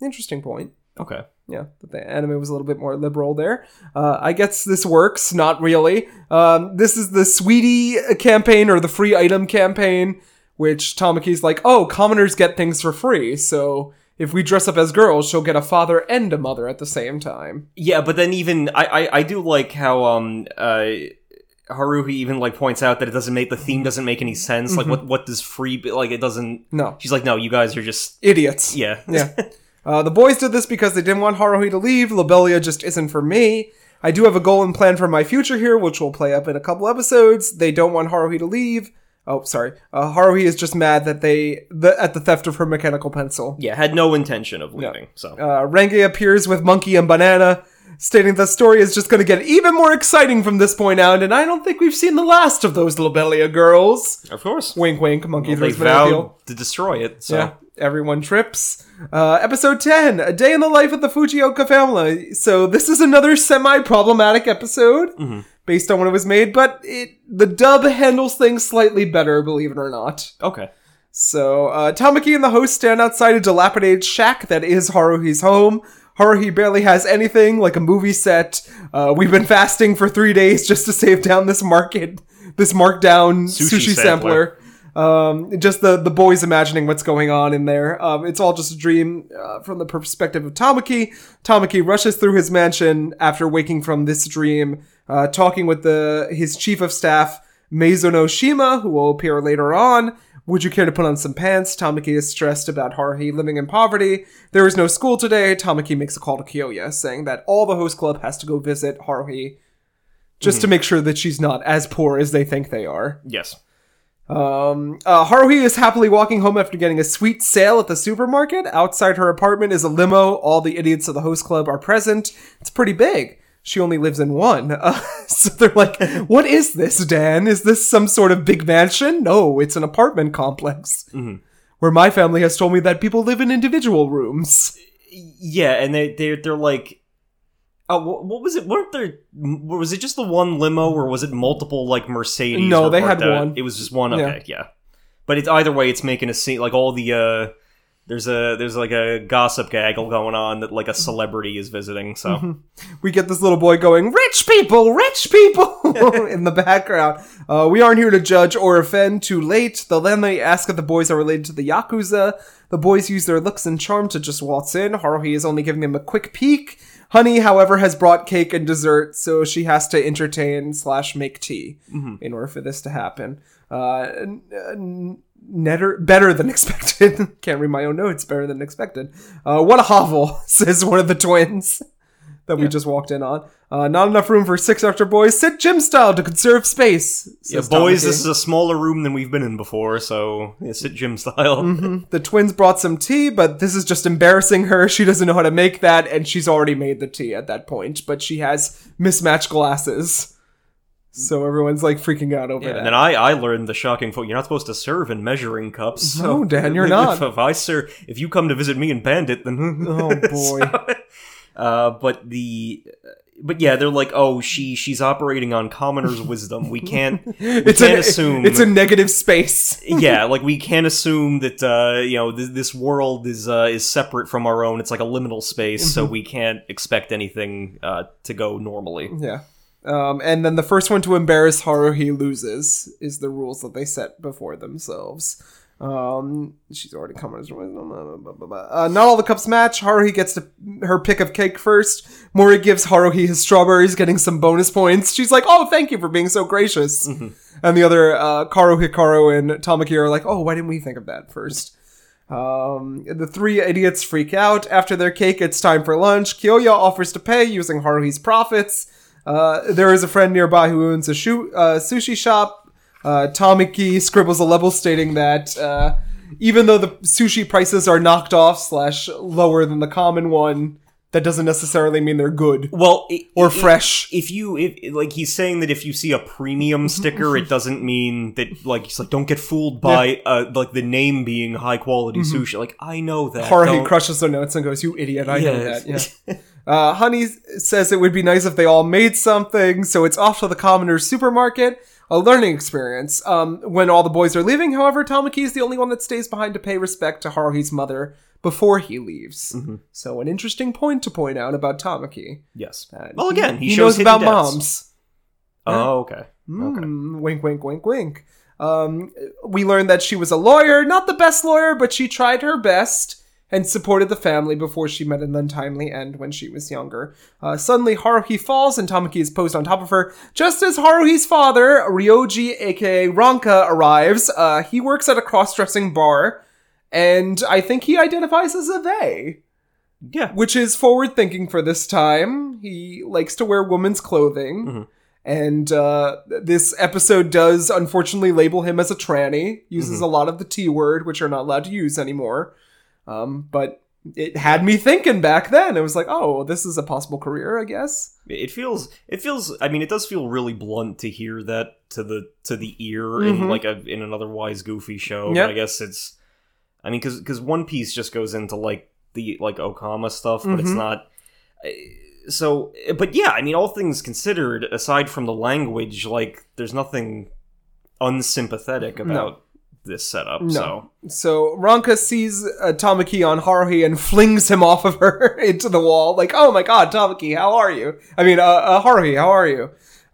A: interesting point
B: Okay.
A: yeah, but the anime was a little bit more liberal there. Uh, I guess this works, not really. Um, this is the sweetie campaign or the free item campaign, which Tamaki's like, oh, commoners get things for free, so if we dress up as girls, she'll get a father and a mother at the same time.
B: Yeah, but then even I, I, I do like how um uh Haruhi even like points out that it doesn't make the theme doesn't make any sense.
A: Mm-hmm.
B: Like what what does free be- like it doesn't
A: No,
B: She's like, No, you guys are just
A: idiots.
B: yeah.
A: Yeah. <laughs> Uh, the boys did this because they didn't want Haruhi to leave. Lobelia just isn't for me. I do have a goal and plan for my future here, which we'll play up in a couple episodes. They don't want Haruhi to leave. Oh, sorry. Uh, Haruhi is just mad that they the, at the theft of her mechanical pencil.
B: Yeah, had no intention of leaving. So
A: Uh, Renge appears with Monkey and Banana, stating the story is just going to get even more exciting from this point out, and I don't think we've seen the last of those Lobelia girls.
B: of course.
A: Wink, wink. Monkey
B: they
A: throws banana peel.
B: vowed to destroy it, so
A: Yeah, everyone trips. Uh, episode 10, A Day in the Life of the Fujioka Family. So this is another semi-problematic episode based on when it was made, but it the dub handles things slightly better, believe it or not.
B: okay.
A: So uh, Tamaki and the host stand outside a dilapidated shack that is Haruhi's home. Haruhi barely has anything, like a movie set. Uh, we've been fasting for three days just to save down this market, this markdown
B: Sushi
A: sushi, sampler. Um, just the the boys imagining what's going on in there. Um, it's all just a dream uh, from the perspective of Tamaki. Tamaki rushes through his mansion after waking from this dream, uh, talking with the his chief of staff Meizono Shima, who will appear later on. Would you care to put on some pants? Tamaki is stressed about Haruhi living in poverty. There is no school today. Tamaki makes a call to Kyoya, saying that all the host club has to go visit Haruhi just to make sure that she's not as poor as they think they are.
B: Yes.
A: Um, uh, Haruhi is happily walking home after getting a sweet sale at the supermarket. Outside her apartment is a limo. All the idiots of the host club are present. It's pretty big. She only lives in one. <laughs> Uh, so they're like, what is this, Dan? Is this some sort of big mansion? No, it's an apartment complex. Where my family has told me that people live in individual rooms.
B: Yeah, and they they they're like uh, wh- what was it? Weren't there? m- Was it just the one limo, or was it multiple like Mercedes?
A: No, they
B: report
A: had
B: that-
A: one.
B: It was just one.
A: Yeah.
B: Okay, yeah. But it's either way, it's making a scene. Like all the uh, there's a there's like a gossip gaggle going on that like a celebrity is visiting. So
A: Mm-hmm. we get this little boy going, "Rich people, rich people," in the background. Uh, we aren't here to judge or offend. Too late. The landlady asks if the boys are related to the yakuza. The boys use their looks and charm to just waltz in. Haruhi is only giving them a quick peek. Honey, however, has brought cake and dessert, so she has to entertain slash make tea in order for this to happen. Uh, n- n- netter, better than <laughs> expected. Can't read my own notes. Better than expected. Uh, what a hovel, <laughs> says one of the twins that we just walked in on. Uh, not enough room for six extra boys. Sit gym style to conserve space.
B: yeah,
A: says
B: boys,
A: Tamaki.
B: this is a smaller room than we've been in before. So yeah, sit gym style.
A: the twins brought some tea, but this is just embarrassing her. She doesn't know how to make that, and she's already made the tea at that point. But she has mismatched glasses, so everyone's like freaking out over that.
B: <laughs> And then I, I learned the shocking fact: you're not supposed to serve in measuring cups.
A: No,
B: so-
A: Dan, you're
B: <laughs> if-
A: not.
B: If I serve, if you come to visit me in Bandit, then
A: <laughs>
B: <laughs>
A: Oh, boy.
B: So- uh, but the, but yeah, they're like, oh, she she's operating on commoner's wisdom. We
A: <laughs>
B: can't we
A: it's
B: can't
A: an,
B: assume.
A: it's a negative space.
B: <laughs> yeah, like we can't assume that uh, you know th- this world is uh, is separate from our own. It's like a liminal space, so
A: Mhm.
B: we can't expect anything uh, to go normally.
A: Yeah. Um, and then the first one to embarrass Haruhi loses is the rules that they set before themselves. Um, she's already coming. Uh, not all the cups match. Haruhi gets to her pick of cake first. Mori gives Haruhi his strawberries, getting some bonus points. She's like, "Oh, thank you for being so gracious." And the other uh, Karu Hikaru and Tamaki are like, "Oh, why didn't we think of that first? Um, the three idiots freak out. After their cake, it's time for lunch. Kyoya offers to pay using Haruhi's profits. Uh, there is a friend nearby who owns a shu- uh, sushi shop. Uh, Tamaki scribbles a level stating that uh, even though the sushi prices are knocked off slash lower than the common one, that doesn't necessarily mean they're good
B: Well, i-
A: or
B: i-
A: fresh.
B: If you if like he's saying that if you see
A: <laughs>
B: a premium sticker, it doesn't mean that like he's like don't get fooled by uh like the name being high quality
A: Mm-hmm.
B: sushi. Like I know that.
A: Haruhi
B: don't-
A: crushes her notes and goes, "You idiot! I know
B: Yes.
A: that." Yeah. Uh, Honey says it would be nice if they all made something, so it's off to the commoner's supermarket. A learning experience. Um, when all the boys are leaving, however, Tamaki is the only one that stays behind to pay respect to Haruhi's mother before he leaves.
B: Mm-hmm.
A: So, an interesting point to point out about Tamaki.
B: Yes.
A: Uh,
B: well, again, he,
A: he knows
B: shows hidden
A: about
B: depths.
A: moms.
B: Oh, okay.
A: Mm, wink, wink, wink, wink. Um, we learned that she was a lawyer, not the best lawyer, but she tried her best and supported the family before she met an untimely end when she was younger. Uh, suddenly, Haruhi falls and Tamaki is posed on top of her. Just as Haruhi's father, Ryoji, aka Ranka, arrives, uh, he works at a cross dressing bar, and I think he identifies as a they
B: Yeah.
A: which is forward thinking for this time. He likes to wear women's clothing, and uh, this episode does unfortunately label him as a tranny. Uses a lot of the T word, which are not allowed to use anymore. Um, but it had me thinking back then. It was like, oh, this is a possible career, I guess.
B: It feels it feels I mean it does feel really blunt to hear that to the to the ear in
A: Mhm.
B: like a in an otherwise goofy show.
A: Yep.
B: But I guess it's I mean cuz cuz One Piece just goes into like the like Okama stuff, but it's
A: Mhm.
B: not I- so eh, but yeah, I mean all things considered aside from the language like there's nothing unsympathetic about this setup.
A: No.
B: So
A: So Ranka sees uh, Tamaki on Haruhi and flings him off of her <laughs> into the wall. Like, oh my god, Tamaki, how are you? I mean, uh, uh, Haruhi, how are you?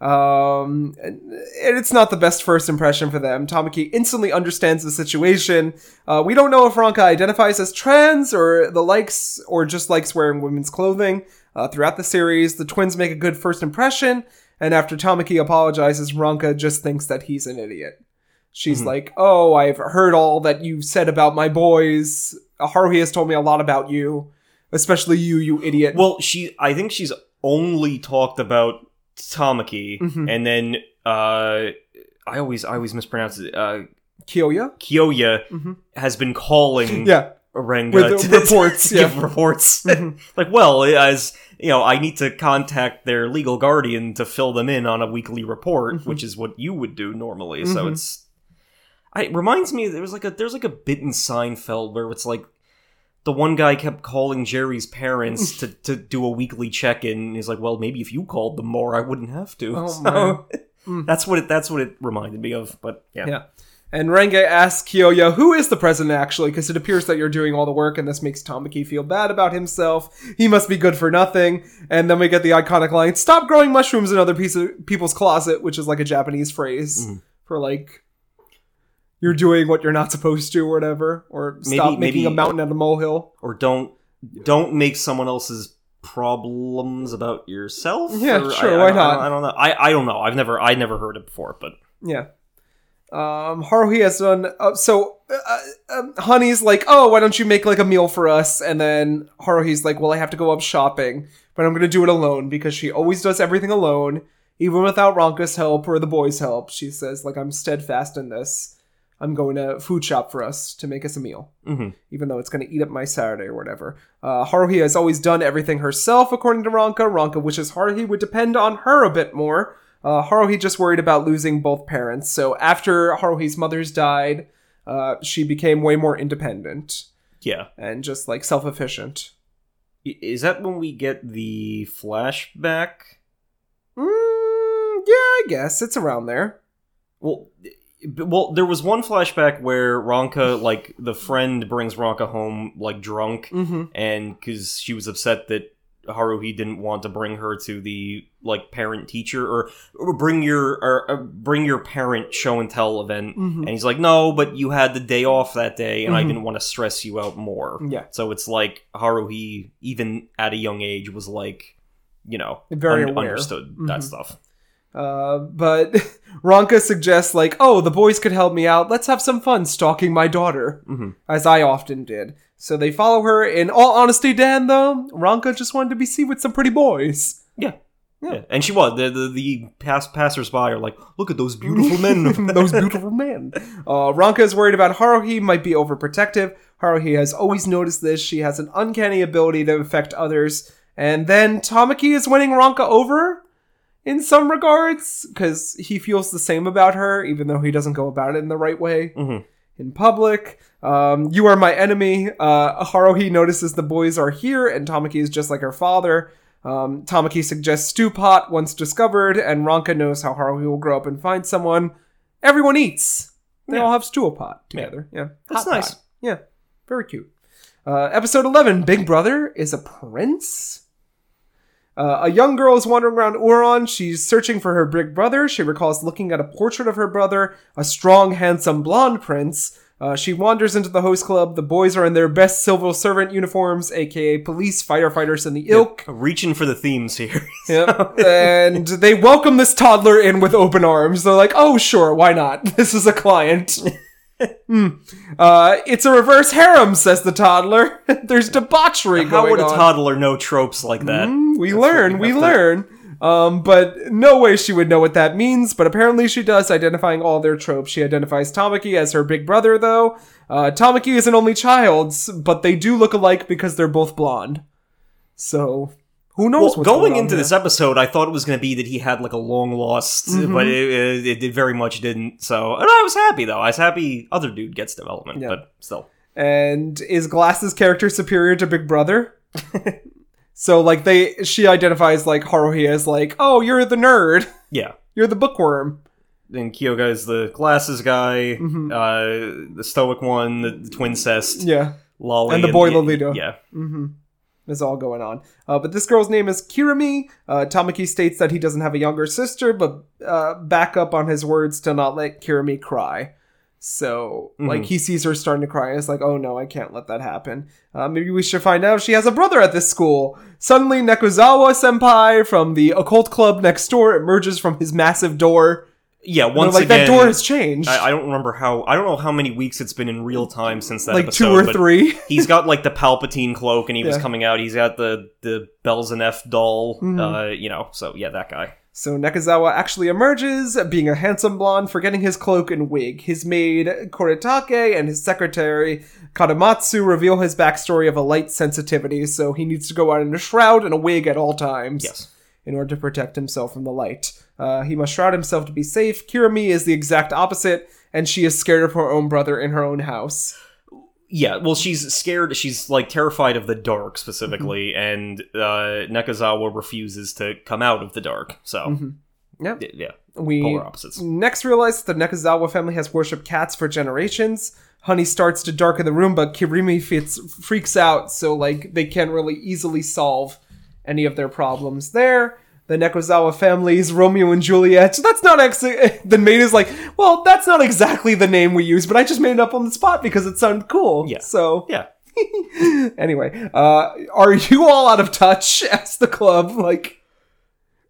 A: Um, and it's not the best first impression for them. Tamaki instantly understands the situation. Uh, we don't know if Ranka identifies as trans or the likes, or just likes wearing women's clothing. Uh, throughout the series, the twins make a good first impression, and after Tamaki apologizes, Ranka just thinks that he's an idiot. She's like, "Oh, I've heard all that you've said about my boys. Haruhi has told me a lot about you, especially you, you idiot."
B: Well, she I think she's only talked about Tamaki
A: Mhm.
B: and then uh I always I always mispronounce it. Uh
A: Kyoya,
B: Kyoya
A: Mhm.
B: has been calling
A: yeah,
B: Renga
A: With
B: <laughs> to
A: reports,
B: to give
A: yeah.
B: reports.
A: Mhm.
B: like, well, as you know, I need to contact their legal guardian to fill them in on a weekly report,
A: Mhm.
B: which is what you would do normally. So
A: Mhm.
B: it's I, it reminds me there was like a there's like a bit in Seinfeld where it's like the one guy kept calling Jerry's parents to, to do a weekly check in. and He's like, "Well, maybe if you called them more, I wouldn't have to."
A: Oh,
B: <laughs> So,
A: man. Mm.
B: that's what it that's what it reminded me of. But yeah,
A: yeah. And Renge asks Kyoya, "Who is the president actually?" Because it appears that you're doing all the work, and this makes Tamaki feel bad about himself. He must be good for nothing. And then we get the iconic line, "Stop growing mushrooms in other piece of people's closet," which is like a Japanese phrase for like. You're doing what you're not supposed to, or whatever, or stop
B: Maybe-
A: making
B: maybe-
A: a mountain out of a molehill.
B: or don't don't make someone else's problems about yourself.
A: Yeah,
B: or-
A: sure,
B: I, I
A: why
B: don't- I
A: not?
B: don't, I don't know. I, I don't know. I've never I never heard it before, but
A: Yeah. Um, Haruhi has done. Uh, so, uh, um, Honey's like, oh, why don't you make like a meal for us? And then Haruhi's like, well, I have to go up shopping, but I'm going to do it alone because she always does everything alone, even without Ronka's help or the boys' help. She says, like, I'm steadfast in this. I'm going to food shop for us to make us a meal
B: mhm.
A: even though it's going to eat up my Saturday or whatever. Uh, Haruhi has always done everything herself, according to Ranka. Ranka wishes Haruhi would depend on her a bit more. Uh, Haruhi just worried about losing both parents, so after Haruhi's mother's died, uh, she became way more independent
B: yeah.
A: and just like self efficient.
B: I- Is that when we get the flashback?
A: Mm, yeah, I guess it's around there.
B: Well, b- well, there was one flashback where Ronka, like the friend, brings Ronka home like drunk,
A: Mm-hmm.
B: and because she was upset that Haruhi didn't want to bring her to the like parent teacher or, or bring your or, uh bring your parent show and tell event,
A: mm-hmm.
B: and he's like, no, but you had the day off that day, and I
A: Mhm.
B: didn't want to stress you out more.
A: Yeah.
B: So it's like Haruhi, even at a young age, was like, you know,
A: Very
B: un-
A: aware.
B: understood
A: Mhm.
B: that stuff.
A: Uh, but <laughs> Ronka suggests, like, oh, the boys could help me out. Let's have some fun stalking my daughter,
B: Mhm.
A: as I often did. So they follow her. In all honesty, Dan, though, Ronka just wanted to be seen with some pretty boys.
B: Yeah. And she was the the, the pass, passersby are like, look at those beautiful men.
A: <laughs> Those beautiful men. Uh, Ronka is worried about Haruhi might be overprotective. Haruhi has always noticed this. She has an uncanny ability to affect others. And then Tamaki is winning Ronka over in some regards because he feels the same about her, even though he doesn't go about it in the right way
B: Mhm.
A: in public. Um, you are my enemy. Uh, Haruhi notices the boys are here, and Tamaki is just like her father. Um, Tamaki suggests stew pot once discovered, and Ronka knows how Haruhi will grow up and find someone. Everyone eats. They
B: Yeah.
A: all have stew pot together. Yeah,
B: That's
A: Hot
B: nice.
A: pot. Yeah, very cute. Uh, episode 11 Big Brother is a prince. Uh, a young girl is wandering around Uron. She's searching for her big brother. She recalls looking at a portrait of her brother, a strong, handsome blonde prince. Uh, she wanders into the host club. The boys are in their best civil servant uniforms, aka police, firefighters, and the ilk.
B: <laughs> Reaching for the themes
A: <laughs>
B: here.
A: Yep. and they welcome this toddler in with open arms. They're like, oh, sure, why not? <laughs> This is a
B: <laughs>
A: client. Hmm. Uh, it's a reverse harem, says the toddler. <laughs> There's debauchery
B: How
A: going
B: would a
A: on.
B: toddler know tropes like that?
A: Mm, we
B: what
A: learn,
B: we
A: we
B: have to-
A: learn. Um, but no way she would know what that means, but apparently she does, identifying all their tropes. She identifies Tamaki as her big brother, though. Uh, Tamaki is an only child, s- but they do look alike because they're both blonde. So, who knows
B: Well,
A: what's
B: going
A: on
B: into
A: here.
B: this episode, I thought it was going to be that he had like a long lost,
A: Mm-hmm.
B: but it, it, it did very much didn't. So, and I was happy though. I was happy other dude gets development,
A: Yeah.
B: but still,
A: And is Glass's character superior to Big Brother? <laughs> so, like, they, she identifies, like, Haruhi as, like, oh, you're the nerd.
B: yeah.
A: You're the bookworm.
B: Then Kyoga is the glasses guy, uh, the stoic one, the, the twin cest,
A: Mm-hmm. Yeah.
B: Lolly,
A: And the boy
B: yeah,
A: Lolita.
B: Yeah,
A: Mm-hmm. It's all going on. Uh, but this girl's name is Kirimi. Uh, Tamaki states that he doesn't have a younger sister, but uh, back up on his words to not let Kirimi cry. So, like,
B: Mhm.
A: he sees her starting to cry. And it's like, oh no, I can't let that happen. Uh, maybe we should find out if she has a brother at this school. Suddenly, Nekuzawa senpai from the occult club next door emerges from his massive door.
B: yeah.
A: And they're
B: Once
A: like,
B: again,
A: that door has changed.
B: I, I don't remember how. I don't know how many weeks it's been in real time since that.
A: like
B: episode,
A: two or
B: but
A: three.
B: he's got like the Palpatine cloak, and he was
A: Yeah.
B: coming out. He's got the the Belzenef doll.
A: Mhm.
B: Uh, you know, so yeah, that guy.
A: So Nekazawa actually emerges, being a handsome blonde, forgetting his cloak and wig. His maid Koritake and his secretary Kadamatsu reveal his backstory of a light sensitivity, so he needs to go out in a shroud and a wig at all times
B: Yes.
A: in order to protect himself from the light. Uh, he must shroud himself to be safe. Kirimi is the exact opposite, and she is scared of her own brother in her own house.
B: Yeah, well, she's scared. She's like terrified of the dark specifically, and uh, Nekazawa refuses to come out of the dark. So,
A: Mhm. Yep.
B: y- yeah,
A: We
B: polar opposites.
A: Next, realize that the Nekazawa family has worshipped cats for generations. Honey starts to darken the room, but Kirimi fits, freaks out, so like they can't really easily solve any of their problems there. The Nekozawa family's Romeo and Juliet. So that's not ex. <laughs> The maid is like, well, that's not exactly the name we use, but I just made it up on the spot because it sounded cool.
B: Yeah.
A: So
B: Yeah,
A: <laughs> anyway, uh, are you all out of touch? <laughs> Asked the club. Like,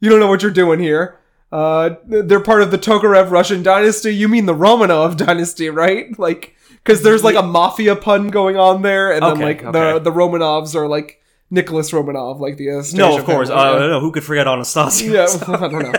A: you don't know what you're doing here. Uh, they're part of the Tokarev Russian dynasty. You mean the Romanov <laughs> dynasty, right? Like, because there's like a mafia pun going on there, and then
B: Okay,
A: like the
B: okay.
A: the Romanovs are like Nicholas Romanov, like the Anastasia
B: no, of course.
A: family,
B: Uh,
A: yeah.
B: no, who could forget
A: <laughs>
B: Anastasia?
A: Yeah, I don't know.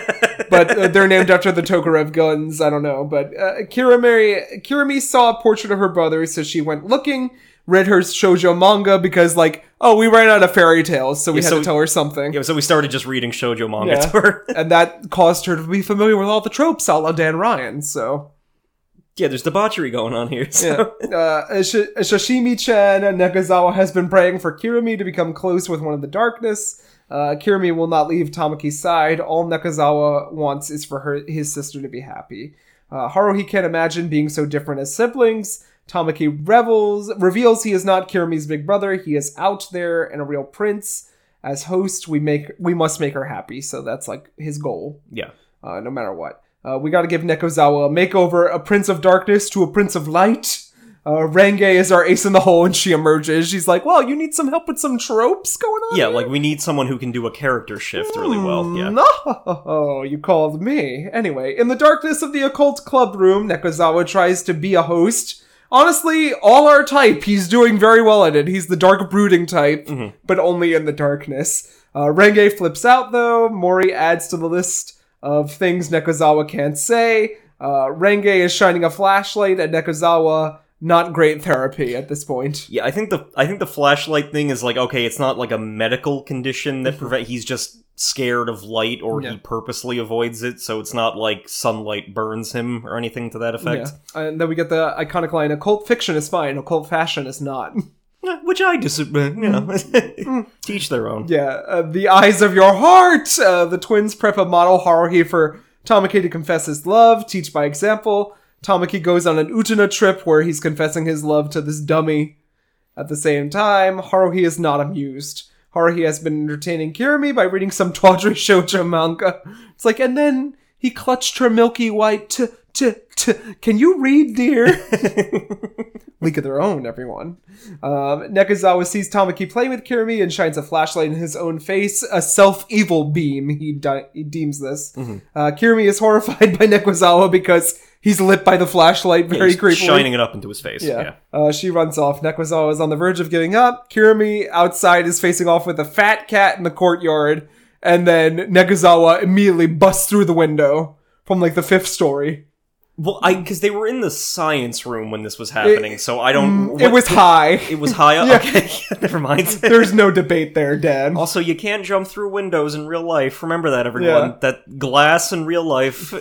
A: But uh, they're named after the Tokarev guns. I don't know. But uh, Kirimi, Kirimi saw a portrait of her brother, so she went looking, read her shoujo manga because, like, oh, we ran out of fairy tales, so we
B: Yeah,
A: had
B: so-
A: to tell her something.
B: <laughs> yeah, so we started just reading shoujo manga
A: Yeah.
B: to her.
A: And that caused her to be familiar with all the tropes a la Dan Ryan, so.
B: <laughs> yeah, there's debauchery going on here. <laughs>
A: Yeah.
B: So.
A: Uh, Sh- Shashimi Chen Nekazawa has been praying for Kirimi to become close with one of the darkness. Uh, Kirimi will not leave Tamaki's side. All Nekazawa wants is for her his sister to be happy. Uh, Haruhi can't imagine being so different as siblings. Tamaki revels reveals he is not Kirimi's big brother. He is out there and a real prince. as host, we make we must make her happy. So that's like his goal,
B: Yeah.
A: uh, no matter what. Uh, we got to give Nekozawa a makeover, a prince of darkness to a prince of light. Uh, Renge is our ace in the hole, and she emerges. She's like, "Well, you need some help with some tropes going on."
B: Yeah,
A: here?
B: like we need someone who can do a character shift really well. Yeah.
A: No, you called me. Anyway, in the darkness of the occult club room, Nekozawa tries to be a host. Honestly, all our type, he's doing very well at it. He's the dark brooding type,
B: Mm-hmm.
A: but only in the darkness. Uh, Renge flips out though. Mori adds to the list of things Nekozawa can't say. Uh, Renge is shining a flashlight at Nekozawa. Not great therapy at this point.
B: Yeah, I think the I think the flashlight thing is like okay, it's not like a medical condition that prevent he's just scared of light or
A: Mm-hmm. Yeah.
B: he purposely avoids it, so it's not like sunlight burns him or anything to that effect.
A: Yeah. And then we get the iconic line occult fiction is fine, occult fashion is not. <laughs>
B: Yeah, Which I disagree. You know, <laughs> teach their own.
A: Mm. Yeah, uh, the eyes of your heart. Uh, the twins prep a model Haruhi for Tamaki to confess his love, teach by example. Tamaki goes on an Utana trip where he's confessing his love to this dummy. At the same time, Haruhi is not amused. Haruhi has been entertaining Kirimi by reading some tawdry <laughs> shoujo manga. It's like, and then he clutched her milky white. T- t- t- can you read,
B: <laughs>
A: dear? League of their own, everyone. Um, Nekazawa sees Tamaki play with Kirimi and shines a flashlight in his own face, a self evil beam, he, di- he deems this.
B: Mm-hmm.
A: Uh, Kirimi is horrified <laughs> by Nekazawa because he's lit by the flashlight very
B: He's
A: creepily.
B: shining it up into his face. Yeah.
A: Uh, she runs off. Nekozawa is on the verge of giving up. Kirimi outside is facing off with a fat cat in the courtyard. And then Nekozawa immediately busts through the window from like the fifth story.
B: Well, I because they were in the science room when this was happening, so I don't.
A: Mm, it
B: Mm, what-
A: was
B: <laughs>
A: high.
B: It was high up.
A: <laughs> Yeah.
B: Okay, <laughs> never
A: <laughs>
B: mind.
A: There's no debate there, Dan.
B: Also, you can't jump through windows in real life. Remember that, everyone.
A: Yeah.
B: That glass in real life,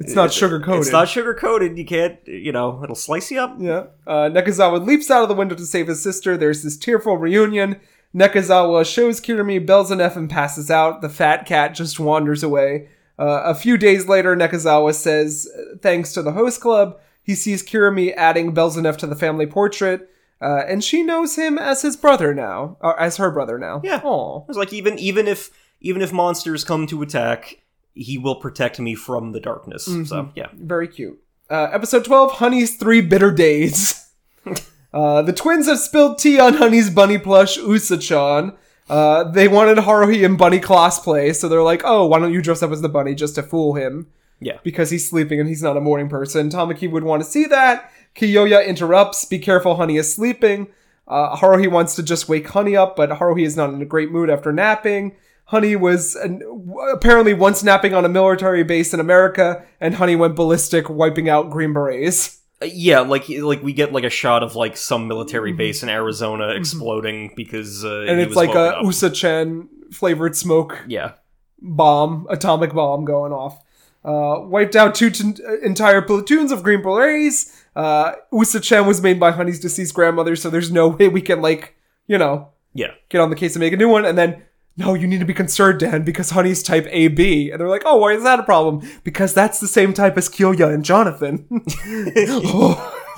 A: It's not sugar coated.
B: it's not sugar coated. You can't, you know, it'll slice you up.
A: Yeah. Uh, Nekazawa leaps out of the window to save his sister. There's this tearful reunion. Nekazawa shows Kirimi bells an F and passes out. The fat cat just wanders away. Uh, a few days later, Nekazawa says, uh, thanks to the host club, he sees Kirimi adding bells an F to the family portrait. Uh, and she knows him as his brother now, or as her brother now.
B: Yeah.
A: Aw.
B: It's like even even if even if monsters come to attack, he will protect me from the darkness.
A: Mm-hmm.
B: So yeah,
A: Very cute. Uh, episode 12 Honey's Three Bitter Days. <laughs> uh, the twins have spilled tea on Honey's bunny plush, Usa-chan. Uh, they wanted Haruhi and Bunny cosplay, so they're like, oh, why don't you dress up as the bunny just to fool him?
B: Yeah.
A: Because he's sleeping and he's not a morning person. Tamaki would want to see that. Kiyoya interrupts, be careful, Honey is sleeping. Uh, Haruhi wants to just wake Honey up, but Haruhi is not in a great mood after napping. Honey was an, w- apparently once napping on a military base in America, and Honey went ballistic, wiping out Green Berets.
B: Uh, yeah. Like like we get like a shot of like some military base in Arizona exploding because uh,
A: Mm-hmm. And
B: he
A: it's
B: was
A: like
B: woken
A: a
B: up.
A: Usa Chen flavored smoke
B: yeah.
A: bomb, atomic bomb going off. Uh, wiped out two t- entire platoons of Green Berets. Uh, Usa Chen was made by Honey's deceased grandmother, so there's no way we can, like, you know,
B: Yeah.
A: get on the case and make a new one. And then, no, you need to be concerned, Dan, because Honey's type AB. And they're like, oh, why is that a problem? Because that's the same type as Kyoya and
B: <laughs>
A: Jonathan. <laughs>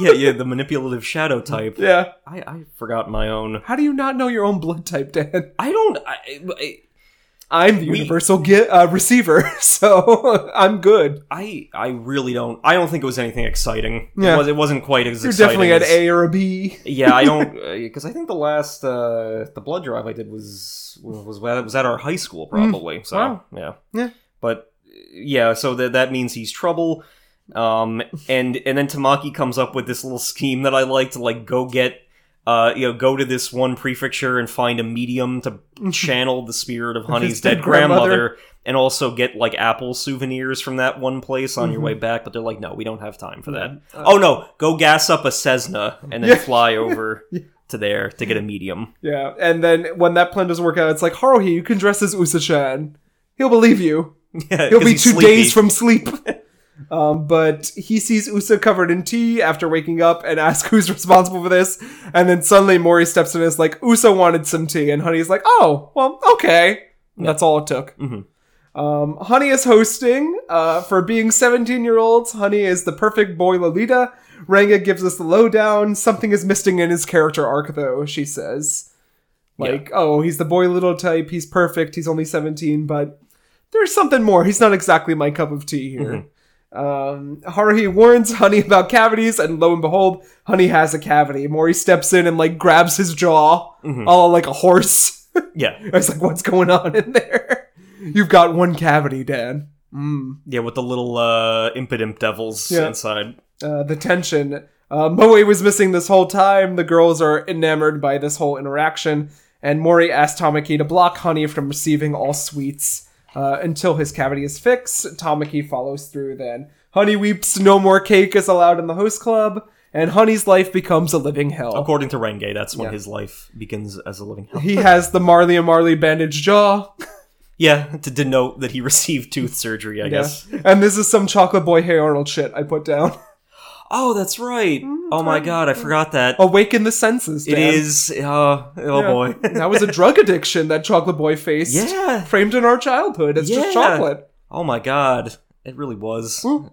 A: Oh,
B: yeah, yeah, the manipulative shadow type.
A: yeah.
B: I, I forgot my own.
A: How do you not know your own blood type, Dan?
B: I don't. I, I,
A: I'm the
B: We-
A: universal ge- uh, receiver, <laughs> so I'm good.
B: I I really don't. I don't think it was anything exciting.
A: Yeah.
B: It, was, it wasn't quite as
A: You're
B: exciting.
A: definitely at
B: as-
A: A or a B.
B: Yeah, I don't because I think the last uh, the blood drive I did was was was at our high school probably. so
A: Mm. wow.
B: yeah,
A: Yeah.
B: But yeah, so that that means he's trouble. Um, and and then Tamaki comes up with this little scheme that I like to like go get. Uh, you know, go to this one prefecture and find a
A: <laughs>
B: medium to channel the spirit of Honey's
A: dead
B: dead grandmother,
A: grandmother.
B: and also get like apple souvenirs from that one place on
A: Mm-hmm.
B: your way back. But they're like, no, we don't have time for that. oh no, go gas up a Cessna and then
A: Yeah. <laughs>
B: fly over to there to get a medium. <laughs>
A: Yeah, and then when that plan doesn't work out, it's like Haruhi, you can dress as Usa-chan. He'll believe you.
B: Yeah,
A: He'll
B: 'cause
A: be
B: he's
A: two
B: sleepy.
A: days from sleep.
B: <laughs>
A: um, but he sees Usa covered in tea after waking up and asks who's responsible for this. And then suddenly Mori steps in and is like, Usa wanted some tea. And Honey's like, oh, well, okay. And That's all it took.
B: Mhm.
A: Um, Honey is hosting. Uh, for being 17 year olds, Honey is the perfect boy Lolita. Ranga gives us the lowdown. Something is missing in his character arc, though, she says. Like, oh, he's the boy little type. He's perfect. He's only 17, but there's something more. He's not exactly my cup of tea here. Um, Haruhi warns Honey about cavities, and lo and behold, Honey has a cavity. Mori steps in and, like, grabs his jaw, all like a horse. <laughs>
B: Yeah.
A: I was like, what's going on in there? You've got one cavity, Dan. Mm.
B: Yeah, with the little uh, impidimp devils
A: Yeah.
B: inside.
A: uh, the tension. Uh, Moe was missing this whole time. The girls are enamored by this whole interaction, and Mori asks Tamaki to block Honey from receiving all sweets uh, until his cavity is fixed. Tamaki follows through then. Honey weeps, no more cake is allowed in the host club, and Honey's life becomes a living hell.
B: According to Renge, that's when
A: Yeah.
B: his life begins as a living hell.
A: He has the Marley and Marley bandaged jaw.
B: Yeah, to denote that he <laughs> received tooth surgery, I guess.
A: Yeah. And this is some Chocolate Boy Hey Arnold shit I put down.
B: Oh, that's right.
A: Mm,
B: Oh my god, I forgot that.
A: Awaken the senses.
B: it
A: Dan.
B: is. Uh, oh
A: Oh, <laughs> Yeah.
B: boy.
A: that was a drug addiction that Chocolate Boy faced.
B: Yeah.
A: Framed in our childhood. It's
B: Yeah.
A: just chocolate.
B: oh my god. It really was.
A: Ooh.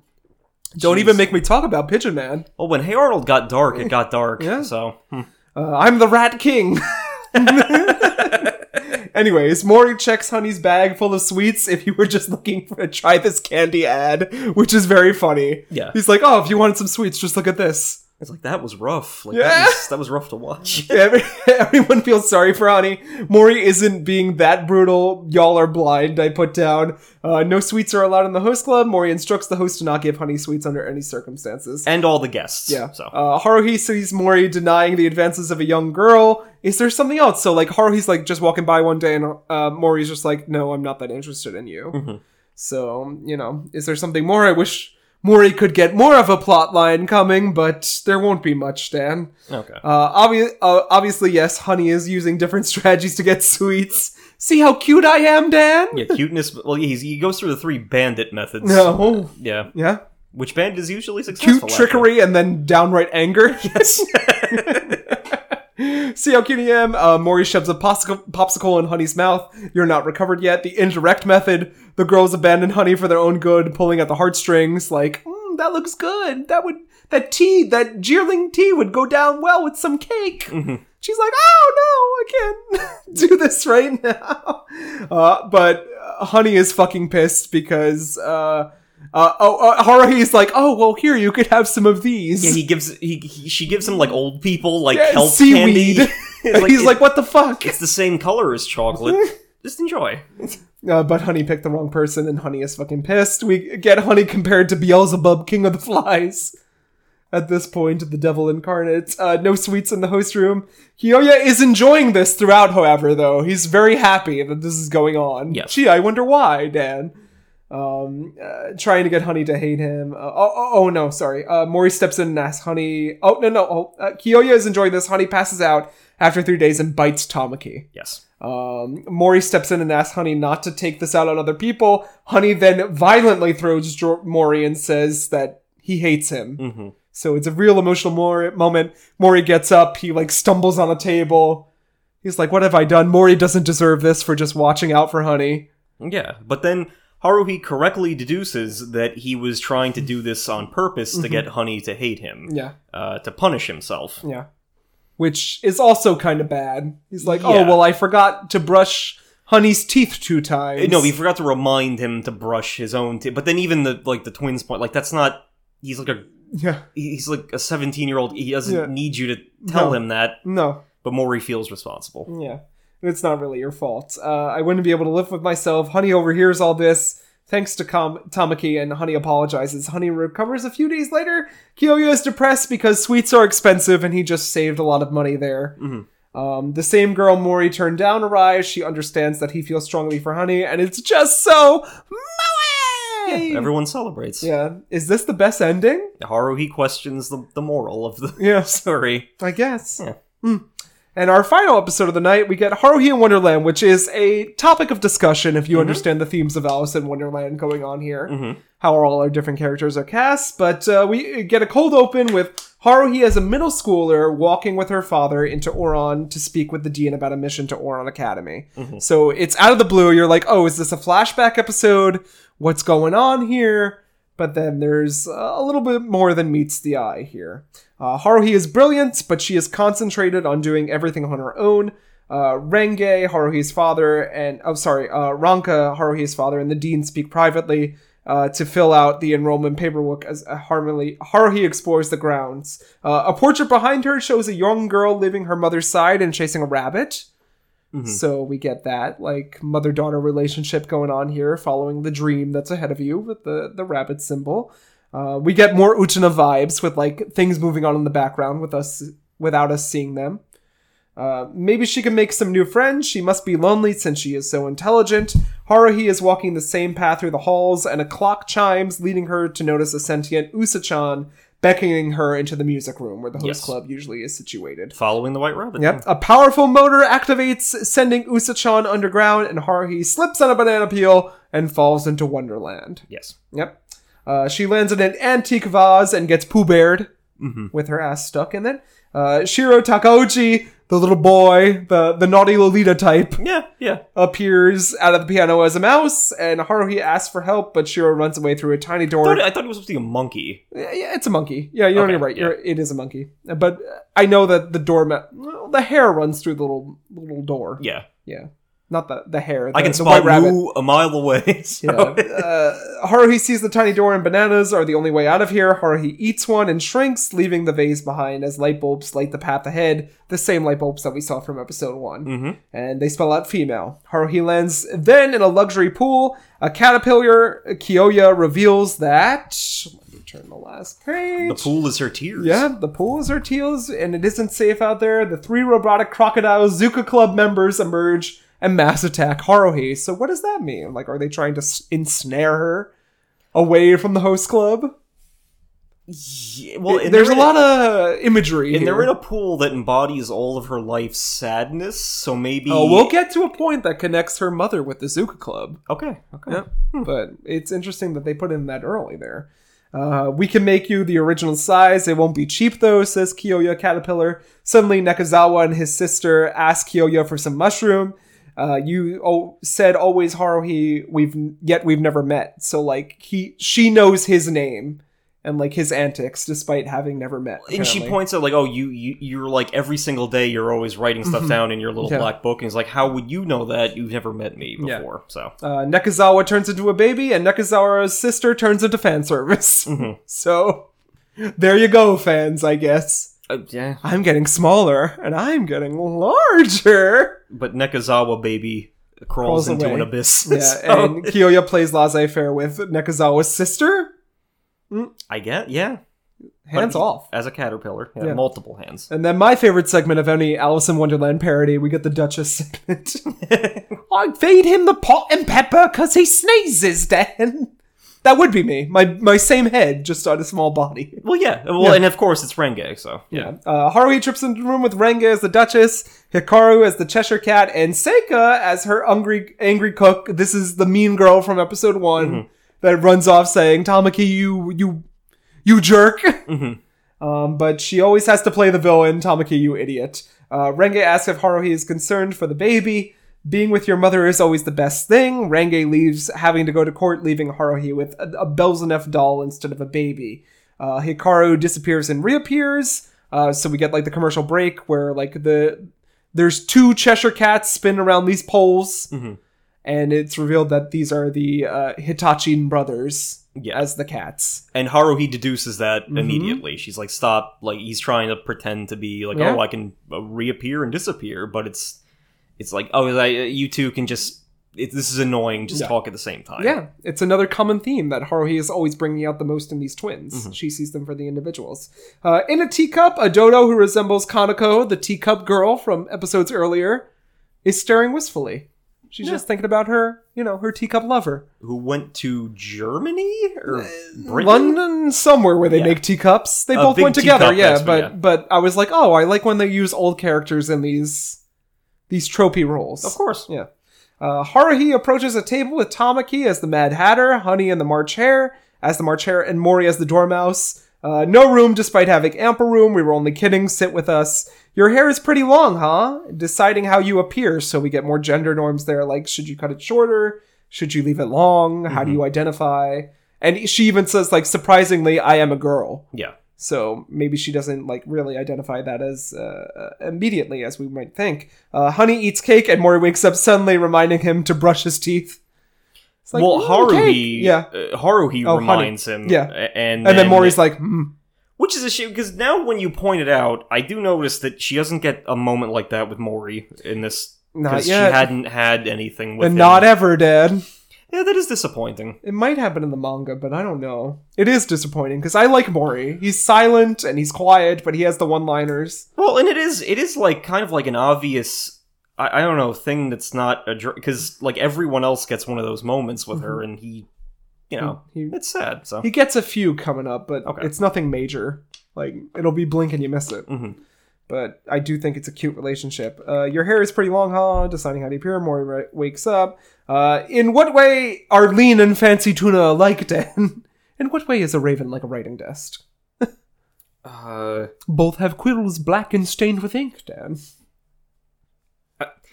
A: Don't
B: Jeez.
A: even make me talk about Pigeon Man.
B: Well, when Hey Arnold got dark, it got dark.
A: Yeah.
B: So, hmm.
A: Uh, I'm the Rat King. <laughs> Anyways, Maury checks Honey's bag full of sweets if you were just looking for a try this candy ad, which is very funny.
B: Yeah.
A: He's like, oh, if you wanted some sweets, just look at this.
B: it's like that was rough. Like
A: Yeah.
B: that, was, that was rough to watch.
A: Every- <laughs> everyone feels sorry for Honey. Mori isn't being that brutal. Y'all are blind, I put down. Uh, no sweets are allowed in the host club. Mori instructs the host to not give Honey sweets under any circumstances.
B: and all the guests.
A: yeah.
B: So.
A: Uh, Haruhi sees Mori denying the advances of a young girl. Is there something else? So, like, Haruhi's, like, just walking by one day, and uh, Mori's just like, no, I'm not that interested in you.
B: Mm-hmm.
A: So, you know, is there something more? I wish Mori could get more of a plot line coming, but there won't be much, Dan.
B: okay.
A: Uh, obvi- uh, obviously, yes, Honey is using different <laughs> strategies to get sweets. See how cute I am, Dan?
B: yeah, cuteness. Well, he's, he goes through the three bandit methods.
A: No.
B: Yeah.
A: Yeah.
B: Which bandit is usually
A: Cute
B: successful?
A: trickery and then downright anger. Yes. <laughs> See how cute I am? Uh, Maury shoves a popsicle, popsicle in Honey's mouth. You're not recovered yet. The indirect method. The girls abandon Honey for their own good, pulling at the heartstrings. Like, mm, that looks good. That would that tea, that jeerling tea, would go down well with some cake. She's like, oh no, I can't <laughs> do this right now. Uh, but uh, Honey is fucking pissed because. Uh, uh, oh, uh, Haruhi's like, oh, well, here, you could have some of these.
B: Yeah, he gives he, he she gives him like old people like
A: Yeah,
B: health
A: seaweed. <laughs>
B: candy. <laughs> It's
A: He's
B: it-
A: like, what the fuck?
B: it's the same color as chocolate.
A: <laughs>
B: Just enjoy.
A: Uh, but Honey picked the wrong person, and Honey is fucking pissed. We get Honey compared to Beelzebub, King of the Flies. At this point, the devil incarnate. Uh, no sweets in the host room. Kiyoya is enjoying this throughout, however, though. He's very happy that this is going on.
B: Yes.
A: Gee, I wonder why, Dan. Um, uh, trying to get Honey to hate him. Uh, oh, oh, oh, no, sorry. Uh, Mori steps in and asks Honey. Oh, no, no. Oh, uh, Kiyoya is enjoying this. Honey passes out after three days and bites Tamaki.
B: Yes.
A: Um, Mori steps in and asks Honey not to take this out on other people. Honey then violently throws Dro- Mori and says that he hates him.
B: Mhm.
A: So it's a real emotional mor- moment. Mori gets up. He like stumbles on a table. He's like, "What have I done? Mori doesn't deserve this for just watching out for Honey."
B: Yeah, but then Haruhi correctly deduces that he was trying to do this on purpose to get Honey to hate him,
A: Mm-hmm. Yeah,
B: uh, to punish himself.
A: yeah. Which is also kind of bad. He's like, "Oh
B: Yeah.
A: well, I forgot to brush Honey's teeth two times."
B: No, he forgot to remind him to brush his own teeth. But then even the like the twins point, like that's not. He's like a
A: <laughs> yeah,
B: he's like a seventeen year old. He doesn't
A: Yeah.
B: need you to tell
A: No.
B: him that.
A: no.
B: But Mori feels responsible.
A: Yeah. And it's not really your fault. Uh, I wouldn't be able to live with myself. Honey overhears all this. Thanks to Com- Tamaki, and Honey apologizes. Honey recovers a few days later. Kiyoya is depressed because sweets are expensive, and he just saved a lot of money there.
B: Mhm.
A: Um, the same girl Mori turned down arrives. She understands that he feels strongly for Honey, and it's just so Moe!
B: Everyone celebrates.
A: yeah. Is this the best ending?
B: Haruhi questions the, the moral of the <laughs>
A: Yes.
B: story.
A: I guess.
B: Yeah.
A: Hmm. And our final episode of the night, we get Haruhi in Wonderland, which is a topic of discussion if you understand the themes of Alice in Wonderland going on here,
B: Mhm.
A: how all our different characters are cast. But uh, we get a cold open with Haruhi as a middle schooler walking with her father into Oron to speak with the dean about a mission to Oron Academy. So it's out of the blue. You're like, oh, is this a flashback episode? What's going on here? But then there's uh, a little bit more than meets the eye here. Uh, Haruhi is brilliant, but she is concentrated on doing everything on her own. Uh, Renge, Haruhi's father, and oh, sorry, uh, Ranka, Haruhi's father, and the dean speak privately uh, to fill out the enrollment paperwork as uh, Harmony, Haruhi explores the grounds. Uh, a portrait behind her shows a young girl leaving her mother's side and chasing a rabbit. So we get that like mother daughter relationship going on here, following the dream that's ahead of you with the the rabbit symbol. Uh, we get more Uchina vibes with like things moving on in the background with us without us seeing them. Uh, maybe she can make some new friends. She must be lonely since she is so intelligent. Haruhi is walking the same path through the halls, and a clock chimes, leading her to notice a sentient Usa-chan beckoning her into the music room where the host
B: Yes.
A: club usually is situated.
B: Following the White Rabbit.
A: Yep. A powerful motor activates, sending Usachan underground, and Haruhi slips on a banana peel and falls into Wonderland.
B: Yes.
A: Yep. Uh, she lands in an antique vase and gets poo beared
B: Mm-hmm.
A: with her ass stuck in it. Uh, Shiro Takauchi, the little boy, the, the naughty Lolita type,
B: Yeah, yeah.
A: appears out of the piano as a mouse, and Haruhi asks for help, but Shiro runs away through a tiny door.
B: I thought, I thought it was supposed to be a monkey.
A: Yeah, yeah, it's a monkey. Yeah, you're,
B: Okay,
A: you're right. You're, it is a monkey. But uh, I know that the doormat, well, the hair runs through the little little door.
B: Yeah.
A: Yeah. not the the hair.
B: I
A: the-
B: can
A: the
B: spot
A: white rabbit.
B: Moo a mile away. <laughs>
A: Yeah.
B: so-
A: uh, Haruhi sees the tiny door and bananas are the only way out of here. Haruhi eats one and shrinks, leaving the vase behind as light bulbs light the path ahead, the same light bulbs that we saw from episode one.
B: Mhm.
A: And they spell out female. Haruhi lands then in a luxury pool. A caterpillar, Kiyoya, reveals that. Let me turn the last page.
B: The pool is her tears.
A: Yeah, the pools are teals, and it isn't safe out there. The three robotic crocodiles, Zuka Club members emerge and mass attack Haruhi. So what does that mean? Like, are they trying to s- ensnare her away from the host club?
B: Yeah, well, and
A: There's a
B: they're in
A: lot of imagery
B: And
A: here.
B: they're in a pool that embodies all of her life's sadness, so maybe.
A: Oh, we'll get to a point that connects her mother with the Zuka Club.
B: Okay, okay.
A: Yeah. But it's interesting that they put in that early there. Uh, we can make you the original size. It won't be cheap though, says Kiyoya Caterpillar. Suddenly, Nakazawa and his sister ask Kiyoya for some mushroom. Uh, you oh, said always Haruhi. We've yet we've never met. So like he she knows his name and like his antics, despite having never met.
B: And she
A: apparently.
B: points out, like, oh, you, you, you're like every single day you're always writing stuff down in your little
A: Mm-hmm. Yeah.
B: black book. And it's like, how would you know that? You've never met me
A: Yeah.
B: before. So,
A: uh, Nekazawa turns into a baby, and Nekazawa's sister turns into fan service. <laughs>
B: mm-hmm.
A: So there you go, fans. I guess.
B: Uh, yeah.
A: I'm getting smaller and I'm getting larger.
B: But Nekazawa baby crawls,
A: Crawls
B: into
A: away.
B: an abyss.
A: <laughs> Yeah,
B: <laughs> so-
A: and Kiyoya plays laissez faire with Nekazawa's sister.
B: I get, yeah. But
A: Hands off.
B: As a caterpillar. Yeah,
A: Yeah.
B: Multiple hands.
A: And then my favorite segment of any Alice in Wonderland parody, we get the Duchess <laughs> segment. I feed him the pot and pepper because he sneezes, Dan. That would be me. My my same head, just on a small body.
B: Well, yeah. Well, and of course it's Renge, so.
A: Yeah. Uh, Haruhi trips into the room with Renge as the Duchess, Hikaru as the Cheshire Cat, and Seika as her angry, angry cook. This is the mean girl from episode one that runs off saying, Tamaki, you, you, you jerk. <laughs> Um, but she always has to play the villain, Tamaki, you idiot. Uh, Renge asks if Haruhi is concerned for the baby. Being with your mother is always the best thing. Renge leaves, having to go to court, leaving Haruhi with a, a Belzenef doll instead of a baby. Uh, Hikaru disappears and reappears. Uh, so we get like the commercial break where like the there's two Cheshire cats spin around these poles, and it's revealed that these are the uh, Hitachi brothers
B: Yeah.
A: as the cats.
B: And Haruhi deduces that
A: Mm-hmm.
B: immediately. She's like, "Stop!" Like he's trying to pretend to be like,
A: Yeah.
B: "Oh, I can uh, reappear and disappear," but it's it's like, "Oh, I, you two can just it, this is annoying. Just
A: Yeah.
B: talk at the same time."
A: Yeah, it's another common theme that Haruhi is always bringing out the most in these twins.
B: Mm-hmm.
A: She sees them for the individuals. Uh, in a teacup, a dodo who resembles Kanako, the teacup girl from episodes earlier, is staring wistfully. She's just thinking about her, you know, her teacup lover.
B: Who went to Germany or Britain?
A: Uh, London, somewhere where they
B: Yeah.
A: make teacups. They
B: A
A: both
B: big
A: went together,
B: teacup,
A: yeah.
B: that's
A: But
B: what- yeah.
A: but I was like, oh, I like when they use old characters in these these tropey roles.
B: Of course.
A: Yeah. Uh, Haruhi approaches a table with Tamaki as the Mad Hatter, Honey and the March Hare as the March Hare, and Mori as the Dormouse. Uh, no room despite having ample room. We were only kidding. Sit with us. Your hair is pretty long, huh? Deciding how you appear. So we get more gender norms there. Like, should you cut it shorter? Should you leave it
B: Mm-hmm.
A: long? How do you identify? And she even says, like, surprisingly, I am a girl.
B: Yeah.
A: So maybe she doesn't like really identify that as uh, immediately as we might think. Uh, Honey eats cake, and Mori wakes up suddenly, reminding him to brush his teeth. It's like,
B: well,
A: "Ooh,
B: Haruhi,
A: cake." yeah,
B: uh, Haruhi
A: Oh, honey.
B: reminds him,
A: Yeah.
B: a- and
A: and then Mori's like, "Hmm."
B: which is a shame because now when you point it out, I do notice that she doesn't get a moment like that with Mori in this
A: Not
B: because she
A: yet.
B: hadn't had anything with
A: and
B: him.
A: not ever, Dad.
B: yeah, that is disappointing.
A: It might happen in the manga, but I don't know. It is disappointing because I like Mori. He's silent and he's quiet, but he has the one-liners.
B: Well, and it is it is like kind of like an obvious I, I don't know thing that's not because like everyone else gets one of those moments with her, and he, you know,
A: He,
B: it's sad. So
A: Mm-hmm. he gets a few coming up, but
B: Okay.
A: it's nothing major. Like it'll be blink and you miss it.
B: Mhm.
A: But I do think it's a cute relationship. Uh, your hair is pretty long, huh? Deciding how to appear, Mori ri- wakes up. Uh, in what way are lean and fancy tuna alike, Dan? <laughs> in what way is a raven like a writing desk?
B: <laughs> uh,
A: Both have quills black and stained with ink, Dan.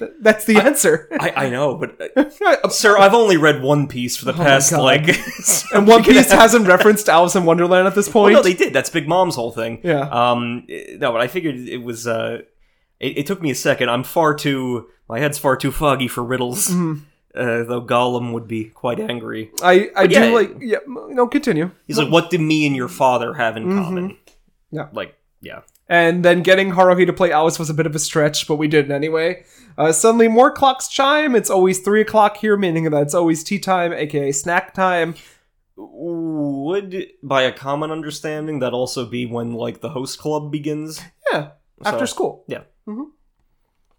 A: Th- that's the
B: <laughs>
A: answer.
B: Uh,
A: <laughs>
B: I I know, but uh, sir, I've only read One Piece for the
A: my
B: past
A: God.
B: like. <laughs>
A: and One Piece hasn't referenced Alice in Wonderland at this
B: Well,
A: point.
B: no, they did. That's Big Mom's whole thing.
A: Yeah.
B: Um. eh, No, but I figured it was. Uh, it, it took me a second. I'm far too. My head's far too foggy for riddles. Uh, though Gollum would be quite angry.
A: I, I do
B: yeah.
A: like yeah. No, continue.
B: He's like, "What do me and your father have in common?"
A: Mm-hmm. Yeah.
B: Like, yeah.
A: And then getting Haruhi to play Alice was a bit of a stretch, but we did it anyway. Uh, suddenly, more clocks chime. It's always three o'clock here, meaning that it's always tea time, aka snack time.
B: Would, by a common understanding, that also be when like the host club begins?
A: Yeah, after
B: So-
A: school.
B: Yeah.
A: Mhm.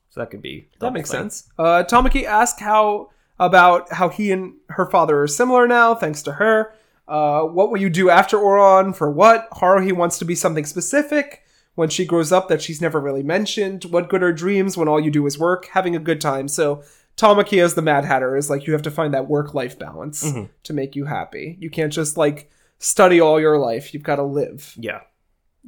B: So that could be.
A: That makes
B: double thing.
A: sense. Uh, Tamaki asked how about how he and her father are similar now, thanks to her. Uh, what will you do after Oron? For what? Haruhi wants to be something specific when she grows up that she's never really mentioned. What good are dreams when all you do is work? Having a good time. So Tamaki as the Mad Hatter is like you have to find that work life balance
B: Mhm.
A: to make you happy. You can't just like study all your life. You've got to live
B: Yeah.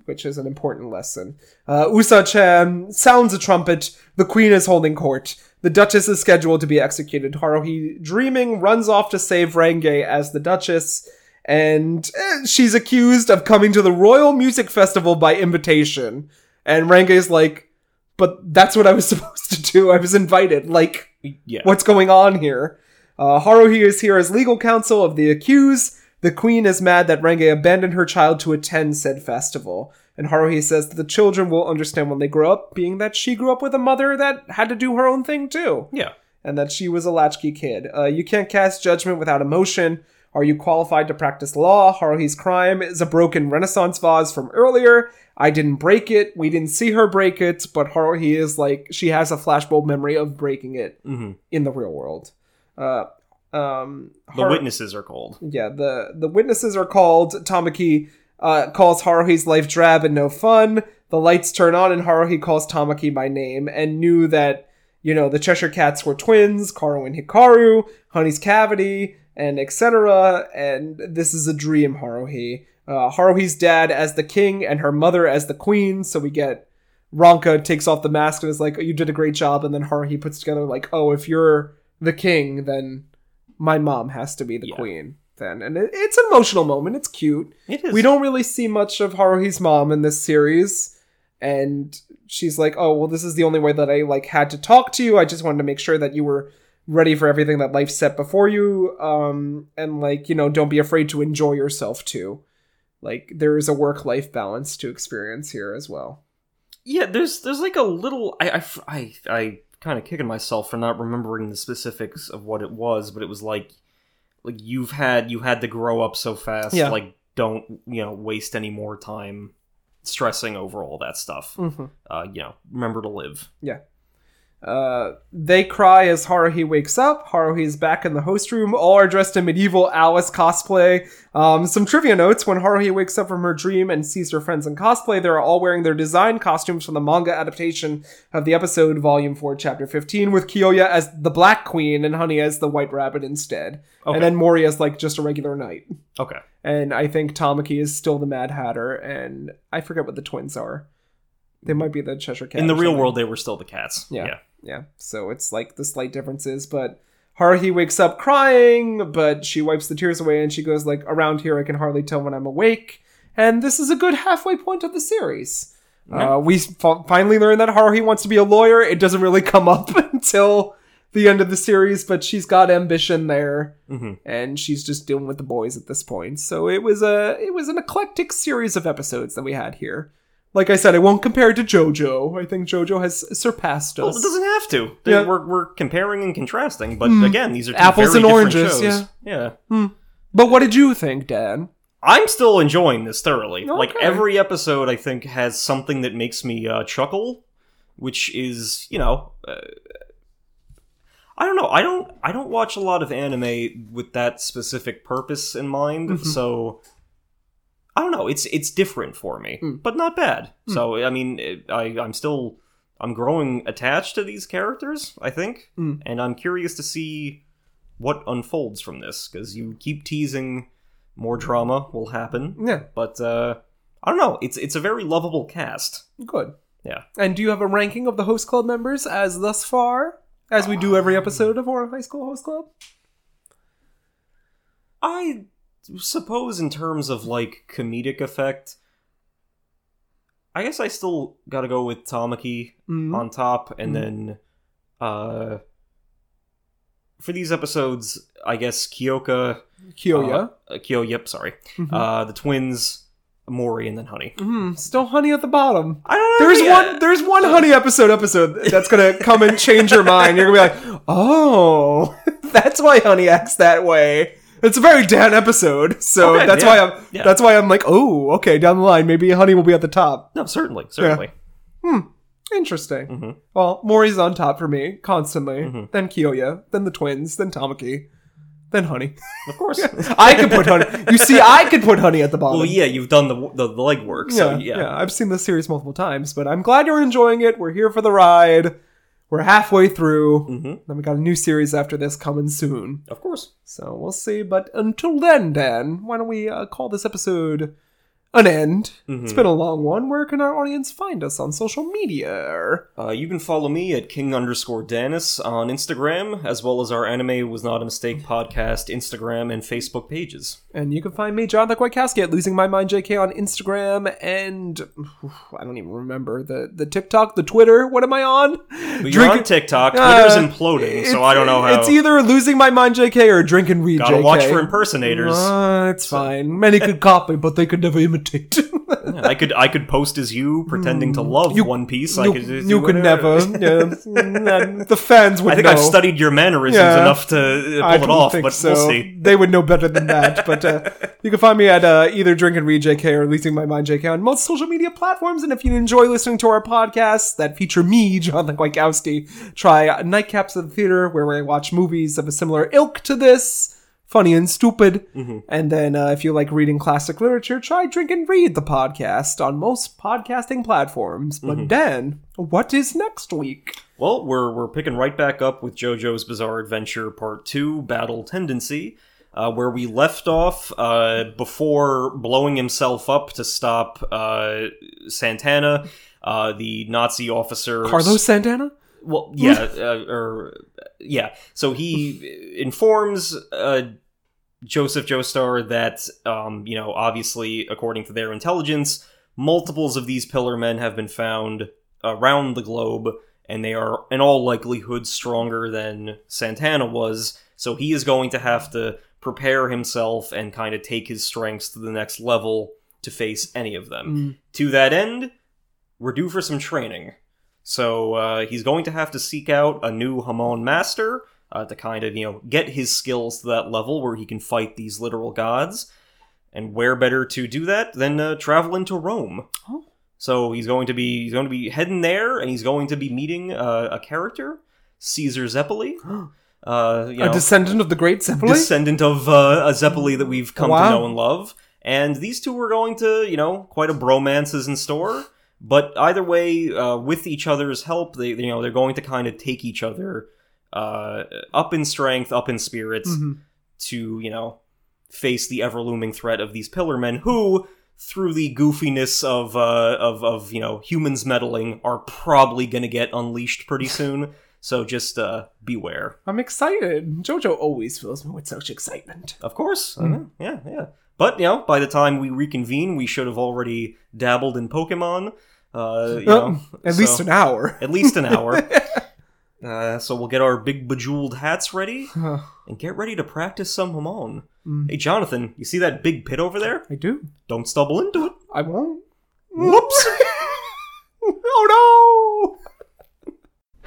A: which is an important lesson. Uh, Usa-chan sounds a trumpet. The queen is holding court. The duchess is scheduled to be executed. Haruhi, dreaming, runs off to save Renge as the duchess, and eh, she's accused of coming to the Royal Music Festival by invitation. And Renge's like, but that's what I was <laughs> supposed to do. I was invited. Like,
B: Yeah.
A: <laughs> what's going on here. Uh, Haruhi is here as legal counsel of the accused. The queen is mad that Renge abandoned her child to attend said festival. And Haruhi says that the children will understand when they grow up, being that she grew up with a mother that had to do her own thing too,
B: Yeah.
A: and that she was a latchkey kid. Uh, you can't cast judgment without emotion. Are you qualified to practice law? Haruhi's crime is a broken Renaissance vase from earlier. I didn't break it. We didn't see her break it, but Haruhi is like, she has a flashbulb memory of breaking it
B: hmm
A: in the real world. Uh, um,
B: The
A: Har-
B: witnesses are called.
A: Yeah, the the witnesses are called. Tamaki uh, calls Haruhi's life drab and no fun. The lights turn on, and Haruhi calls Tamaki by name and knew that you know the Cheshire Cats were twins, Karu and Hikaru, Honey's cavity, and etc. And this is a dream, Haruhi. Uh, Haruhi's dad as the king and her mother as the queen. So we get Ronka takes off the mask and is like, oh, "You did a great job." And then Haruhi puts together like, "Oh, if you're the king, then my mom has to be the
B: Yeah.
A: queen." Then, and it, it's an emotional moment. It's cute.
B: It is.
A: We don't really see much of Haruhi's mom in this series, and she's like, "Oh, well, this is the only way that I like had to talk to you. I just wanted to make sure that you were ready for everything that life set before you, um, and like, you know, don't be afraid to enjoy yourself too. Like, there is a work-life balance to experience here as well."
B: Yeah, there's there's like a little I I f- I, kind of kicking myself for not remembering the specifics of what it was, but it was like like you've had you had to grow up so fast,
A: Yeah.
B: like don't you know waste any more time stressing over all that stuff.
A: Mm-hmm.
B: Uh, you know, remember to live.
A: Uh, they cry as Haruhi wakes up. Haruhi is back in the host room. All are dressed in medieval Alice cosplay. Um, some trivia notes when Haruhi wakes up from her dream and sees her friends in cosplay, they're all wearing their design costumes from the manga adaptation of the episode, Volume 4, Chapter 15, with Kiyoya as the Black Queen and Honey as the White Rabbit instead.
B: Okay.
A: And then Mori as like just a regular knight.
B: Okay.
A: And I think Tamaki is still the Mad Hatter, and I forget what the twins are. They might be the Cheshire Cat.
B: In the
A: or
B: real
A: something.
B: world, they were still the cats.
A: Yeah. Yeah, so it's like the slight differences, but Haruhi wakes up crying, but she wipes the tears away and she goes like, "Around here, I can hardly tell when I'm awake." and this is a good halfway point of the series. Uh, we f- finally learn that Haruhi wants to be a lawyer. It doesn't really come up <laughs> until the end of the series, but she's got ambition there,
B: Mhm.
A: and she's just dealing with the boys at this point. So it was a it was an eclectic series of episodes that we had here. Like I said, I won't compare it to JoJo. I think JoJo has surpassed
B: Well,
A: us.
B: it doesn't have to. They-
A: Yeah. Hmm.
B: We're, we're comparing and contrasting, but again, these are two
A: Apples
B: very
A: and
B: different
A: oranges,
B: shows. yeah.
A: but what did you think, Dan?
B: I'm still enjoying this thoroughly. Like
A: Okay.
B: every episode, I think has something that makes me uh, chuckle, which is you know, uh, I don't know. I don't. I don't watch a lot of anime with that specific purpose in mind. So I don't know. It's it's different for me, but not bad. So I mean, it- I I'm still I'm growing attached to these characters. I think,
A: Mm.
B: and I'm curious to see what unfolds from this because you keep teasing more drama will happen.
A: Yeah,
B: But uh, I don't know. It's it's a very lovable cast.
A: good.
B: Yeah.
A: And do you have a ranking of the host club members as thus far? As we do every episode of Orange High School Host Club?
B: I suppose in terms of like comedic effect, I guess I still got to go with Tamaki
A: Mm.
B: on top, and
A: Mhm.
B: then uh, for these episodes, I guess Kyoka,
A: Kyoya.
B: uh, Kyo, yep, sorry,
A: Mhm.
B: uh, the twins, Mori, and then Honey.
A: Mm, still honey at the bottom.
B: I don't know.
A: There's
B: yeah.
A: one there's one honey episode episode that's gonna come and change your mind. You're gonna be like, oh <laughs> that's why honey acts that way. It's a very Dan episode, so
B: Okay,
A: that's
B: yeah,
A: why I'm
B: yeah.
A: that's why I'm like, oh, okay, down the line, maybe honey will be at the top.
B: No, certainly, certainly.
A: Interesting.
B: Mhm.
A: Well, Mori's on top for me constantly.
B: Mhm.
A: Then Kyoya, then the twins, then Tamaki, then
B: <laughs>
A: Honey. <laughs>
B: Of course.
A: I could put Honey. You see, I could put Honey at the bottom.
B: Well, yeah, you've done the the, the legwork, so yeah.
A: I've seen this series multiple times, but I'm glad you're enjoying it. We're here for the ride. We're halfway through.
B: Mhm.
A: Then we got a new series after this coming soon.
B: Of course.
A: So we'll see. But until then, Dan, why don't we uh, call this episode an end?
B: Mm-hmm.
A: It's been a long one. Where can our audience find us on social media?
B: Uh, you can follow me at king underscore Danis on Instagram, as well as our Anime Was Not a Mistake podcast, Instagram, and Facebook pages.
A: And you can find me, John the White Casket, losing my mind JK on Instagram and I don't even remember the the TikTok, the Twitter. What am I on?
B: But you're on TikTok. Twitter's
A: Uh,
B: imploding,
A: It's-
B: so I don't know how.
A: It's either losing my mind JK or drinking weed
B: Gotta
A: JK.
B: watch for impersonators.
A: Uh, it's fine. Many could copy, but they could never
B: <laughs>
A: imitate.
B: I could I could post as you pretending to love
A: Mm, You-
B: One Piece. I
A: you
B: could do
A: you could never.
B: whatever. <laughs>
A: Yeah. Mm, the fans would
B: I think
A: know.
B: I've studied your mannerisms
A: Yeah.
B: enough to uh, pull
A: I
B: it
A: don't
B: off,
A: think
B: but
A: so.
B: we'll see.
A: <laughs> They would know better than that. But
B: <laughs>
A: uh, you can find me at uh, either Drink and Read JK or Leasing My Mind JK on most social media platforms. And if you enjoy listening to our podcasts that feature me, <laughs> Jonathan Kwiatkowski, try Nightcaps of the Theater, where I watch movies of a similar ilk to this. Funny and stupid.
B: Mm-hmm.
A: And then, uh, if you like reading classic literature, try Drink and Read the podcast on most podcasting platforms.
B: Mm-hmm.
A: But then, what is next week?
B: Well, we're we're picking right back up with JoJo's Bizarre Adventure Part Two: Battle Tendency, uh, where we left off uh, before blowing himself up to stop uh, Santana, uh, the Nazi officer
A: Carlos Santana?
B: well, yeah, uh, or yeah. So he informs uh, Joseph Joestar that, um, you know, obviously, according to their intelligence, multiples of these Pillar Men have been found around the globe, and they are, in all likelihood, stronger than Santana was. So he is going to have to prepare himself and kind of take his strengths to the next level to face any of them.
A: Mm.
B: To that end, we're due for some training. So uh, he's going to have to seek out a new Hamon master uh, to kind of, you know, get his skills to that level where he can fight these literal gods. And where better to do that than uh, travel into Rome?
A: Oh.
B: So he's going to be he's going to be heading there, and he's going to be meeting uh, a character, Caesar
A: <gasps>
B: Zeppeli, uh, you
A: A
B: know,
A: descendant of the great Zeppelin?
B: descendant of uh, a Zeppeli that we've come
A: Wow.
B: to know and love. And these two are going to, you know, quite a bromance is in store. But either way, uh, with each other's help, they you know they're going to kind of take each other uh, up in strength, up in spirit,
A: Mhm.
B: to you know face the ever looming threat of these pillar men who. Through the goofiness of uh, of of you know humans meddling, are probably going to get unleashed pretty soon. So just uh, beware.
A: I'm excited. Jojo always fills me with such excitement.
B: Of course. Yeah, yeah, yeah. But you know, by the time we reconvene, we should have already dabbled in Pokemon. Uh, you know,
A: at least
B: so-
A: an hour. <laughs>
B: at least an hour. Uh, so we'll get our big bejeweled hats ready
A: Huh.
B: and get ready to practice some Hamon.
A: Mm.
B: Hey, Jonathan, you see that big pit over there?
A: I do.
B: Don't stumble into it.
A: I won't.
B: Whoops.
A: <laughs> oh no!